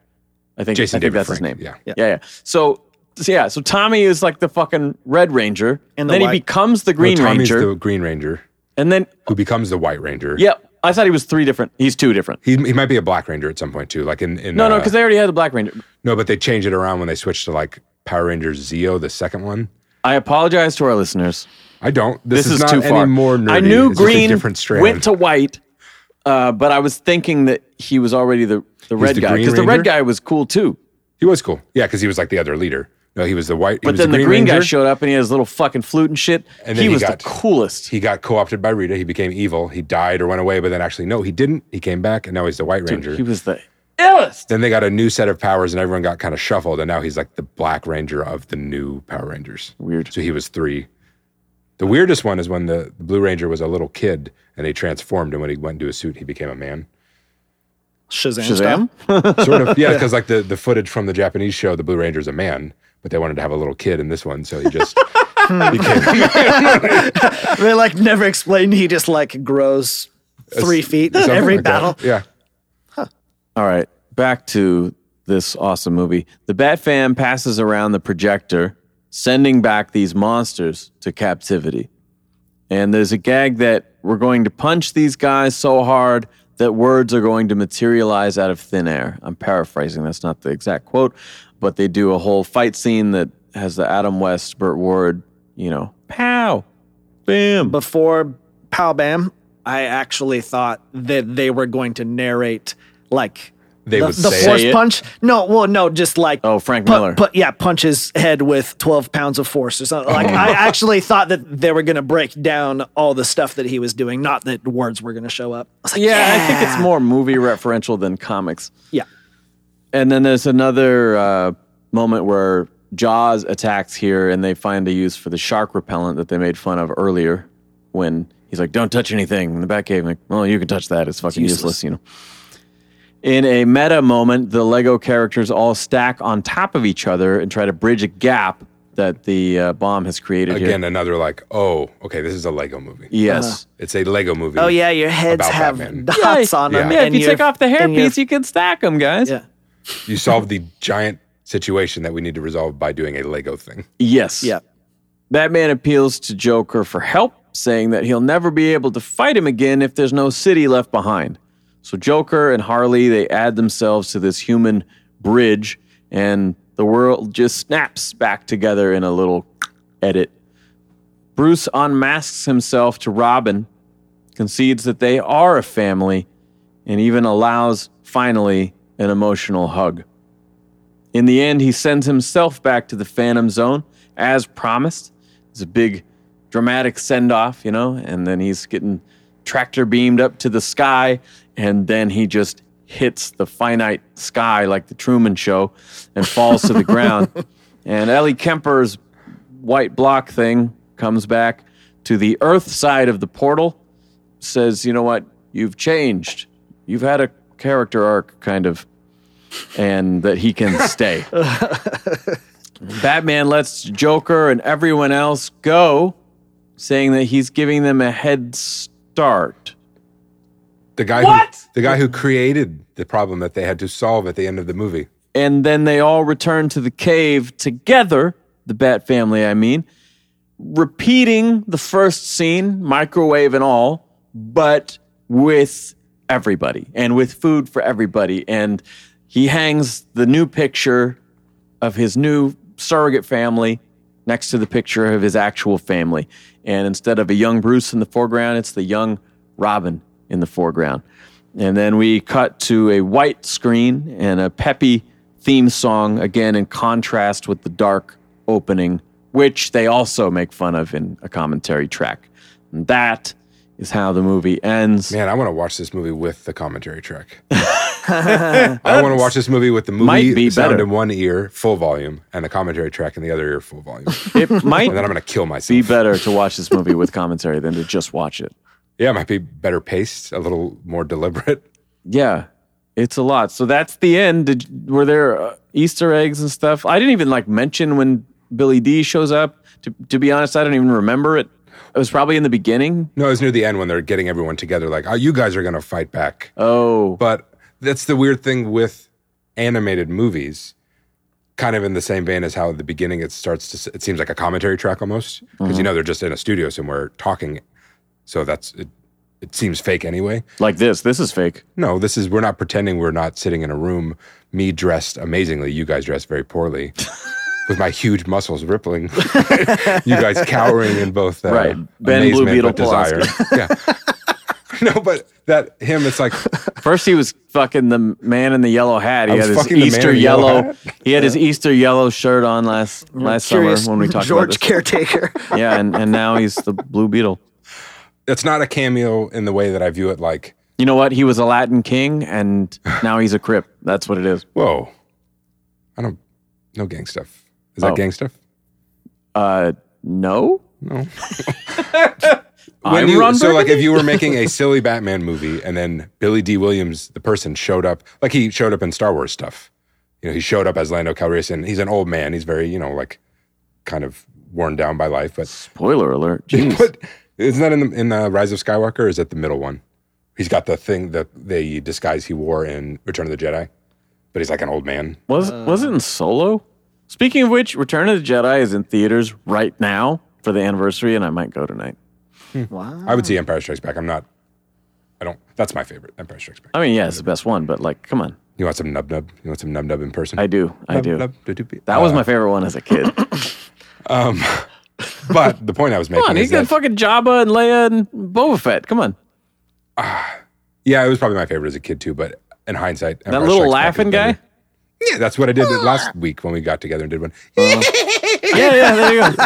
S5: I think. I
S7: Jason
S5: think
S7: David
S5: that's
S7: Frank,
S5: his name.
S7: yeah.
S5: yeah, yeah, So, so yeah, so Tommy is like the fucking Red Ranger,
S6: And the
S5: then
S6: white-
S5: he becomes the Green
S7: no, Tommy's
S5: Ranger,
S7: the Green Ranger
S5: and then
S7: who becomes the White Ranger.
S5: yeah, I thought he was three different. He's two different.
S7: He, he might be a Black Ranger at some point too. Like in, in
S5: No, no,
S7: uh,
S5: because they already had the Black Ranger.
S7: No, but they changed it around when they switched to like Power Rangers Zeo, the second one.
S5: I apologize to our listeners.
S7: I don't.
S5: This,
S7: This,
S5: is,
S7: not
S5: too far.
S7: any more nerdy.
S5: I knew
S7: It's just a
S5: Green
S7: different strand.
S5: went to white, uh, but I was thinking that he was already the the red
S7: the
S5: guy
S7: Green
S5: because the red
S7: Ranger?
S5: guy was cool too.
S7: he was cool. Yeah, because he was like the other leader. No, he was the white. he
S5: But
S7: was
S5: then the green, guy
S7: Ranger.
S5: showed up and he had his little fucking flute and shit.
S7: And
S5: he,
S7: then he
S5: was
S7: got-
S5: the coolest.
S7: He got co-opted by Rita. He became evil. He died or went away. But then actually, no, he didn't. He came back, and now he's the White Ranger.
S5: He was the illest.
S7: then they got a new set of powers, and everyone got kind of shuffled. And now he's like the Black Ranger of the new Power Rangers.
S5: Weird.
S7: So he was three. The weirdest one is when the the Blue Ranger was a little kid and he transformed, and when he went into a suit, he became a man.
S6: Shazam, style.
S5: Shazam?
S7: sort of yeah because like the, the footage from the japanese show the blue ranger's a man but they wanted to have a little kid in this one so he just became
S6: They like never explain. He just like grows three feet in
S7: something
S6: every
S7: like that.
S6: battle.
S7: yeah
S5: All right, back to this awesome movie. The Bat Fam passes around the projector sending back these monsters to captivity. And there's a gag that we're going to punch these guys so hard that words are going to materialize out of thin air. I'm paraphrasing, that's not the exact quote, but they do a whole fight scene that has the Adam West, Burt Ward, you know, pow, bam.
S6: before Pow Bam, I actually thought that they were going to narrate like
S7: They
S6: the,
S7: would
S6: the
S7: say
S6: force
S5: it.
S6: punch. No, well, no, just like
S5: Oh, Frank
S6: pu-
S5: Miller.
S6: pu- yeah, punch his head with twelve pounds of force or something. Like I actually thought that they were going to break down all the stuff that he was doing, not that words were going to show up. I was like,
S5: yeah, I think it's more movie referential than comics.
S6: yeah,
S5: And then there's another uh, moment where Jaws attacks here, and they find a use for the shark repellent that they made fun of earlier when he's like, "Don't touch anything." In the back cave, like, "Well, you can touch that. It's fucking useless. you know. In a meta moment, the Lego characters all stack on top of each other and try to bridge a gap that the uh, bomb has created
S7: Again,
S5: here.
S7: another like, oh, okay, this is a Lego movie.
S5: Yes.
S7: It's a Lego movie.
S6: oh yeah, your heads
S7: About
S6: have
S7: Batman.
S6: dots Uh-huh. on
S7: Yeah.
S6: them.
S5: Yeah, if
S6: and
S5: you
S6: your-
S5: take off the
S6: and your-
S5: hairpiece, you can stack them, guys.
S6: yeah,
S7: You solve the giant situation that we need to resolve by doing a Lego thing.
S5: Yes.
S6: yeah.
S5: Batman appeals to Joker for help, saying that he'll never be able to fight him again if there's no city left behind. So Joker and Harley, they add themselves to this human bridge and the world just snaps back together in a little edit. Bruce unmasks himself to Robin, concedes that they are a family, and even allows finally an emotional hug. In the end, he sends himself back to the Phantom Zone as promised. It's a big dramatic send off, you know, and then he's getting tractor beamed up to the sky, and then he just hits the finite sky like the Truman Show and falls to the ground. And Ellie Kemper's white block thing comes back to the Earth side of the portal, says, you know what, you've changed. You've had a character arc, kind of and that he can stay. Batman lets Joker and everyone else go, saying that he's giving them a head start.
S7: The guy
S5: What?
S7: who the guy who created the problem that they had to solve at the end of the movie.
S5: And then they all return to the cave together, the Bat family, I mean, repeating the first scene, microwave and all, but with everybody and with food for everybody. And he hangs the new picture of his new surrogate family next to the picture of his actual family. And instead of a young Bruce in the foreground, it's the young Robin in the foreground. And then we cut to a white screen and a peppy theme song, again in contrast with the dark opening, which they also make fun of in a commentary track. And that is how the movie ends.
S7: Man, I want to watch this movie with the commentary track. I want to watch this movie with the movie
S5: Might be
S7: sound
S5: better.
S7: in one ear, full volume, and the commentary track in the other ear, full volume.
S5: It might
S7: and then I'm going to kill
S5: be
S7: myself.
S5: better to watch this movie with commentary than to just watch it.
S7: yeah, it might be better paced, a little more deliberate.
S5: Yeah, it's a lot. So that's the end. Did, were there uh, Easter eggs and stuff? I didn't even like mention when Billy D shows up. To, to be honest, I don't even remember it. It was probably in the beginning.
S7: No, it was near the end when they're getting everyone together, like, oh, you guys are going to fight back.
S5: Oh,
S7: But that's the weird thing with animated movies, kind of in the same vein as how at the beginning it starts to, s- it seems like a commentary track almost, because
S5: Mm-hmm.
S7: you know they're just in a studio somewhere talking. So that's, it, it seems fake anyway.
S5: like this. This is fake.
S7: No, this is, we're not pretending we're not sitting in a room, me dressed amazingly, you guys dressed very poorly. With my huge muscles rippling, you guys cowering in both uh,
S5: Right. Ben Blue
S7: amazement
S5: Beetle
S7: but desire. yeah, no, but that him, it's like
S5: First, he was fucking the man in the yellow hat. He
S7: I was
S5: had his
S7: fucking the man
S5: Easter
S7: in the yellow
S5: yellow.
S7: hat?
S5: he had his Easter yellow shirt on last last summer
S6: Curious
S5: when we talked
S6: George
S5: about
S6: Caretaker.
S5: this. yeah, and, and now he's the Blue Beetle.
S7: it's not a cameo in the way that I view it like,
S5: You know what? He was a Latin king, and now he's a Crip. That's what it is.
S7: whoa, I don't, no gang stuff. Is that
S5: Oh.
S7: gang stuff?
S5: Uh, no.
S7: No.
S5: I'm
S7: you,
S5: Ron
S7: so, like,
S5: Burgundy?
S7: if you were making a silly Batman movie and then Billy D. Williams, the person, showed up, like he showed up in Star Wars stuff. You know, he showed up as Lando Calrissian. He's an old man. He's very, you know, like, kind of worn down by life. But,
S5: Spoiler alert. Jeez.
S7: but isn't that in the, in the Rise of Skywalker? Or is that the middle one? He's got the thing that the disguise he wore in Return of the Jedi, but he's like an old man.
S5: Was was it in Solo? Speaking of which, Return of the Jedi is in theaters right now for the anniversary, and I might go tonight.
S7: I would see Empire Strikes Back. I'm not. I don't. That's my favorite. Empire Strikes Back.
S5: I mean, yeah, it's the best one, but like, come on,
S7: You want some nub nub? You want some nub nub in person?
S5: I do, I
S7: Nub
S5: do.
S7: nub do do be-
S5: That was
S7: Uh,
S5: my favorite one as a kid. Come
S7: But the point I was making
S5: on,
S7: is
S5: he's got
S7: that
S5: fucking Jabba and Leia and Boba Fett. Come on,
S7: yeah, it was probably my favorite as a kid too. But in hindsight,
S5: that
S7: Empire
S5: little
S7: Strikes Back is
S5: laughing
S7: better.
S5: guy.
S7: Yeah, that's what I did last week when we got together and did one.
S5: Uh-huh. Yeah, yeah, there you go.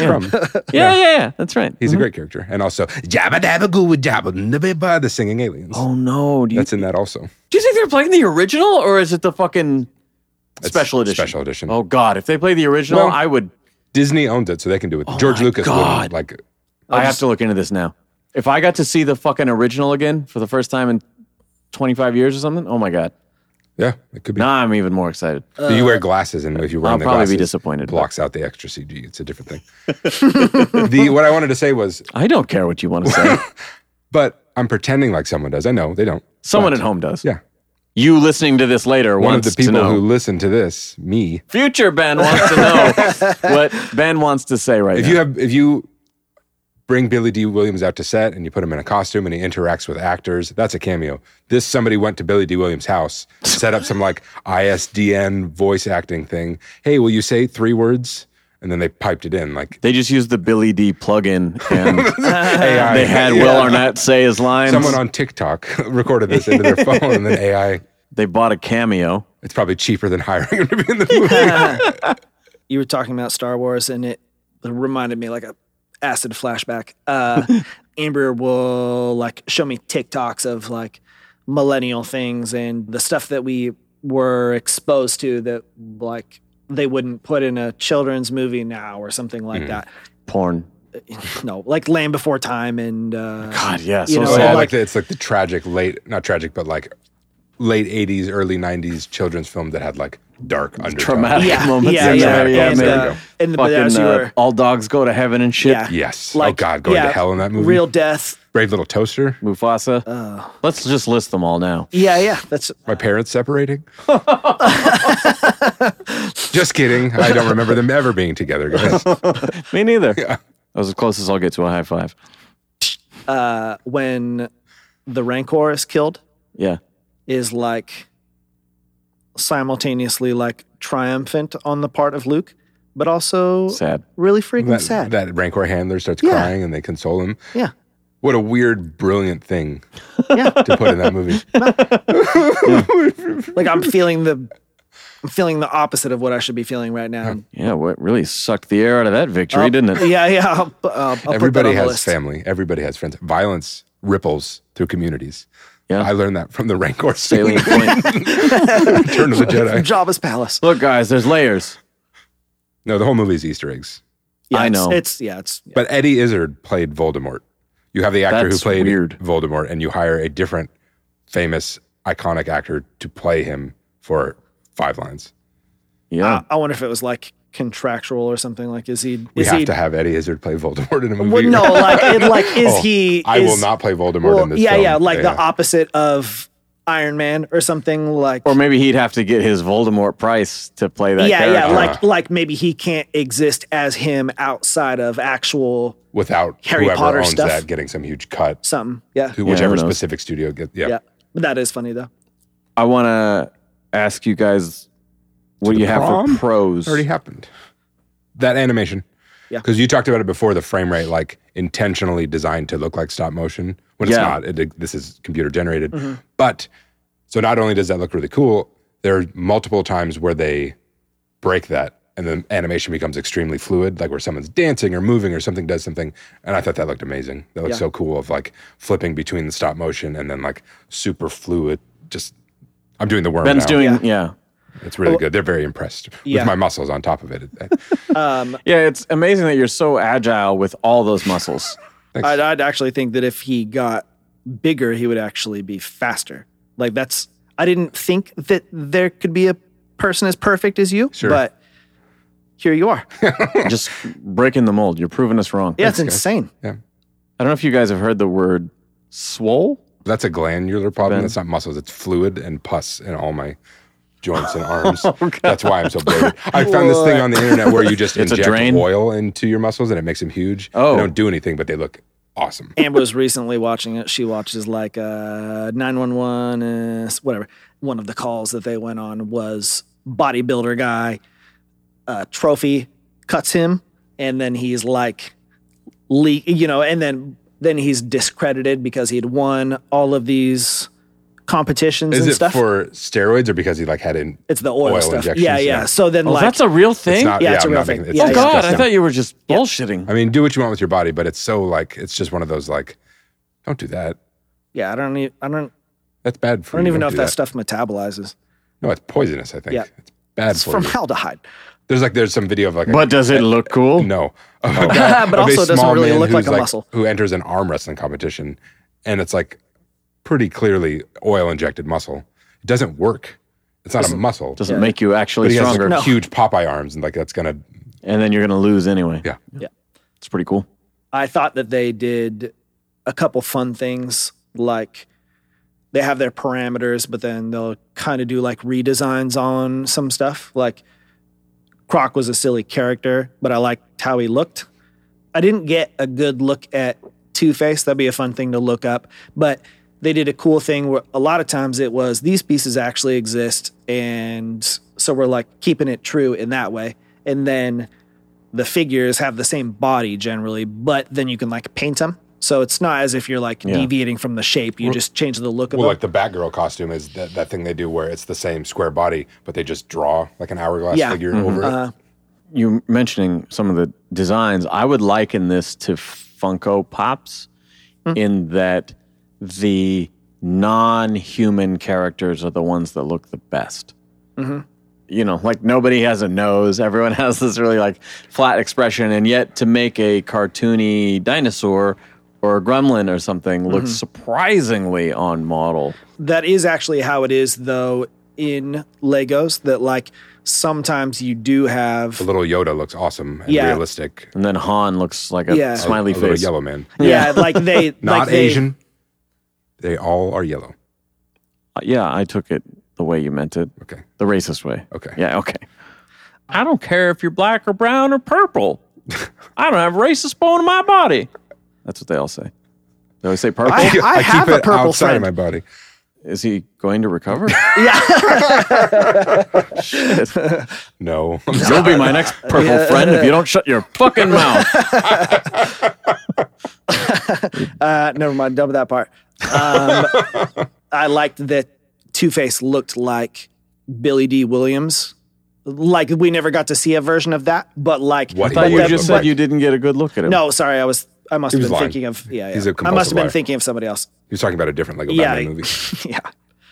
S7: Crumb.
S5: Yeah, yeah, yeah. That's right.
S7: He's a great character, and also Jabba Dabba Goo Jabba Nibba Ba, the singing aliens.
S5: Oh no! Do you,
S7: That's in that also.
S5: do you think they're playing the original or is it the fucking
S7: That's
S5: special edition?
S7: Special edition.
S5: Oh god! If they play the original,
S7: Well,
S5: I would.
S7: Disney owns it, so they can do it. George
S5: Oh my
S7: Lucas
S5: God.
S7: wouldn't like.
S5: I have to look into this now. If I got to see the fucking original again for the first time in 25 years or something, oh my god!
S7: Yeah, it could be.
S5: Now I'm even more excited.
S7: Do you wear glasses, and if you wear
S5: Uh, I'll
S7: the
S5: probably be
S7: glasses,
S5: disappointed,
S7: it
S5: but-
S7: blocks out the extra CG. It's a different thing. the what I wanted to say was,
S5: I don't care what you want to say.
S7: but I'm pretending like someone does. I know they don't.
S5: Someone
S7: But-
S5: at home does.
S7: Yeah,
S5: You listening to this later
S7: one of
S5: wants
S7: the people
S5: to know.
S7: who listen to this, me.
S5: Future Ben wants to know what Ben wants to say right
S7: If
S5: now.
S7: you have, if you bring Billy D. Williams out to set and you put him in a costume and he interacts with actors, that's a cameo. This somebody went to Billy D. Williams' house, set up some like ISDN voice acting thing. Hey, will you say three words? And then they piped it in like
S5: they just used the Billy D plugin and
S7: AI.
S5: they had
S7: Yeah.
S5: Will Arnett say his lines.
S7: Someone on TikTok recorded this into their phone, and then AI.
S5: they bought a cameo.
S7: It's probably cheaper than hiring him to be in the movie.
S6: you were talking about Star Wars, and it reminded me like a acid flashback. Uh, Amber will like show me TikToks of like millennial things and the stuff that we were exposed to that like they wouldn't put in a children's movie now or something
S7: Hmm.
S6: like that.
S5: Porn.
S6: No, like Land Before Time and uh,
S5: God, yeah. So
S6: You know,
S7: Oh,
S5: sad.
S7: yeah,
S6: like-
S7: like the, it's like the tragic late, not tragic, but like late '80s, early '90s children's film that had like dark undertones.
S5: Traumatic
S6: yeah,
S5: moments.
S6: yeah,
S5: in
S6: yeah,
S5: there,
S7: Traumatic
S5: yeah,
S6: and,
S7: moments,
S5: man.
S7: there
S6: uh,
S7: you
S6: and the, but as
S5: Fucking
S6: you
S5: uh,
S6: were,
S5: all dogs go to heaven and shit.
S6: yeah,
S7: Yes. oh God, going to hell in that movie.
S6: real death.
S7: Brave Little Toaster.
S5: Mufasa. Let's just list them all now.
S6: Yeah, yeah, that's
S7: My parents separating. Just kidding. I don't remember them ever being together, guys.
S5: Me neither. That was as close as I'll get to a high five.
S6: uh, when the Rancor is killed.
S5: Yeah.
S6: is like simultaneously like triumphant on the part of Luke, but also
S5: Sad.
S6: really freaking
S7: That,
S6: sad.
S7: that Rancor handler starts
S6: Yeah.
S7: crying and they console him.
S6: yeah,
S7: What a weird, brilliant thing
S6: yeah.
S7: to put in that movie.
S6: like I'm feeling the, I'm feeling the opposite of what I should be feeling right now.
S5: Yeah. What really sucked the air out of that victory,
S6: I'll-
S5: didn't it?
S6: Yeah, yeah. I'll, pu- uh, I'll put that
S7: Everybody
S6: on the
S7: has
S6: list.
S7: family. Everybody has friends. Violence ripples through communities.
S5: Yeah.
S7: I learned that from the Rancor scene,
S5: Salient point.
S7: Return of the Jedi.
S6: Jabba's palace.
S5: Look, guys, there's layers.
S7: No, the whole movie is Easter eggs.
S6: Yeah,
S5: I know.
S6: It's, it's yeah. It's
S7: But Eddie Izzard played Voldemort. You have the actor
S5: That's
S7: who played
S5: weird.
S7: Voldemort, and you hire a different famous, iconic actor to play him for five lines.
S5: Yeah.
S6: I, I wonder if it was like contractual or something. Like, is he? Is
S7: We have
S6: he?
S7: to have Eddie Izzard play Voldemort in a movie.
S6: well, no, like, it, like, is
S7: Oh,
S6: he?
S7: I will
S6: is-
S7: not play Voldemort
S6: Well,
S7: in this
S6: yeah,
S7: film.
S6: yeah. Like the opposite of Iron Man or something. Like,
S5: or maybe he'd have to get his Voldemort price to play that
S6: yeah,
S5: character.
S6: yeah, like like maybe he can't exist as him outside of actual
S7: without
S6: Harry
S7: whoever
S6: Potter
S7: owns
S6: stuff.
S7: that getting some huge cut
S6: something. Yeah,
S7: to
S5: who
S7: whichever
S5: knows?
S7: specific studio gets. Yeah.
S6: yeah. But that is funny though.
S5: I want to ask you guys what you have
S7: prom?
S5: for pros.
S7: already happened. That animation.
S6: Yeah.
S7: Because you talked about it before, the frame rate, like intentionally designed to look like stop motion when it's
S5: Yeah.
S7: not. It, this is computer generated. But so not only does that look really cool, there are multiple times where they break that and the animation becomes extremely fluid, like where someone's dancing or moving or something does something. And I thought that looked amazing. That looked
S6: Yeah.
S7: so cool of like flipping between the stop motion and then like super fluid. Just, I'm doing the worm.
S5: Ben's
S7: now.
S5: doing, yeah.
S6: Yeah.
S5: yeah.
S7: It's really good. They're very impressed
S6: Yeah.
S7: with my muscles on top of it.
S5: it's amazing that you're so agile with all those muscles.
S6: I'd, I'd actually think that if he got bigger, he would actually be faster. Like that's I didn't think that there could be a person as perfect as you,
S7: Sure.
S6: but here you are. Yeah,
S5: Just breaking the mold. You're proving us wrong.
S6: it's insane.
S5: I don't know if you guys have heard the word swole.
S7: That's a glandular problem.
S5: Ben.
S7: That's not muscles. It's fluid and pus in all my joints and arms.
S6: Oh,
S7: That's why I'm so bloated. I found this thing on the internet where you just
S5: It's a
S7: inject
S5: drain?
S7: oil into your muscles and it makes them huge.
S5: Oh.
S7: They don't do anything, but they look awesome.
S6: Amber's recently watching it. She watches like uh 911 uh, s- whatever. One of the calls that they went on was bodybuilder guy uh trophy cuts him and then he's like le- you know and then then he's discredited because he had won all of these competitions
S7: Is
S6: and
S7: it
S6: stuff.
S7: for steroids or because he like had in
S6: it's the oil,
S7: oil
S6: stuff.
S7: injections,
S6: Yeah, yeah,
S7: yeah.
S6: So then
S5: Oh,
S6: like
S5: that's a real thing.
S7: not-
S6: yeah, it's a
S7: I'm
S6: real
S7: not making-
S6: thing.
S7: it's
S6: Yeah,
S5: oh
S6: yeah.
S5: God, I
S7: disgusting.
S5: thought you were just bullshitting.
S7: I mean, do what you want with your body, but it's so like it's just one of those like, don't do that.
S6: yeah, I don't e- I don't
S7: That's bad for
S6: I don't
S7: you.
S6: even know if
S7: do
S6: that, stuff metabolizes.
S7: No, it's poisonous. I think
S6: Yeah.
S7: it's bad
S6: It's
S7: for
S6: from
S7: you.
S6: formaldehyde.
S7: There's like there's some video of like a-
S5: But does it look cool?
S7: no, of a guy,
S6: But
S7: Oh, of a
S6: also it doesn't
S7: small
S6: really
S7: man
S6: look like
S7: who's,
S6: a muscle.
S7: who enters an arm wrestling competition, and it's like pretty clearly oil injected muscle. It doesn't work. It's not a muscle.
S5: Doesn't make you actually
S7: but he has like
S5: stronger,
S7: huge Popeye arms, and like that's gonna
S5: and then you're gonna lose anyway.
S7: yeah.
S5: It's pretty cool.
S6: I thought that they did a couple fun things like they have their parameters, but then they'll kind of do like redesigns on some stuff. Like Croc was a silly character, but I liked how he looked. I didn't get a good look at Two Face. That'd be a fun thing to look up. But they did a cool thing where a lot of times it was these pieces actually exist. And so we're like keeping it true in that way. And then the figures have the same body generally, but then you can like paint them. So it's not as if you're like deviating from the shape. You just change the look of
S7: Well,
S6: them.
S7: like the Batgirl costume is that, that thing they do where it's the same square body, but they just draw like an hourglass
S6: Yeah. Uh,
S7: figure over it.
S5: you mentioning some of the designs, I would liken this to Funko Pops in that the non human characters are the ones that look the best. You know, like nobody has a nose. Everyone has this really like flat expression. And yet to make a cartoony dinosaur or a gremlin or something looks surprisingly on model.
S6: that is actually how it is though in Legos that like sometimes you do have
S7: The little Yoda looks awesome and
S6: Yeah.
S7: realistic.
S5: And then Han looks like a
S6: Yeah.
S5: smiley
S7: a little
S5: face.
S7: yellow man.
S6: yeah, like they
S7: Not
S6: like they-
S7: Asian. They all are yellow.
S5: Uh, Yeah, I took it the way you meant it.
S7: Okay.
S5: The racist way.
S7: Okay.
S5: Yeah, okay. I don't care if you're black or brown or purple. I don't have a racist bone in my body. That's what they all say. They always say purple.
S6: I, I have
S7: keep
S6: a
S7: it
S6: purple
S7: outside
S6: friend.
S7: of my body.
S5: Is he going to recover? Shit.
S7: No.
S5: You'll be my next purple friend if you don't shut your fucking mouth.
S6: uh, never mind, dump that part. Um, I liked that Two Face looked like Billy D. Williams. Like we never got to see a version of that, but like
S7: What
S5: I thought
S6: but
S5: you
S7: Whatever.
S6: the-
S5: just said you didn't get a good look at him.
S6: No, sorry, I was I must have
S7: was
S6: been
S7: lying.
S6: thinking of yeah,
S7: He's
S6: yeah.
S7: a
S6: I must have been
S7: compulsive
S6: thinking of somebody else.
S7: You're talking about a different Lego
S6: Yeah.
S7: Batman movie.
S6: yeah.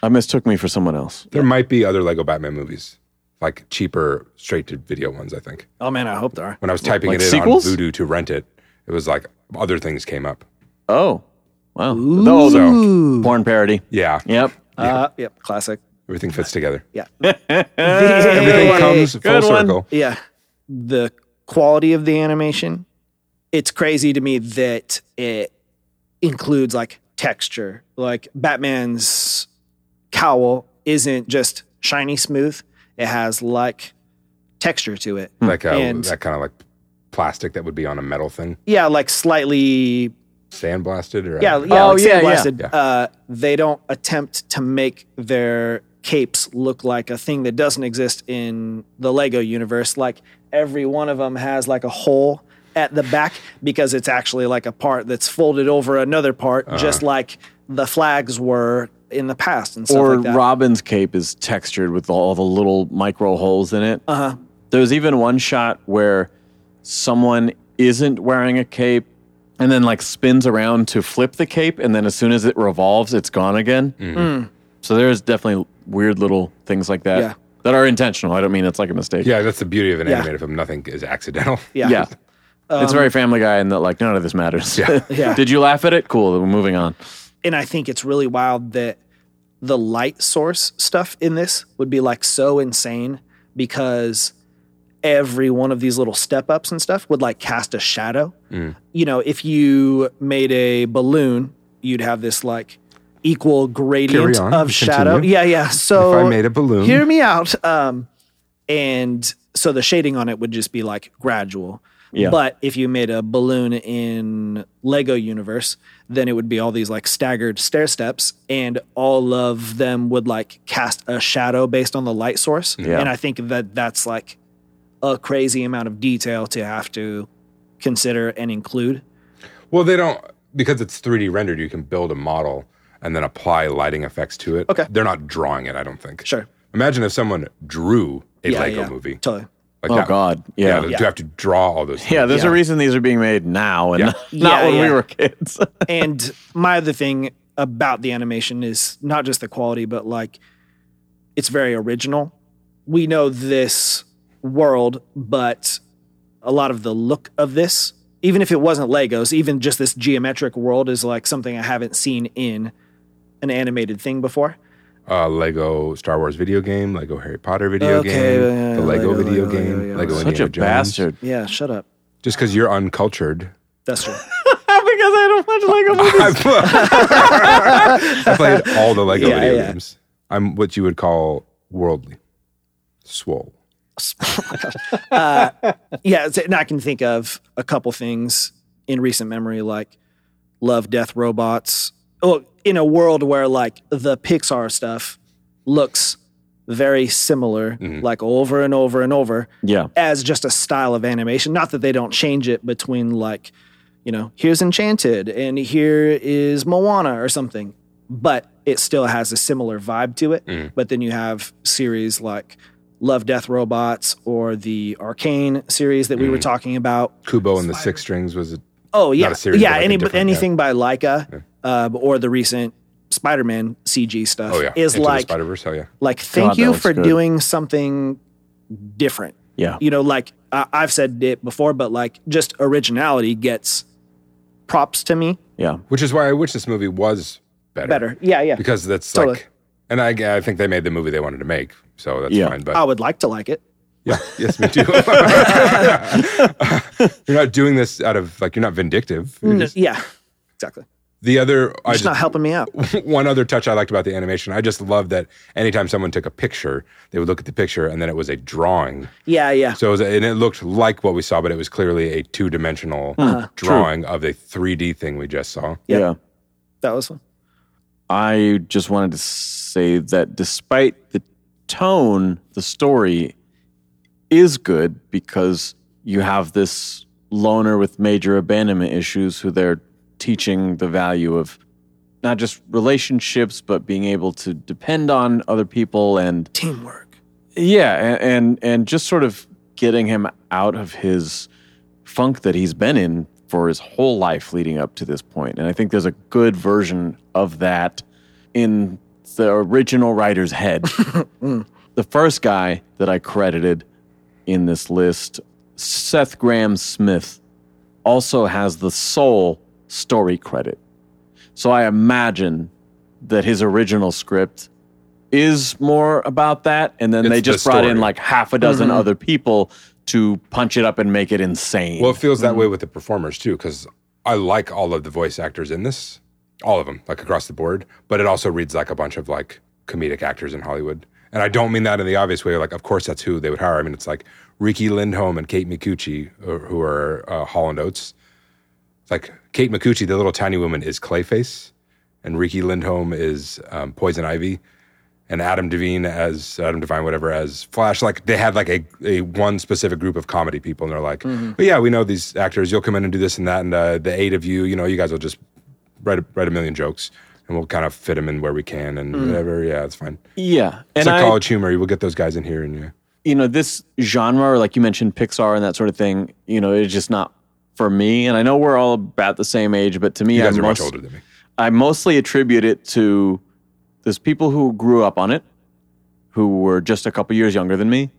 S5: I mistook me for someone else.
S7: There might be other Lego Batman movies, like cheaper straight to video ones, I think.
S6: Oh man, I hope there are.
S7: When I was typing
S5: Like
S7: it in
S5: sequels?
S7: on Voodoo to rent it, it was like other things came up.
S5: Oh, wow. No,
S7: So-
S5: porn parody.
S7: Yeah.
S5: Yep.
S6: Uh, yep, classic.
S7: Everything fits together.
S6: Yeah.
S7: Everything comes full
S5: Good one.
S7: circle.
S6: Yeah. The quality of the animation, it's crazy to me that it includes like texture. Like Batman's cowl isn't just shiny smooth, it has like texture to it.
S7: Like a,
S6: And-
S7: that kind of like plastic that would be on a metal thing,
S6: Yeah, like slightly
S7: sandblasted or
S6: Yeah, yeah,
S5: Oh,
S6: like
S5: yeah, yeah.
S6: sandblasted.
S7: Yeah.
S6: Uh, they don't attempt to make their capes look like a thing that doesn't exist in the Lego universe. Like every one of them has like a hole at the back because it's actually like a part that's folded over another part,
S5: Uh-huh.
S6: just like the flags were in the past and stuff
S5: or
S6: like that.
S5: Robin's cape is textured with all the little micro holes in it. Uh-huh. There's even one shot where someone isn't wearing a cape and then like spins around to flip the cape and then as soon as it revolves it's gone again.
S7: Mm.
S5: So there's definitely weird little things like that
S6: Hmm. Yeah.
S5: that are intentional. I don't mean it's like a mistake.
S7: Yeah, that's the beauty of an
S6: Yeah.
S7: animated film. Nothing is accidental.
S6: yeah.
S5: Yeah. it's very family guy and that like none of this matters.
S7: Yeah.
S6: Um, Yeah.
S5: Did you laugh at it? Cool, we're moving on.
S6: and I think it's really wild that the light source stuff in this would be like so insane because every one of these little step ups and stuff would like cast a
S7: Mm.
S6: shadow. You know, if you made a balloon, you'd have this like equal gradient
S7: Carry on,
S6: of shadow.
S7: continue.
S6: Yeah, yeah. So
S7: If I made a balloon.
S6: hear me out. Um, and so the shading on it would just be like gradual.
S5: Yeah.
S6: But if you made a balloon in Lego universe, then it would be all these like staggered stair steps, and all of them would like cast a shadow based on the light source.
S5: Yeah.
S6: And I think that that's like a crazy amount of detail to have to consider and include.
S7: Well, they don't because it's 3D rendered. You can build a model and then apply lighting effects to it.
S6: Okay.
S7: they're not drawing it. I don't think.
S6: Sure.
S7: Imagine if someone drew a
S6: Yeah,
S7: Lego
S6: yeah,
S7: movie.
S6: Totally.
S7: Like
S5: Oh
S7: that-
S5: God,
S7: Yeah,
S5: yeah, yeah.
S7: to have to draw all those. things.
S5: there's
S6: Yeah.
S5: a reason these are being made now and
S7: Yeah.
S5: not, not
S6: Yeah,
S5: when we
S6: yeah.
S5: were kids.
S6: and my other thing about the animation is not just the quality, but like it's very original. We know this world, but a lot of the look of this, even if it wasn't Legos, even just this geometric world is like something I haven't seen in an animated thing before.
S7: Uh, Lego Star Wars video game, Lego Harry Potter video
S6: Okay,
S7: game,
S6: yeah,
S7: the Lego,
S6: Lego,
S7: video
S6: Lego,
S7: game,
S6: Lego, yeah.
S7: Lego
S5: Such
S7: Indiana
S5: a
S7: Jones.
S5: bastard.
S6: Yeah, shut up.
S7: Just because you're uncultured.
S6: That's true.
S5: because I don't watch Lego movies.
S7: I pl- I played all the Lego
S6: Yeah,
S7: video
S6: yeah.
S7: games. I'm what you would call worldly, swole.
S6: yeah, it's- and I can think of a couple things in recent memory, like Love, Death, Robots. Well, in a world where like the Pixar stuff looks very similar, like over and over and over,
S5: Yeah.
S6: as just a style of animation. Not that they don't change it between like, you know, here's Enchanted and here is Moana or something, but it still has a similar vibe to it.
S7: Mm-hmm.
S6: But then you have series like Love, Death, Robots or the Arcane series that we were talking about.
S7: Kubo and the Six Strings was a
S6: Oh yeah,
S7: Mm-hmm. a series,
S6: yeah.
S7: but like a
S6: any,
S7: different-
S6: anything by Leica uh, or the recent Spider-Man CG stuff
S7: oh yeah
S6: is
S7: Into the
S6: like
S7: Spider Verse. Oh yeah.
S6: like thank
S5: God, that
S6: you
S5: looks
S6: for
S5: good.
S6: doing something different
S5: Yeah.
S6: you know, like I I've said it before, but like just originality gets props to me
S5: Yeah.
S7: Which is why I wish this movie was better.
S6: better. Yeah, yeah.
S7: Because that's
S6: Totally.
S7: like, and I, I think they made the movie they wanted to make, so that's
S5: Yeah.
S7: fine. But
S6: I would like to like it.
S7: yeah, yes, we do. you're not doing this out of like you're not vindictive.
S6: Mm-hmm.
S7: You're just-
S6: Yeah, exactly.
S7: the other, I
S6: It's not
S7: just,
S6: helping me out.
S7: one other touch I liked about the animation. I just love that anytime someone took a picture, they would look at the picture and then it was a drawing.
S6: Yeah, yeah.
S7: So it was, and it looked like what we saw, but it was clearly a two dimensional
S6: Uh-huh.
S7: drawing of a 3D thing we just saw.
S6: Yeah.
S5: Yeah.
S6: That was fun.
S5: I just wanted to say that despite the tone, the story is good because you have this loner with major abandonment issues who they're teaching the value of not just relationships, but being able to depend on other people and
S6: Teamwork.
S5: yeah, and, and and just sort of getting him out of his funk that he's been in for his whole life leading up to this point. And I think there's a good version of that in the original writer's head.
S7: Mm.
S5: the first guy that I credited in this list, Seth Graham Smith, also has the sole story credit. So I imagine that his original script is more about that. And then
S7: It's
S5: they
S7: the
S5: just brought in
S7: story.
S5: like half a dozen other people to punch it up and make it insane.
S7: Well, it feels that way with the performers too, because I like all of the voice actors in this, all of them, like across the board. But it also reads like a bunch of like comedic actors in Hollywood, and I don't mean that in the obvious way. Like, of course, that's who they would hire. I mean, it's like Ricky Lindholm and Kate Micucci, uh, who are uh, Holland Oates. It's like Kate Micucci, the little tiny woman, is Clayface, and Ricky Lindholm is um, Poison Ivy. And Adam Devine as Adam Devine, whatever, as Flash. Like they had like a, a one specific group of comedy people, and they're like,
S5: Mm-hmm.
S7: "But yeah, we know these actors. You'll come in and do this and that, and uh, the eight of you, you know, you guys will just write a, write a million jokes, and we'll kind of fit them in where we can, and whatever. Yeah, it's fine.
S5: yeah.
S7: It's
S5: Mm. And
S7: like
S5: I,
S7: college humor. We'll get those guys in here, and yeah,
S5: you know, this genre, like you mentioned Pixar and that sort of thing, you know, it's just not for me. And I know we're all about the same age, but to me,
S7: you guys
S5: I,
S7: are
S5: most,
S7: much older than me.
S5: I mostly attribute it to there's people who grew up on it, who were just a couple years younger than me.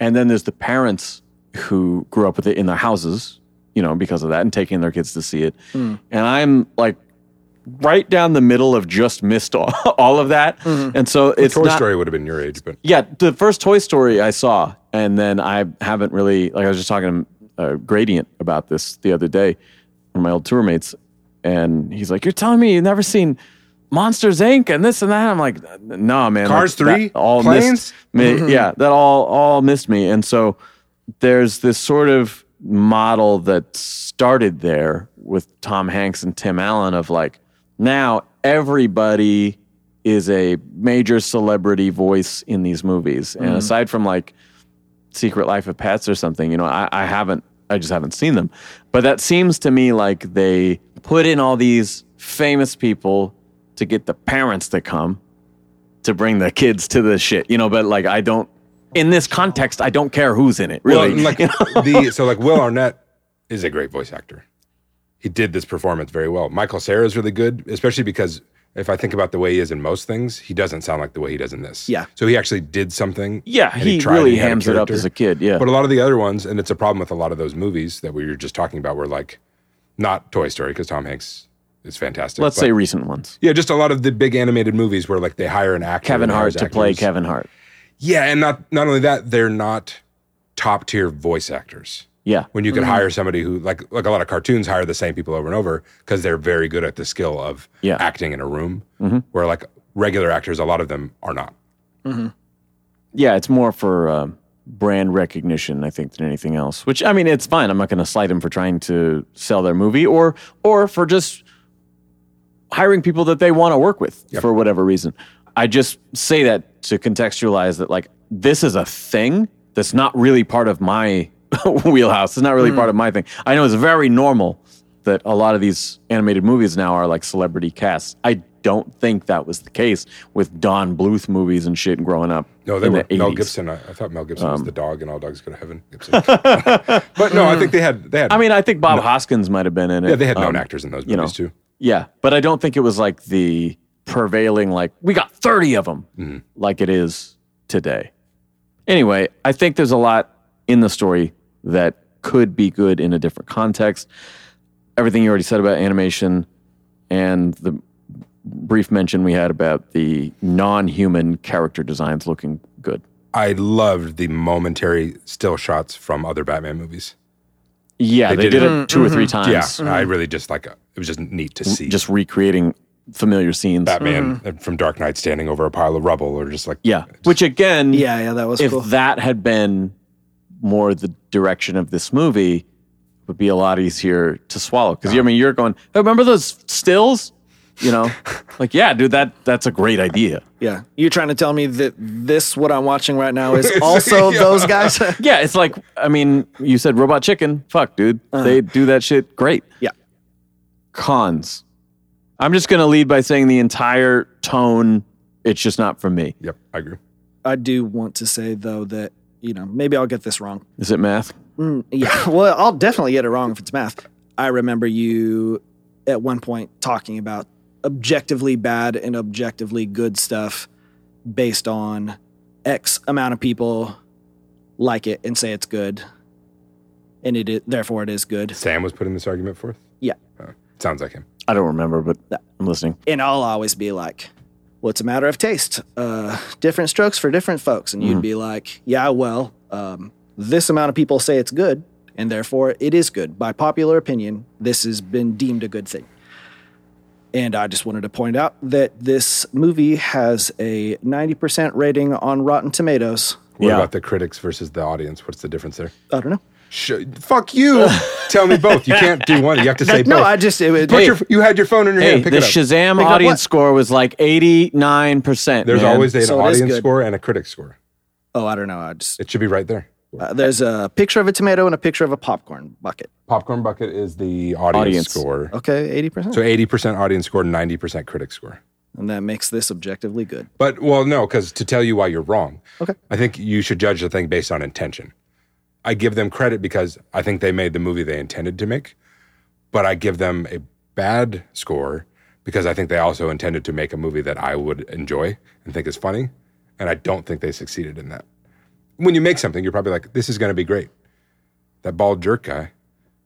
S5: And then there's the parents who grew up with it in their houses, you know, because of that and taking their kids to see it.
S7: Hmm.
S5: And I'm like right down the middle of just missed all, all of that. And so it's
S7: Hmm. Toy
S5: not,
S7: Story would have been your age, but
S5: yeah, the first Toy Story I saw, and then I haven't really like I was just talking to uh, Gradient about this the other day, one of my old tour mates, and he's like, "You're telling me you've never seen Monsters Inc. and this and that. I'm like, nah, man.
S7: Cars
S5: like, that
S7: 3?
S5: all
S7: Planes?
S5: missed me. yeah, that all all missed me. And so there's this sort of model that started there with Tom Hanks and Tim Allen of like now everybody is a major celebrity voice in these movies.
S7: Mm-hmm.
S5: And aside from like Secret Life of Pets or something. You know, I, I haven't, I just haven't seen them. But that seems to me like they put in all these famous people to get the parents to come to bring the kids to the shit, you know, but like I don't, in this context, I don't care who's in it,
S7: Well,
S5: really.
S7: and, like the so like Will Arnett is a great voice actor. He did this performance very well. Michael Sarah is really good, especially because if I think about the way he is in most things, he doesn't sound like the way he does in this.
S6: Yeah.
S7: So he actually did something.
S5: Yeah,
S7: and
S5: he
S7: tried
S5: really
S7: and had a
S5: hams it up
S7: character.
S5: as a kid, yeah.
S7: But a lot of the other ones, and it's a problem with a lot of those movies that we were just talking about, were like not Toy Story because Tom Hanks is fantastic.
S5: Let's
S7: but-
S5: say recent ones.
S7: yeah, just a lot of the big animated movies where like they hire an actor,
S5: Kevin
S7: and
S5: Hart
S7: hires
S5: to play
S7: actors.
S5: Kevin Hart.
S7: Yeah, and not not only that, they're not top tier voice actors.
S5: Yeah.
S7: When you could hire somebody who like like a lot of cartoons hire the same people over and over because they're very good at the skill of
S5: Yeah. Mm-hmm.
S7: acting in a room, where like regular actors, a lot of them are not.
S5: Yeah, it's more for uh, brand recognition, I think, than anything else. Which I mean, it's fine. I'm not going to slight them for trying to sell their movie, or or for just hiring people that they want to work with for whatever reason. I just say that to contextualize that, like this is a thing that's not really part of my wheelhouse. It's not really
S7: Hmm.
S5: part of my thing. I know it's very normal that a lot of these animated movies now are like celebrity casts. I don't think that was the case with Don Bluth movies and shit growing up.
S7: No, they
S5: in
S7: were
S5: the Um,
S7: Mel
S5: 80s.
S7: Gibson. I, I thought Mel Gibson was the dog, and all dogs go to heaven. Gibson. but no, I think they had they had.
S5: I mean, I think Bob Hoskins might have been in it.
S7: yeah, they had known
S5: Um,
S7: actors in those
S5: you know.
S7: movies too.
S5: Yeah, but I don't think it was like the prevailing like we got thirty of them
S7: Mm-hmm.
S5: like it is today. Anyway, I think there's a lot in the story that could be good in a different context. Everything you already said about animation and the brief mention we had about the non-human character designs looking good.
S7: I loved the momentary still shots from other Batman movies.
S5: Yeah, they,
S7: They
S5: did,
S7: did Mm-hmm.
S5: it 2 or three times.
S7: Yeah, I really just like it was just neat to see.
S5: Mm-hmm. Mm, just recreating familiar scenes.
S7: Batman
S6: Mm-hmm.
S7: from Dark Knight standing over a pile of rubble, or just like
S5: Yeah, which again,
S6: Yeah, yeah, that was
S5: if
S6: cool.
S5: that had been more the direction of this movie, it would be a lot easier to swallow. Because I mean, you're going, "Hey, remember those stills? You know, like yeah, dude, that that's a great idea.
S6: Yeah, you're trying to tell me that this what I'm watching right now is also those guys.
S5: Yeah, it's like I mean, you said Robot Chicken. Fuck, dude, they do that shit great.
S6: yeah,
S5: Cons. I'm just gonna lead by saying the entire tone. It's just not for me.
S7: Yep, I agree.
S6: I do want to say though that you know maybe I'll get this wrong.
S5: Is it math?
S6: Yeah, well, I'll definitely get it wrong if it's math. I remember you at one point talking about objectively bad and objectively good stuff based on X amount of people like it and say it's good, and it is, therefore it is good.
S7: Sam was putting this argument forth.
S6: Yeah,
S7: Sounds like him.
S5: I don't remember, but I'm listening.
S6: and I'll always be like, "Well, it's a matter of taste. Uh, different strokes for different folks." And you'd be like, "Yeah, well, um, this amount of people say it's good, and therefore it is good by popular opinion. This has been deemed a good thing." And I just wanted to point out that this movie has a 90% rating on Rotten Tomatoes.
S7: What
S5: Yeah.
S7: about the critics versus the audience? What's the difference there?
S6: I don't know.
S7: Sh- fuck you. Tell me both. You can't do one. You have to say
S6: No,
S7: both.
S6: I just it, it,
S7: Put your, you had your phone in your
S5: Hey,
S7: hand. Pick
S5: the
S7: it up.
S5: Shazam
S6: Pick up
S5: audience
S6: what?
S5: score was like 89%.
S7: There's
S5: man.
S7: always an
S6: So it is
S7: audience
S6: good.
S7: score and a critic score.
S6: Oh, I don't know. I just
S7: It should be right there.
S6: uh, there's a picture of a tomato and a picture of a popcorn bucket.
S7: Popcorn bucket is the audience,
S5: Audience.
S7: score.
S6: Okay, 80%.
S7: So 80% audience score, 90% critic score.
S6: and that makes this objectively good.
S7: But well, no, because to tell you why you're wrong,
S6: Okay.
S7: I think you should judge the thing based on intention. I give them credit because I think they made the movie they intended to make, but I give them a bad score because I think they also intended to make a movie that I would enjoy and think is funny, and I don't think they succeeded in that. When you make something, you're probably like, "This is going to be great." That bald jerk guy,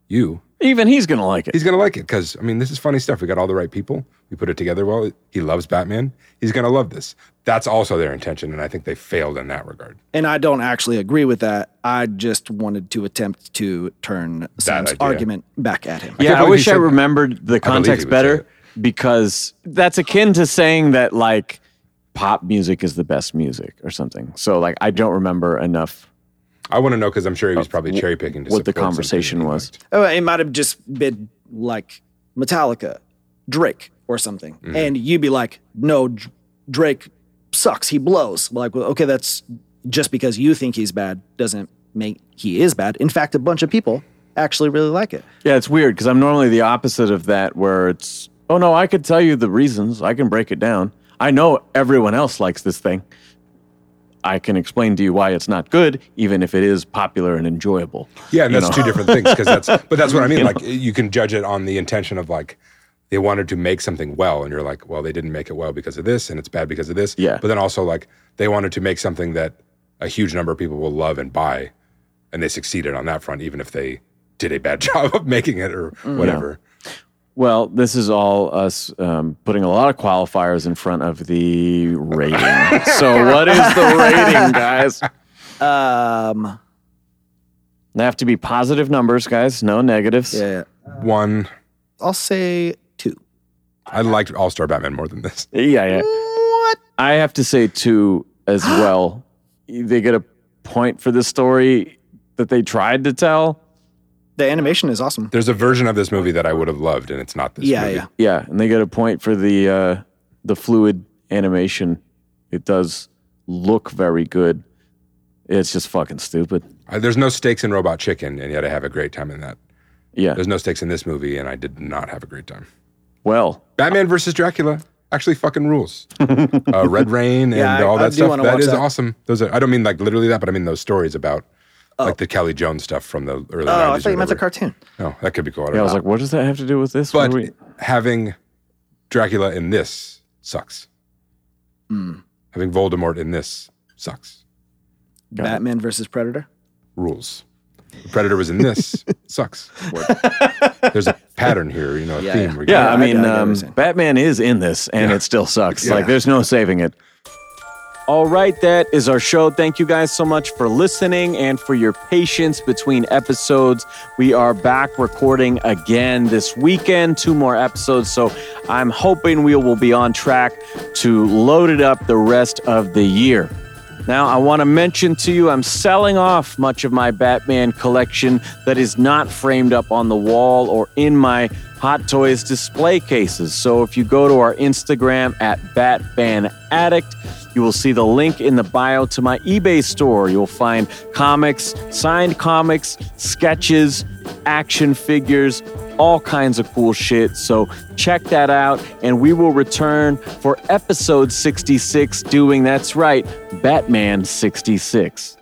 S7: you,
S5: Even he's going to like it.
S7: he's going to like it because I mean, this is funny stuff. We got all the right people. We put it together well. He loves Batman. He's going to love this. That's also their intention, and I think they failed in that regard.
S6: And I don't actually agree with that. I just wanted to attempt to turn Sam's
S7: idea.
S6: argument back at him.
S5: yeah, I
S7: believe
S5: wish
S7: he
S5: I
S7: said-
S5: remembered the
S7: I believe he
S5: context
S7: would
S5: better.
S7: say
S5: because that's akin to saying that like pop music is the best music or something. So like I don't remember enough
S7: I want to know because I'm sure he was probably cherry picking to
S5: Uh, what the
S7: support some
S5: conversation
S7: people.
S5: was.
S6: Oh, it might have just been like Metallica, Drake, or something. And you'd be like, no, Dr- Drake sucks. He blows. Like, well, okay, that's just because you think he's bad doesn't make he is bad. In fact, a bunch of people actually really like it.
S5: Yeah, it's weird because I'm normally the opposite of that, where it's, oh no, I could tell you the reasons. I can break it down. I know everyone else likes this thing. I can explain to you why it's not good, even if it is popular and enjoyable.
S7: Yeah, and
S5: You
S7: that's
S5: know?
S7: two different things because that's. But that's what I mean. like you can judge it on the intention of like they wanted to make something well, and you're like, well, they didn't make it well because of this, and it's bad because of this.
S5: Yeah.
S7: But then also like they wanted to make something that a huge number of people will love and buy, and they succeeded on that front, even if they did a bad job of making it or whatever.
S5: Well, this is all us um, putting a lot of qualifiers in front of the rating. so, what is the rating, guys?
S6: Um,
S5: They have to be positive numbers, guys. No negatives.
S6: yeah,
S7: One,
S6: I'll say two.
S7: I liked All Star Batman more than this.
S5: Yeah, yeah. What? I have to say two as well. They get a point for the story that they tried to tell.
S6: The animation is awesome.
S7: There's a version of this movie that I would have loved, and it's not this.
S6: yeah,
S7: movie.
S6: yeah.
S5: Yeah, and they get a point for the uh, the fluid animation. It does look very good. It's just fucking stupid.
S7: I, there's no stakes in Robot Chicken, and yet I have a great time in that.
S5: Yeah.
S7: There's no stakes in this movie, and I did not have a great time.
S5: Well,
S7: Batman versus Dracula actually fucking rules. uh, Red Rain and
S6: Yeah, I-
S7: all
S6: I
S7: that
S6: do
S7: stuff.
S6: wanna
S7: That
S6: watch
S7: is
S6: that.
S7: awesome. Those are, I don't mean like literally that, but I mean those stories about like the Kelly Jones stuff from the
S6: Oh,
S7: early. 90s
S6: I thought
S7: or
S6: you meant the
S7: whatever.
S6: cartoon.
S7: No, that could be cool. I don't
S5: yeah, I was
S7: know.
S5: like, what does that have to do with this? What
S7: but
S5: are we-
S7: having Dracula in this sucks. Having Voldemort in this sucks.
S5: it.
S6: Batman versus Predator.
S7: Rules. The Predator was in this sucks. There's a pattern here, you know, a theme. we're
S5: yeah, I
S6: I get
S5: mean,
S6: what you're
S5: um,
S6: saying.
S5: Batman is in this, and it still sucks. Like, there's no saving it. All right, that is our show. Thank you guys so much for listening and for your patience between episodes. We are back recording again this weekend, two more episodes. So I'm hoping we will be on track to load it up the rest of the year. Now, I want to mention to you, I'm selling off much of my Batman collection that is not framed up on the wall or in my Hot Toys display cases. So if you go to our Instagram at BatFanAddict, you will see the link in the bio to my eBay store. You'll find comics, signed comics, sketches, action figures, all kinds of cool shit. So check that out, and we will return for episode 66 doing that's right, Batman 66.